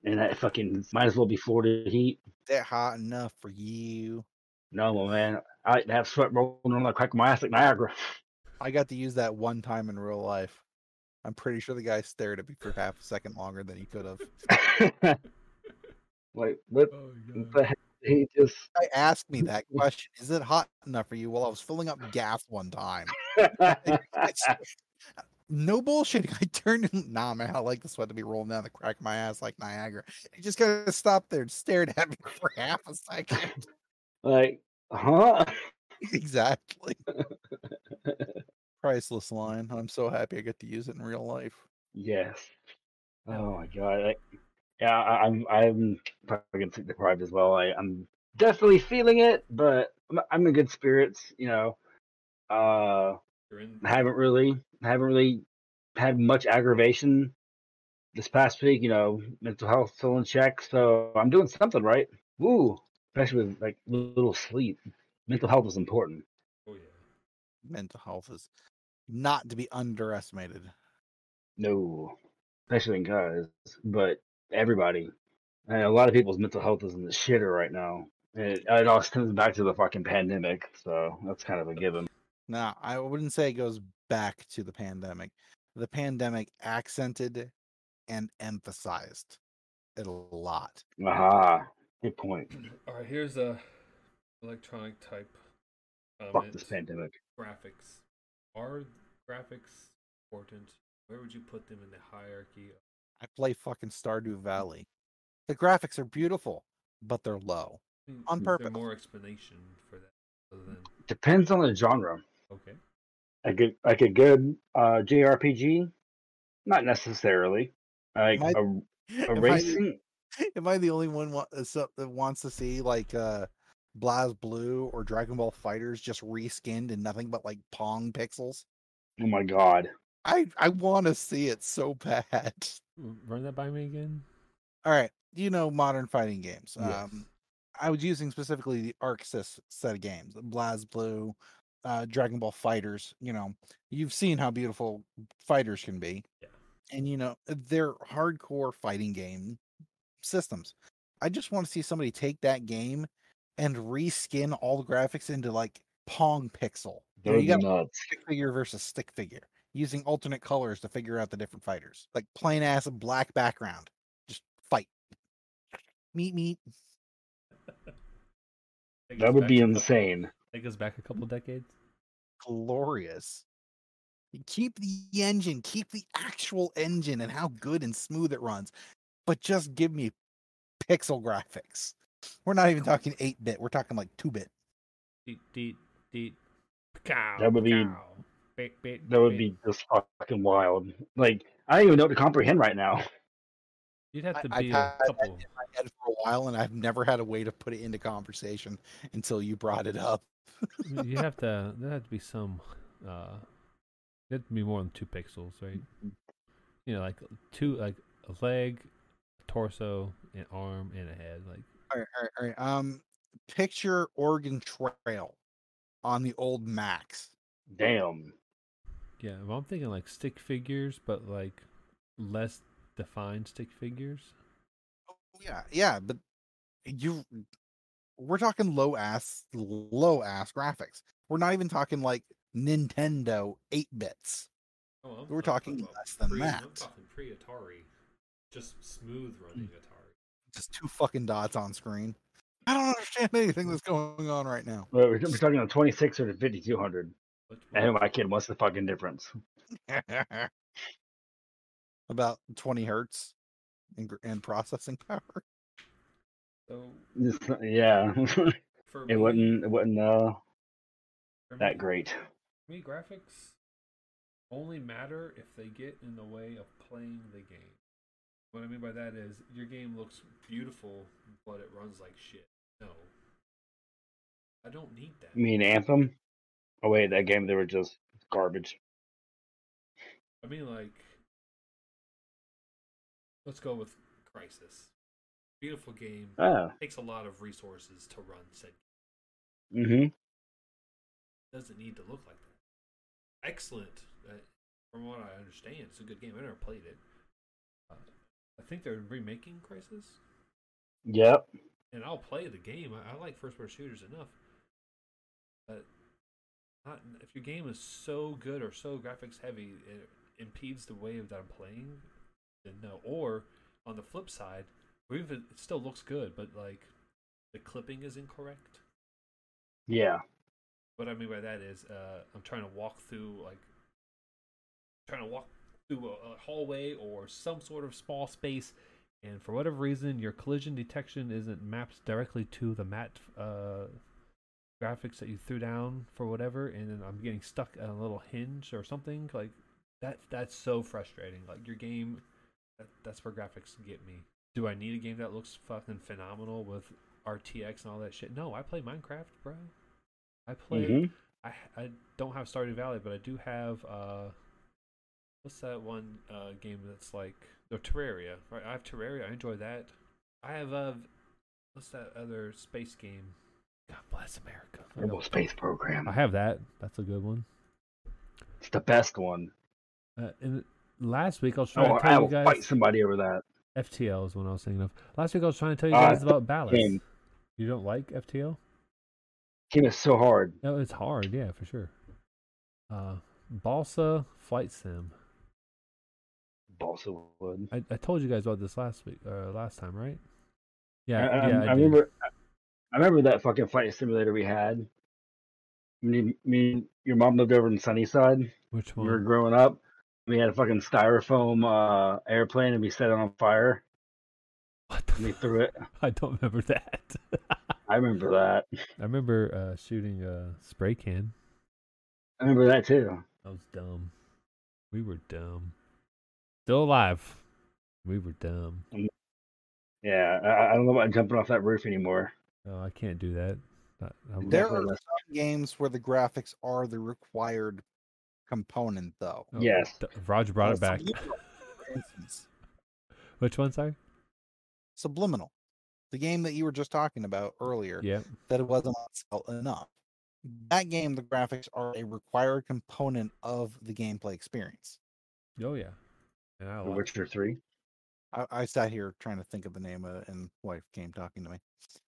And that fucking might as well be Florida heat. Is it hot enough for you? No, my man, I like to have sweat rolling on the crack of my ass like Niagara. I got to use that one time in real life. I'm pretty sure the guy stared at me for half a second longer than he could have. like, what Oh the heck? He just. I asked me that question. Is it hot enough for you? Well, I was filling up gas one time. No bullshit. I turned and nah, man. I like the sweat to be rolling down the crack of my ass like Niagara. He just kind of stopped there and stared at me for half a second. like, huh? exactly. Priceless line. I'm so happy I get to use it in real life. Yes. Oh my god. Like, yeah, I, I'm I'm fucking sleep deprived as well. I, I'm definitely feeling it, but I'm, I'm in good spirits. You know, uh, You're in I haven't really haven't really had much aggravation this past week. You know, mental health still in check, so I'm doing something right. Woo! Especially with like little sleep. Mental health is important. oh yeah. Mental health is not to be underestimated. No, especially in guys, but everybody. And a lot of people's mental health is in the shitter right now. And it, it all stems back to the fucking pandemic, so that's kind of a given. Now, I wouldn't say it goes back to the pandemic. The pandemic accented and emphasized it a lot. Aha, good point. All right, here's a electronic type Fuck this comment. pandemic. graphics. Are graphics important? Where would you put them in the hierarchy? I play fucking Stardew Valley. The graphics are beautiful, but they're low. I think On there's purpose. more explanation for that other than Depends on the genre. okay. Like a, like a good uh, JRPG, not necessarily. Like My- a, a Am I- racing. Am I the only one wa- uh, so- that wants to see like uh BlazBlue or Dragon Ball Fighters just reskinned and nothing but like Pong pixels? Oh my god. I I want to see it so bad. Run that by me again. All right, you know modern fighting games. Yes. Um, I was using specifically the ArcSys set of games, BlazBlue, uh, Dragon Ball Fighters. You know, you've seen how beautiful fighters can be, Yeah. and you know they're hardcore fighting game systems. I just want to see somebody take that game and reskin all the graphics into like Pong pixel. You, know, Those you got nuts. stick figure versus stick figure, using alternate colors to figure out the different fighters, like plain ass black background, just fight. Meet meet. Take us That would back be a cou- insane. Take us back a couple decades. glorious. Keep the engine, keep the actual engine and how good and smooth it runs, but just give me pixel graphics. We're not even talking 8 bit, we're talking like 2 bit. Deet, deet, deet. Pekow, That would be- pekow. Bit, bit, That would bit. be just fucking wild. Like I don't even know what to comprehend right now. You'd have I- to I've be had a that couple. my head for a while and I've never had a way to put it into conversation until you brought it up. you have to. There have to be some. uh There'd be more than two pixels, right? Mm-hmm. You know, like two, like a leg, torso, an arm, and a head. Like All right, all right, all right. Um, picture Oregon Trail on the old Max. Damn. Yeah, well, I'm thinking like stick figures, but like less defined stick figures. Oh, Yeah, yeah, but you we're talking low ass low ass graphics. We're not even talking like Nintendo 8 bits. Oh, We're talking less than that. Hmm. pre Atari, just smooth running Atari. Just two fucking dots on screen. I don't understand anything that's going on right now. We're, we're talking on 26 or the 5200. Which And my kid, what's the fucking difference? About 20 hertz and, and processing power. so It's not- yeah, for it me, wasn't it wasn't uh, for me- that great. For me, graphics only matter if they get in the way of playing the game. What I mean by that is your game looks beautiful, but it runs like shit. No, I don't need that. I mean, Anthem. Oh wait, that game they were just garbage. I mean, like, let's go with Crisis. Beautiful game. Ah, Takes a lot of resources to run said. mm-hmm. Doesn't need to look like that. Excellent. Uh, from what I understand, it's a good game. I never played it. Uh, I think they're remaking Crisis, Yep. and I'll play the game. I, I like first-person shooters enough, but not if your game is so good or so graphics heavy, it impedes the way that I'm playing. Then no. Or on the flip side, or even it still looks good, but like the clipping is incorrect. Yeah. what I mean by that is uh, I'm trying to walk through like trying to walk through a, a hallway or some sort of small space, and for whatever reason, your collision detection isn't mapped directly to the mat uh, graphics that you threw down for whatever, and then I'm getting stuck on a little hinge or something like that. That's so frustrating. Like your game, that, that's where graphics get me. Do I need a game that looks fucking phenomenal with RTX and all that shit? No, I play Minecraft, bro. I play hmm I I don't have Stardew Valley, but I do have uh, what's that one uh game that's like or Terraria? Right, I have Terraria. I enjoy that. I have uh, what's that other space game? God bless America. I Kerbal got- Space Program. I have that. That's a good one. It's the best one. Uh, and last week I was trying Oh, to I tell will you guys fight somebody over that. FTL is what I was thinking of. Last week I was trying to tell you Ah, guys about Ballast. game. You don't like FTL? Game is so hard. No, it's hard. Yeah, for sure. Uh, Balsa Flight Sim. Balsa wood. I, I told you guys about this last week or last time, right? Yeah, I, I, yeah. I, did. I remember. I- I remember that fucking flight simulator we had. Me, and- me and your mom lived over in Sunnyside. which We one. were growing up. We had a fucking styrofoam uh, airplane, and we set it on fire. what the And we fuck? threw it. I don't remember that. I remember that. I remember uh, shooting a spray can. I remember that too. That was dumb. We were dumb. Still alive. We were dumb. Yeah, I, I don't know about jumping off that roof anymore. Oh, I can't do that. Not- I would- There are Definitely less- games where the graphics are the required component, though. oh, yes. D- Roger brought Uh, it back. Subliminal, for instance. Which one, sorry? Subliminal, the game that you were just talking about earlier, Yeah. Mm. that it wasn't on sale enough. That game, the graphics are a required component of the gameplay experience. Oh, yeah. And I The like- Witcher Three. I, I sat here trying to think of the name of it, and wife came talking to me.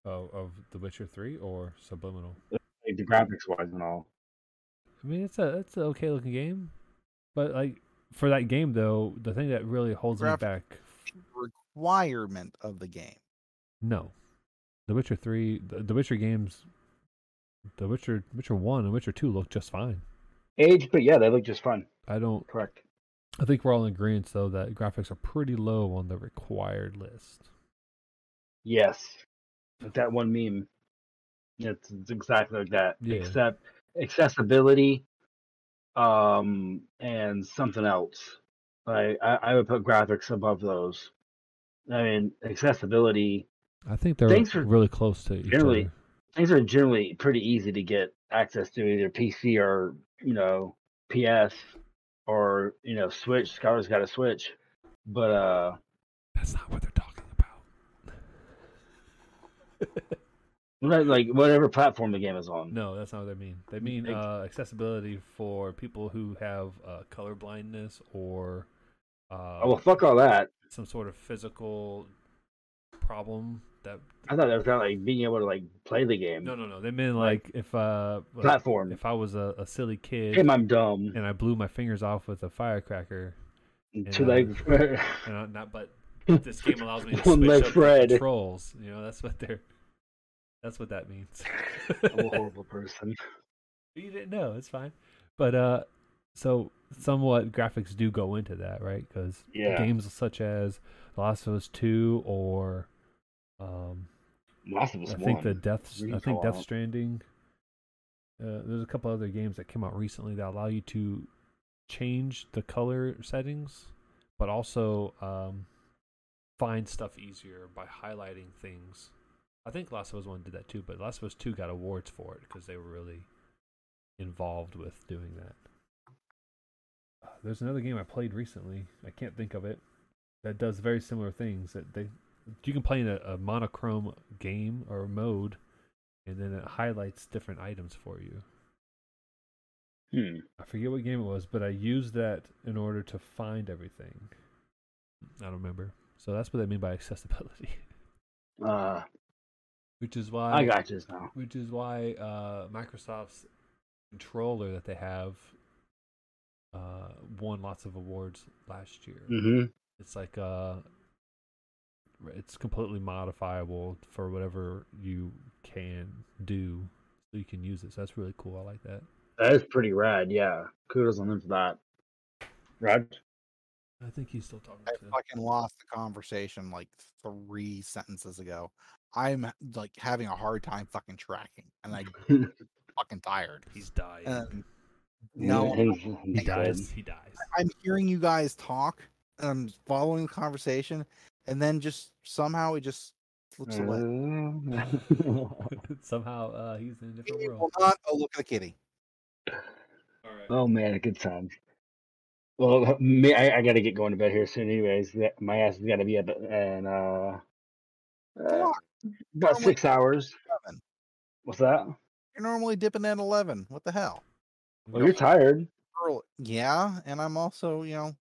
oh, of The Witcher 3 or Subliminal? like the graphics wise and all. I mean, it's a it's an okay looking game, but like for that game though, the thing that really holds Graphic- me back, Requirement of the game. no, The Witcher three, the, the Witcher games, The Witcher Witcher one and Witcher two look just fine. Age, but yeah, they look just fun. I don't. Correct. I think we're all in agreement though that graphics are pretty low on the required list. Yes. Like that one meme. It's, it's exactly like that. Yeah. Except accessibility um and something else. Like I, I would put graphics above those. I mean accessibility I think they're Thanks for- really close to each Generally. other. things are generally pretty easy to get access to either PC or, you know, PS or, you know, Switch. Scholar's got a Switch. But uh That's not what they're talking about. Right, like whatever platform the game is on. No, that's not what they mean. They mean Ex- uh, accessibility for people who have uh, color blindness or uh, Oh well, fuck all that. some sort of physical problem. That I thought that was not like being able to like play the game. no, no, no. They meant Like, like, if uh, like, platform. If I was a, a silly kid Damn, I'm dumb. and I blew my fingers off with a firecracker, Two legs. and I, not but uh, this game allows me to One switch leg up the spread. controls. You know, that's what they're. That's what that means. I'm a horrible person. You didn't know. It's fine. But uh, so somewhat graphics do go into that, right? Because Yeah. games such as The Last of Us Two or um, Last of Us I One. think the Death I think Recall. Death Stranding. Uh, there's a couple other games that came out recently that allow you to change the color settings, but also um, find stuff easier by highlighting things. I think Last of Us One did that too, but Last of Us Two got awards for it because they were really involved with doing that. Uh, there's another game I played recently. I can't think of it. That does very similar things. That they you can play in a, a monochrome game or mode, and then it highlights different items for you. Hmm. I forget what game it was, but I used that in order to find everything. I don't remember. So that's what they mean by accessibility, Uh, which is why I got this now. which is why uh, Microsoft's controller that they have uh, won lots of awards last year. Mm-hmm. It's like uh it's completely modifiable for whatever you can do. So you can use it. So that's really cool. I like that. That is pretty rad. Yeah. Kudos on them for that. Rad. I think he's still talking I to fucking lost the conversation like three sentences ago. I'm like having a hard time fucking tracking, and I fucking tired. Mm-hmm. He's dying. And no, He he dies. He dies. I'm hearing you guys talk, and I'm following the conversation, and then just somehow it just slips away. Somehow uh, he's in a different Kitty world. will not. Oh, look at the kitty. Oh man, good times. Well, me, I, I gotta get going to bed here soon, anyways. That- My ass is gotta be up and uh, Come uh on, about on, six hours. Evan. What's that? You're normally dipping at eleven. What the hell? Well, you're tired. Early. Yeah, and I'm also, you know,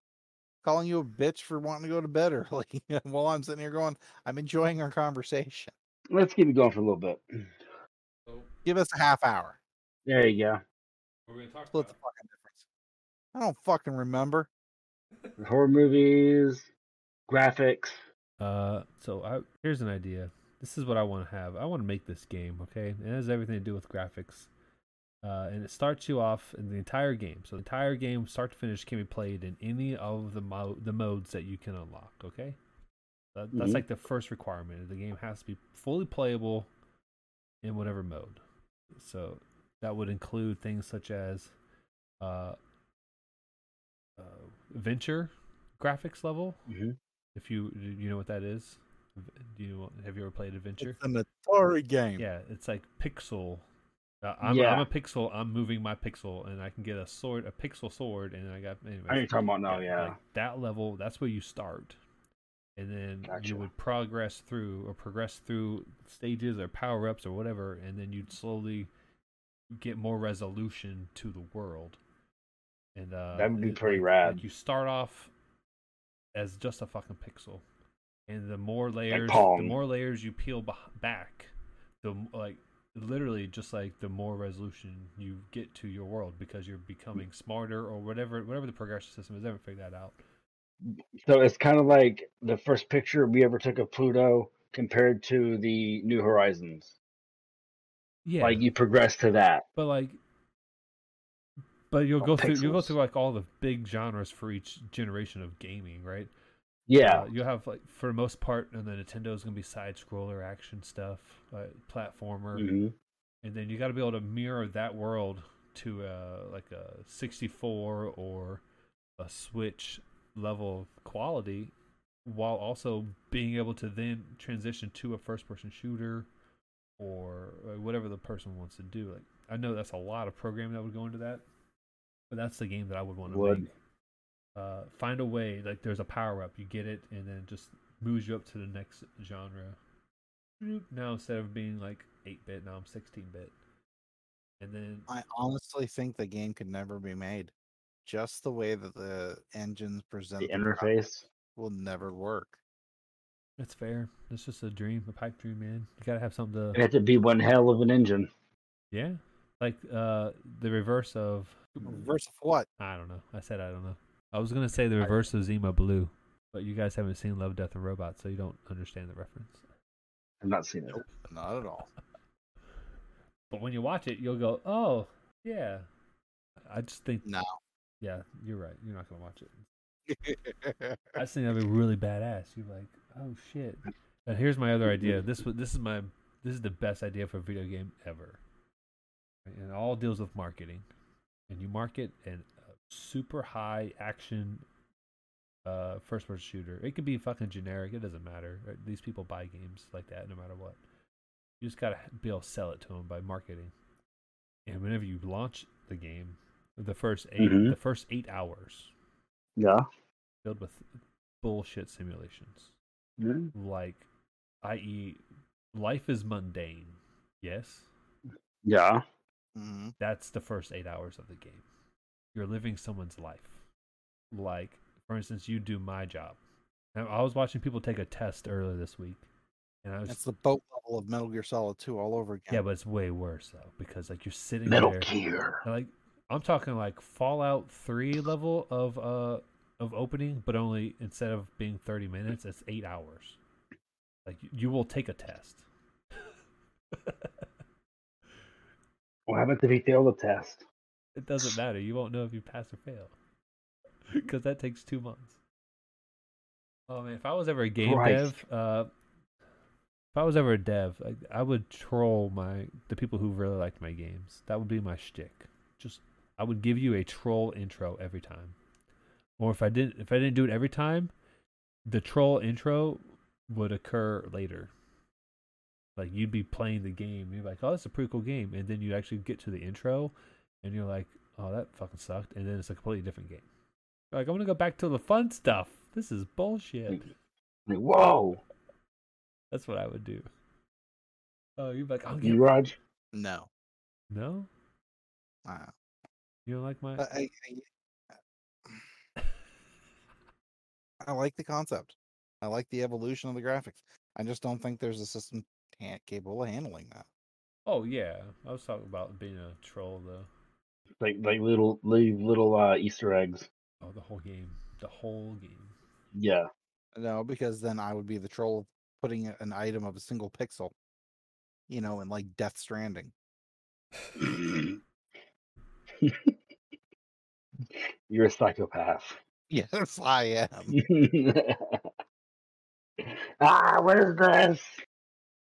calling you a bitch for wanting to go to bed early while I'm sitting here going, I'm enjoying our conversation. Let's keep it going for a little bit. So, Give us a half hour. There you go. we're gonna talk Split the fucking difference. I don't fucking remember. Horror movies, graphics. Uh, so I, here's an idea. This is what I want to have. I want to make this game, okay? It has everything to do with graphics. Uh, and it starts you off in the entire game. So the entire game, start to finish, can be played in any of the mo- the modes that you can unlock, okay? That, that's Mhm. like the first requirement. The game has to be fully playable in whatever mode. So that would include things such as uh, uh, venture graphics level, Mm-hmm. if you do you know what that is, do you have you ever played Adventure? It's an Atari game. Yeah, it's like pixel. Uh, I'm, I'm Yeah. a pixel. I'm moving my pixel, and I can get a sword, a pixel sword, and I got. Anyways, I know you're talking about now, yeah. like that level. That's where you start, and then Gotcha. you would progress through or progress through stages or power ups or whatever, and then you'd slowly get more resolution to the world. And uh, That would be it- pretty like- rad. Like you start off as just a fucking pixel, and the more layers, the Pong. more layers you peel beh- back, the m- like literally just like the more resolution you get to your world because you're becoming smarter or whatever whatever the progression system is. I haven't figured that out. So it's kind of like the first picture we ever took of Pluto compared to the New Horizons. Yeah, Like you progress to that. but like But you'll Oh, go through you'll go pixels. through like all the big genres for each generation of gaming, right? Yeah, Uh, you'll have like for the most part on the Nintendo is gonna be side scroller action stuff, uh, platformer, hmm and then you got to be able to mirror that world to uh, like a 64 or a Switch level of quality, while also being able to then transition to a first-person shooter or uh, whatever the person wants to do. Like I know that's a lot of programming that would go into that, but that's the game that I would want to Would. make. Uh, find a way. Like there's a power up, you get it, and then it just moves you up to the next genre. Boop. Now instead of being like 8-bit, now I'm 16-bit. And then I honestly think the game could never be made. Just the way that the engines present the their product interface. will never work. That's fair. It's just a dream, a pipe dream, man. You gotta have something It to had to be one hell of an engine. Yeah. Like uh the reverse of Reverse of what? I don't know. I said I don't know. I was gonna say the reverse of Zima Blue, but you guys haven't seen Love, Death and Robots, so you don't understand the reference. I've not seen it. Not at all. But when you watch it you'll go, Oh, yeah. I just think No. yeah, you're right. You're not gonna watch it. I just think that'd be really badass. You're like, oh shit. And here's my other idea. This was this is my this is the best idea for a video game ever. And it all deals with marketing. And you market an a super high action uh first person shooter. It could be fucking generic, it doesn't matter. Right? These people buy games like that no matter what. You just gotta be able to sell it to them by marketing. And whenever you launch the game, the first 8 Mhm. the first eight hours Yeah. filled with bullshit simulations. Mhm. Like, i.e., life is mundane. Yes, Yeah. Mhm. that's the first eight hours of the game. You're living someone's life. Like, for instance, you do my job. Now, I was watching people take a test earlier this week, and I was That's the boat level of Metal Gear Solid 2 all over again. yeah, but it's way worse though because like you're sitting Metal there, Gear. and, like I'm talking like Fallout Three level of uh of opening, but only instead of being 30 minutes, it's eight hours. Like you, you will take a test. What happened to be fail the test? It doesn't matter. You won't know if you pass or fail because that takes two months. Oh man, if I was ever a game Christ. dev, uh, if I was ever a dev, I, I would troll my the people who really liked my games. That would be my shtick. Just I would give you a troll intro every time, or if I didn't if I didn't do it every time, the troll intro would occur later. Like you'd be playing the game, you're like, "Oh, that's a pretty cool game," and then you actually get to the intro, and you're like, "Oh, that fucking sucked," and then it's a completely different game. You're like, I want to go back to the fun stuff. This is bullshit. Like, whoa, That's what I would do. Oh, you're like, I'll get you Raj. No. no. Uh, You don't like my? but I, I, I like the concept. I like the evolution of the graphics. I just don't think there's a system can't capable of handling that. Oh yeah, I was talking about being a troll though. Like like little leave little uh, Easter eggs. Oh, the whole game, the whole game. Yeah. No, because then I would be the troll of putting a- an item of a single pixel, you know, in like Death Stranding. You're a psychopath. Yes, I am. ah, what is this?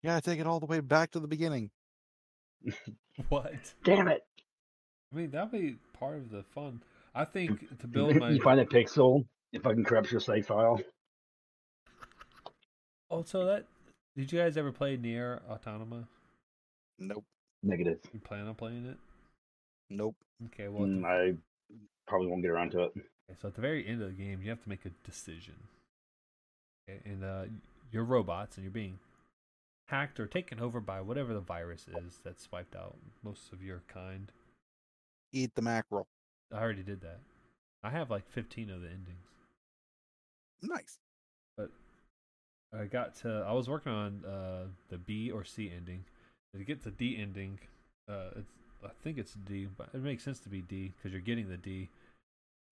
Yeah, take it all the way back to the beginning. What? Damn it. I mean, that'd be part of the fun. I think to build my. You find a pixel, if I can corrupt your save file. Also, Oh, that did you guys ever play Near Autonoma? Nope, Negative. You plan on playing it? nope. Okay, well, at the Mm, I probably won't get around to it. Okay, so at the very end of the game, you have to make a decision. Okay, And uh, you're robots, and you're being hacked or taken over by whatever the virus is that swiped out most of your kind. Eat the mackerel. I already did that. I have like 15 of the endings. Nice. I got to. I was working on uh, the B or C ending. To get the D ending, uh, it's, I think it's D, but it makes sense to be D because you're getting the D.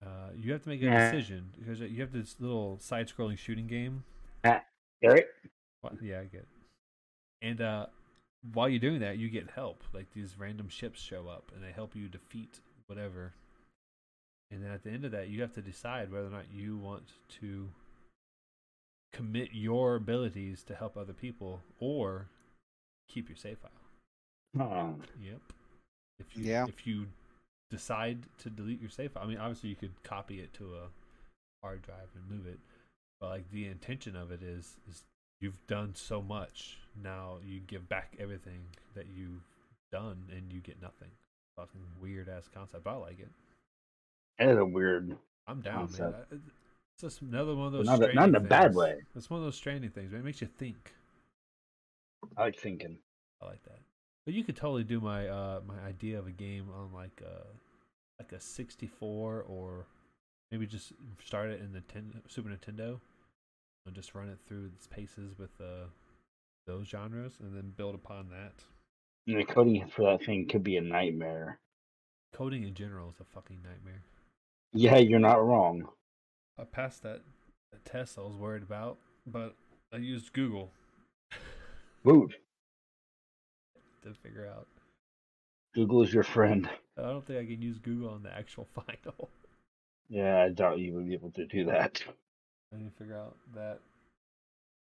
Uh, you have to make a Yeah. decision because you have this little side-scrolling shooting game Eric? Wha- Yeah, I get. It. And uh, while you're doing that, you get help. Like these random ships show up and they help you defeat whatever. And at the end of that, you have to decide whether or not you want to commit your abilities to help other people or keep your save file. Um, Yep. If you Yeah. if you decide to delete your save file, I mean obviously you could copy it to a hard drive and move it, but like the intention of it is is you've done so much. Now you give back everything that you've done and you get nothing. Fucking weird ass concept. but I like it. it is a weird. I'm down, man. Concept. I, it's just another one of those Not, a- stranding not in a bad things. way. It's one of those stranding things, man. It makes you think. I like thinking. I like that. But you could totally do my uh my idea of a game on like uh like a 64 or maybe just start it in the ten, Super Nintendo and just run it through its paces with uh those genres and then build upon that. And the coding for that thing could be a nightmare. Coding in general is a fucking nightmare. Yeah, you're not wrong. I passed that, that test I was worried about, but I used Google Boot. to figure out. Google is your friend. I don't think I can use Google on the actual final. Yeah, I doubt you would be able to do that. I need to figure out that.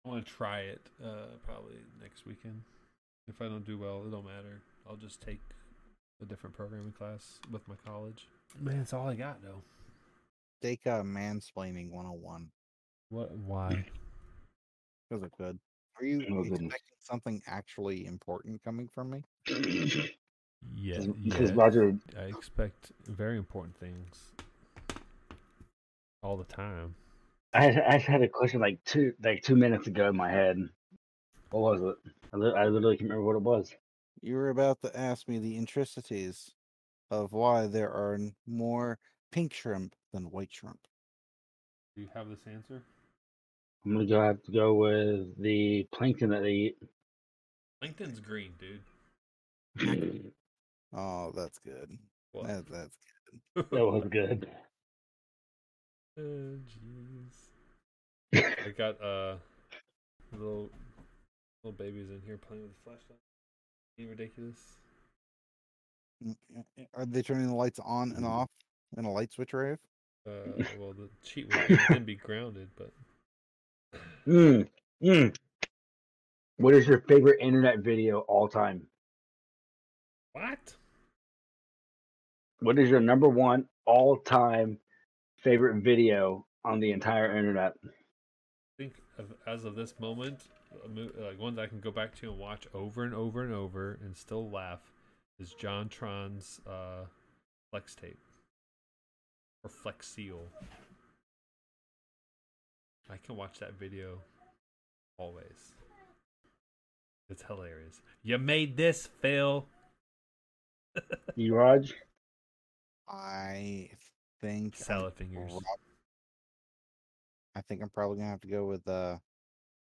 I want to try it uh, probably next weekend. If I don't do well, it don't matter. I'll just take a different programming class with my college. Man, that's all I got though. Take uh, mansplaining 101 What? Why? because it could. Are you Oh, goodness. expecting something actually important coming from me? Because Yeah, Roger, I expect very important things all the time. I had, I had a question like two like two minutes ago in my head. What was it? I, li- I literally can't remember what it was. You were about to ask me the intricacies of why there are n- more pink shrimp than white shrimp. Do you have this answer? I'm gonna go have to go with the plankton that they LinkedIn's green, dude. eat. Oh, that's good. That, that's That was good. Oh, Uh, Jeez. I got uh little little babies in here playing with the flashlight. Ain't ridiculous. good. Mm, uh, uh, Are they turning the lights on and off in a light switch rave? Uh, well, the cheat would then be grounded, but Mm, mm. What is your favorite internet video all time? what? What is your number one all time favorite video on the entire internet? I think of, as of this moment, a mo- like ones I can go back to and watch over and over and over and still laugh is John Tron's uh, Flex Tape or Flex Seal. I can watch that video always. It's hilarious. You made this, Phil. You, Raj? I think I'm Salad fingers. prob- I think I'm probably gonna have to go with uh,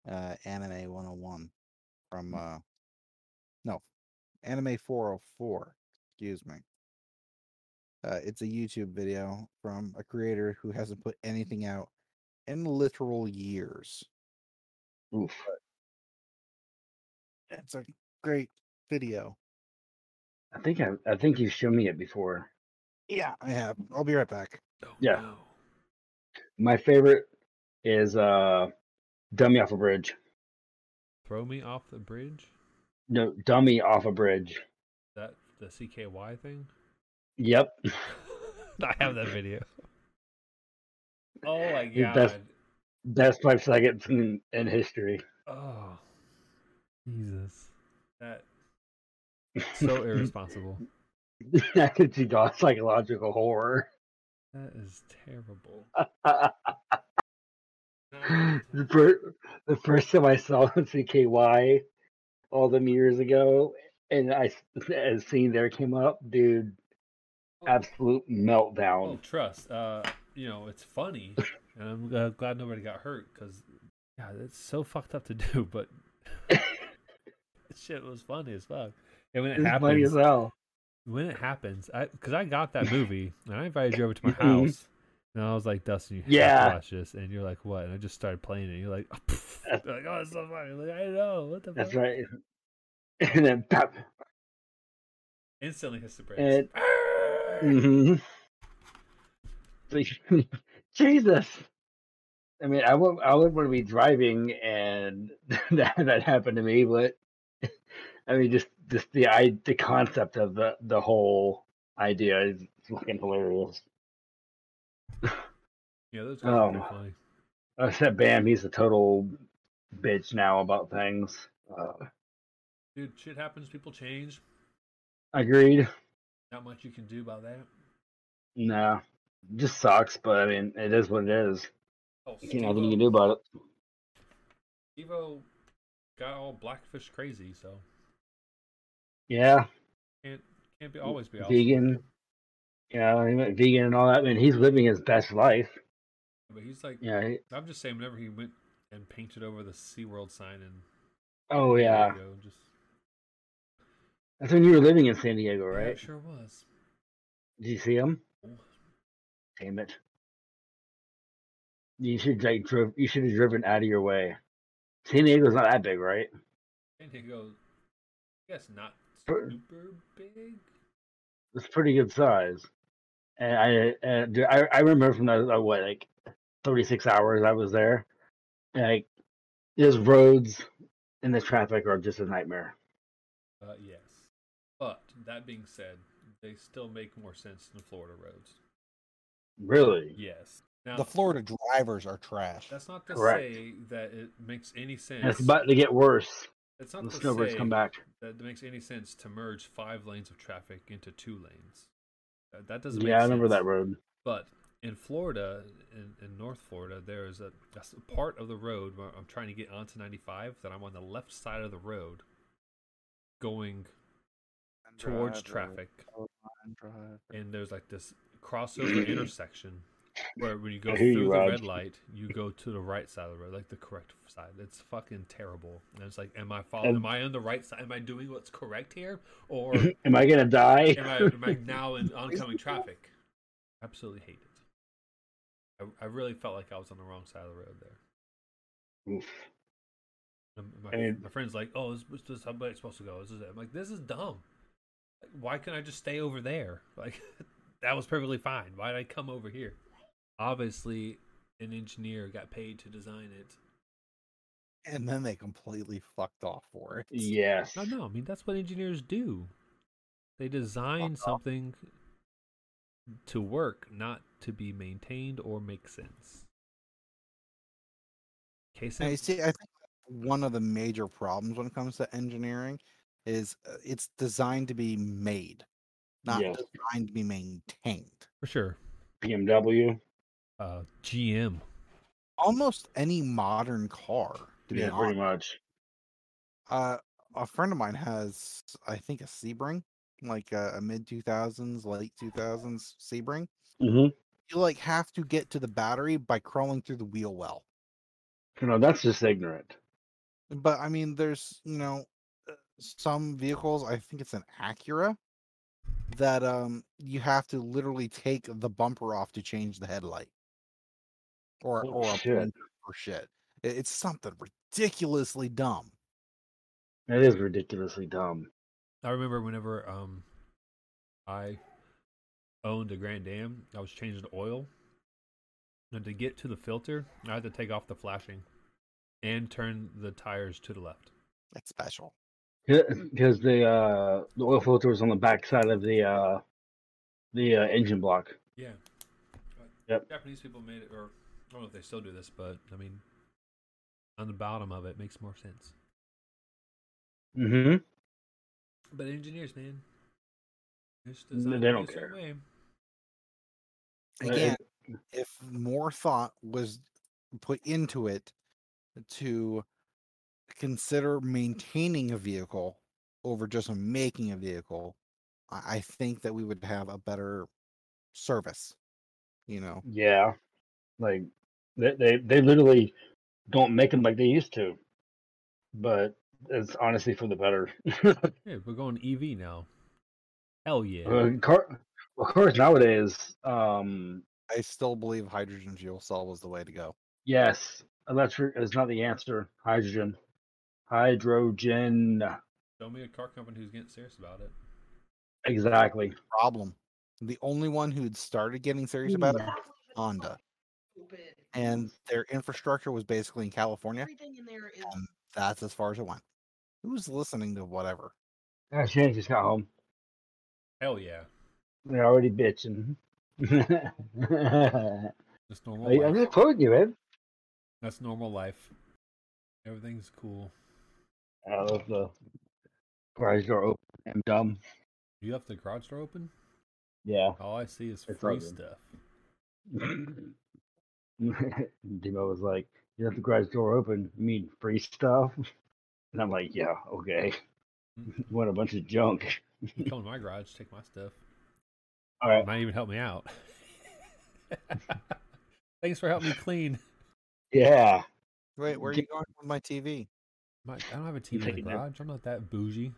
uh, anime 101 from Mm. uh, no, anime 404. Excuse me. Uh, it's a YouTube video from a creator who hasn't put anything out in literal years. Oof. It's a great video. I think I, I think you've shown me it before. Yeah, I have. I'll be right back. Oh, Yeah. no. My favorite is uh Dummy Off a Bridge. Throw me off the bridge. No, Dummy Off a Bridge. That the CKY thing. Yep. I have that video. Oh my Dude, god. that's- Best five seconds in, in history. Oh, Jesus. That so irresponsible. I could see God psychological horror. That is terrible. the, fir- the first time I saw CKY all them years ago, and I s- as seeing there came up, dude, absolute Oh, meltdown. trust. Uh, you know it's funny, and I'm uh, glad nobody got hurt because, yeah, that's so fucked up to do. But shit was funny as fuck. And when it It's funny happens, as hell. when it happens, I because I got that movie and I invited you over to my house, and I was like, Dustin, you have Mm-hmm. Yeah. to watch this, and you're like, what? And I just started playing it. And you're like, oh, pff. You're like, oh, it's so funny. I'm Like, I know what the That's fuck. right. And then pop. Instantly hits the brakes. Mm-hmm. And, Mhm. It's like, Jesus. I mean, I would I would want to be driving and that that happened to me, but I mean, just just the I the concept of the the whole idea is fucking hilarious. Yeah, those guys are pretty Um, funny. Except Bam, he's a total bitch now about things. Uh, Dude, shit happens. People change. agreed. Not much you can do about that. No, just sucks, but I mean, it is what it is. Oh, You can't have anything you can do about it. Evo got all blackfish crazy, so Yeah, can't can't be always be awesome. vegan. Yeah, he went vegan and all that. I mean, he's living his best life. But he's like, Yeah. he- I'm just saying, whenever he went and painted over the SeaWorld sign in Oh yeah, San Diego, just that's when you were living in San Diego, Yeah, it right? sure was. Did you see him? Damn it! You should like drove. You should have driven out of your way. San Diego's not that big, right? San Diego, I guess not Sure. super big. it's pretty good size. And I, uh, dude, I, I remember from that uh, what like thirty six hours I was there, and, like those roads and the traffic are just a nightmare. Uh, yes. But that being said, they still make more sense than Florida roads. Really, Yes. Now The Florida drivers are trash. that's not to Correct. say that it makes any sense. and it's about to get worse. it's when not The to snowbirds say come back. that it makes any sense to merge five lanes of traffic into two lanes. Uh, That doesn't. make Yeah, I remember sense. that road. But in Florida, in, in North Florida, there is a, a s- part of the road where I'm trying to get onto 95 that I'm on the left side of the road going towards traffic. And there's like this crossover intersection where when you go I hear through you, the Raj. red light, you go to the right side of the road, like the correct side. It's fucking terrible. And it's like, am I following? And- Am I on the right side? Am I doing what's correct here? Or am Am I gonna die? I, am I now in oncoming traffic? Absolutely hate it. I, I really felt like I was on the wrong side of the road there. Oof. And my, And- my friend's like, "Oh, this, this, this is how it's supposed to go." This is it. I'm like, "This is dumb. Like, Why can't I just stay over there? Like, that was perfectly fine. Why did I come over here?" Obviously, an engineer got paid to design it. And then they completely fucked off for it. Yes. No, no. I mean, that's what engineers do. They design Uh-huh. Fuck off. something to work, not to be maintained or make sense. Case in I see. I think one of the major problems when it comes to engineering is uh, it's designed to be made, not Yes. designed to be maintained. for sure. BMW. Uh, GM. Almost any modern car, to be Yeah, honest. pretty much. Uh, a friend of mine has, I think, a Sebring, like a, a mid 2000s, late 2000s Sebring. hmm You like have to get to the battery by crawling through the wheel well. No, that's just ignorant. But I mean, there's you know uh, some vehicles. I think it's an Acura that um you have to literally take the bumper off to change the headlight, or Oh, or a shit. blinker or shit. It- It's something ridiculously dumb. That is ridiculously dumb. I remember whenever um I owned a Grand Am, I was changing the oil. And to get to the filter, I had to take off the flashing and turn the tires to the left. That's special. because the uh the oil filter was on the back side of the uh the uh, engine block Yeah. Yep. Japanese people made it, or I don't know if they still do this, but I mean, on the bottom of it makes more sense. mm-hmm But engineers, man, it's They designed don't a certain care. way. Well, Again, if more thought was put into it to consider maintaining a vehicle over just making a vehicle, I I think that we would have a better service. You know, yeah like they, they they literally don't make them like they used to but it's honestly for the better Hey, we're going EV now. Hell yeah. Uh, car well cars nowadays um I still believe hydrogen fuel cell was the way to go. yes electric is not the answer hydrogen hydrogen Show me a car company who's getting serious about it. exactly Problem. The only one who'd started getting serious about it Yeah. was Honda, and their infrastructure was basically in California. Everything in there is And that's as far as it went. Who's listening to whatever? Yeah, Shannon just got home. Hell yeah. They're already bitching. I, That's normal. I life. just told you, man. That's normal life. Everything's cool. I left the garage door open. I'm dumb. You left the garage door open? Yeah. All I see is It's free open. stuff. Demo was like, "You left the garage door open. You mean free stuff?" And I'm like, "Yeah, okay. what a bunch of junk." You Come to my garage, take my stuff. All right. Might even help me out. Thanks for helping me clean. Yeah. Wait, where are you going with my TV? My, I don't have a TV in the taking it. garage. I'm not that bougie.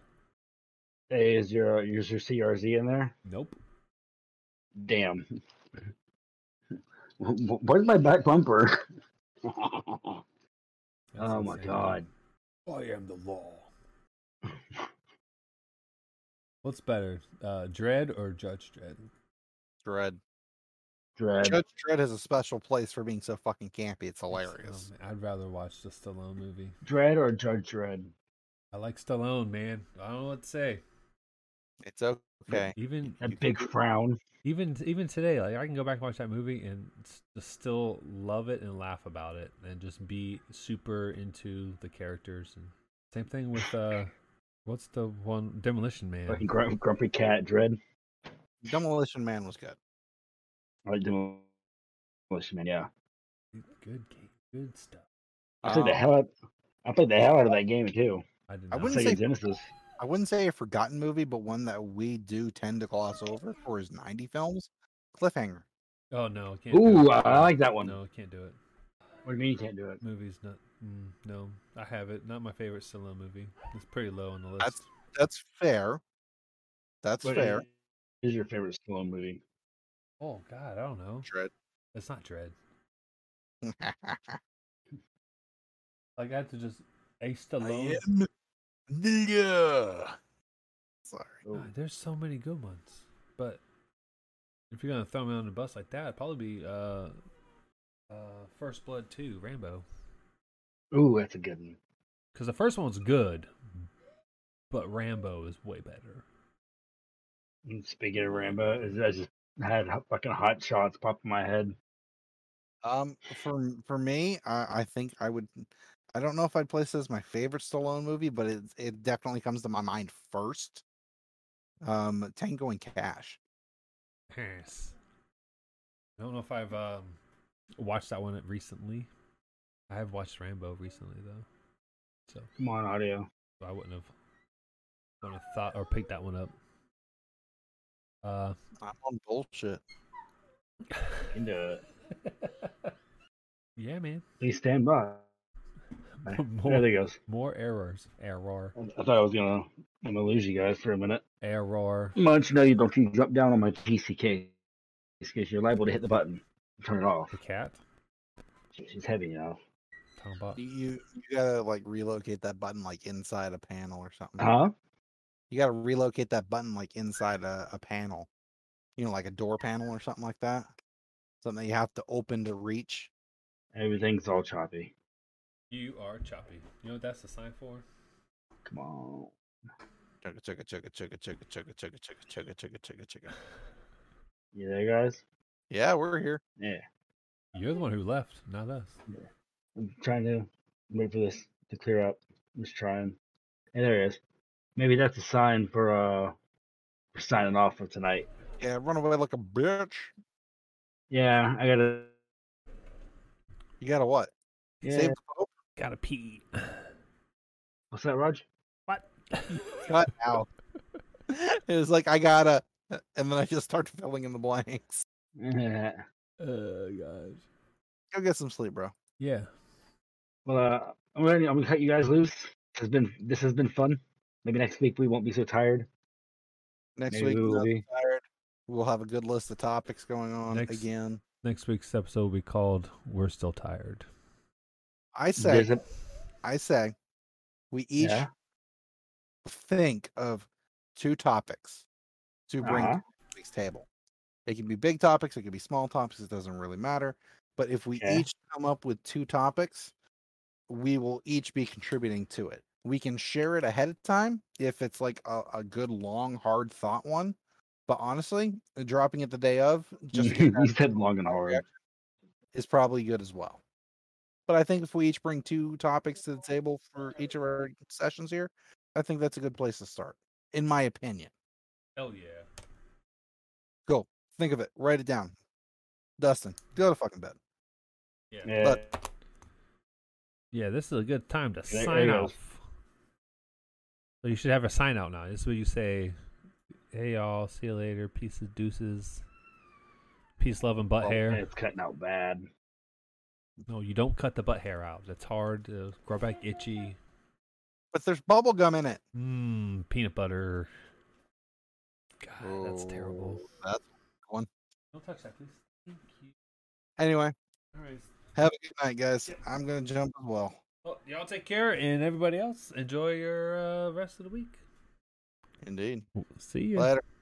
Hey, is your is your CRZ in there? Nope. Damn. Wh- wh- Where's my back bumper? That's Oh my insane. God. I am the law. What's better, uh, Dread or Judge Dread? Dread. Dread. Judge Dread has a special place for being so fucking campy. It's hilarious. Oh, I'd rather watch the Stallone movie. Dread or Judge Dread? I like Stallone, man. I don't know what to say. It's okay. Even You That big frown. even even today, like I can go back and watch that movie and s- just still love it and laugh about it, and just be super into the characters. And same thing with uh, what's the one Demolition Man? Fucking grum- grumpy cat. Dread. Demolition Man was good. I like Demolition Man. Yeah. Good game, good stuff. I played the Um, hell out. I played the hell out of that game too. I did not. I on wouldn't Sega say- Genesis. I wouldn't say a forgotten movie, but one that we do tend to gloss over for his 90 films. Cliffhanger. oh no, can't. do Ooh, it. I I like that one. No, can't do it. What do you mean you can't do it? Movies not. Mm, no, I have it. Not my favorite Stallone movie. It's pretty low on the list. That's- That's fair. That's What fair. Is, is your favorite Stallone movie? Oh God, I don't know. Dread. It's not Dread. Like I have to just a Uh, Stallone. am Nigga. Sorry. Oh, God, there's so many good ones, but if you're gonna throw me on the bus like that, it'd probably be uh, uh, First Blood Two, Rambo, Ooh, that's a good one. because the first one's good, but Rambo is way better. And Speaking of Rambo, is I just had h- fucking hot shots pop in my head. Um, for m- for me, I, I think I would. I don't know if I'd place this as my favorite Stallone movie, but it it definitely comes to my mind first. Um, Tango and Cash. Yes. I don't know if I've um, watched that one recently. I have watched Rambo recently though, so Come on, audio. I wouldn't have, wouldn't have thought or picked that one up. Uh, I'm on bullshit. Into it. yeah, man. Please stand by. There More, they goes. more errors. Error. I thought I was gonna I'm gonna lose you guys for a minute. Error. Munch, no, you don't. You jump down on my PC case because you're liable to hit the button. Turn it off. The cat. She's heavy now. Talking about You you you gotta like relocate that button like inside a panel or something. Huh? You gotta relocate that button like inside a, a panel. You know, like a door panel or something like that. Something that you have to open to reach. Everything's all choppy. you are choppy. You know what that's the sign for? Come on. Chugga chugga chugga chugga chugga chugga chugga chugga chugga chugga chugga chugga. You there, guys? Yeah, we're here. Yeah. You're the one who left, not us. I'm trying to wait for this to clear up. I'm just trying. And there it is. Maybe that's a sign for uh for signing off for tonight. Yeah, run away like a bitch. Yeah, I gotta You gotta what? yeah. Save the Pope? Gotta pee. What's that, Raj? Oh, Cut out. it was like I gotta, uh, and then I just start filling in the blanks. well, Oh gosh. Go get some sleep, bro. Yeah. uh, I'm gonna, I'm gonna cut you guys loose. This has been this has been fun. Maybe next week we won't be so tired. Next Maybe week, we will we'll, be. tired. we'll have a good list of topics going on Next- again. Next week's episode will be called "We're Still Tired." I say, There's a- I say, we each Yeah. think of two topics to bring to Uh-huh. next week's table. It can be big topics, it can be small topics, it doesn't really matter. But if we Yeah. each come up with two topics, we will each be contributing to it. We can share it ahead of time if it's like a, a good, long, hard thought one. But honestly, dropping it the day of just to you said long and hard. is probably good as well. But I think if we each bring two topics to the table for each of our sessions here, I think that's a good place to start, in my opinion. Hell yeah. Think of it, write it down. Dustin, go to fucking bed. Yeah. Yeah. Yeah, this is a good time to There- sign there you go. off. So you should have a sign out now. This is what you say. Hey y'all, see you later. Peace of deuces. Peace, love, and butt Oh, hair. man, It's cutting out bad. No, you don't cut the butt hair out. That's hard. Uh, grow back itchy. But there's bubble gum in it. Mmm, peanut butter. God, Ah, that's terrible. Oh, That's one. Don't touch that, please. Thank you. Anyway, All right. have a good night, guys. I'm gonna jump as well. Well, y'all take care, and everybody else, enjoy your uh, rest of the week. Indeed. See you. Later.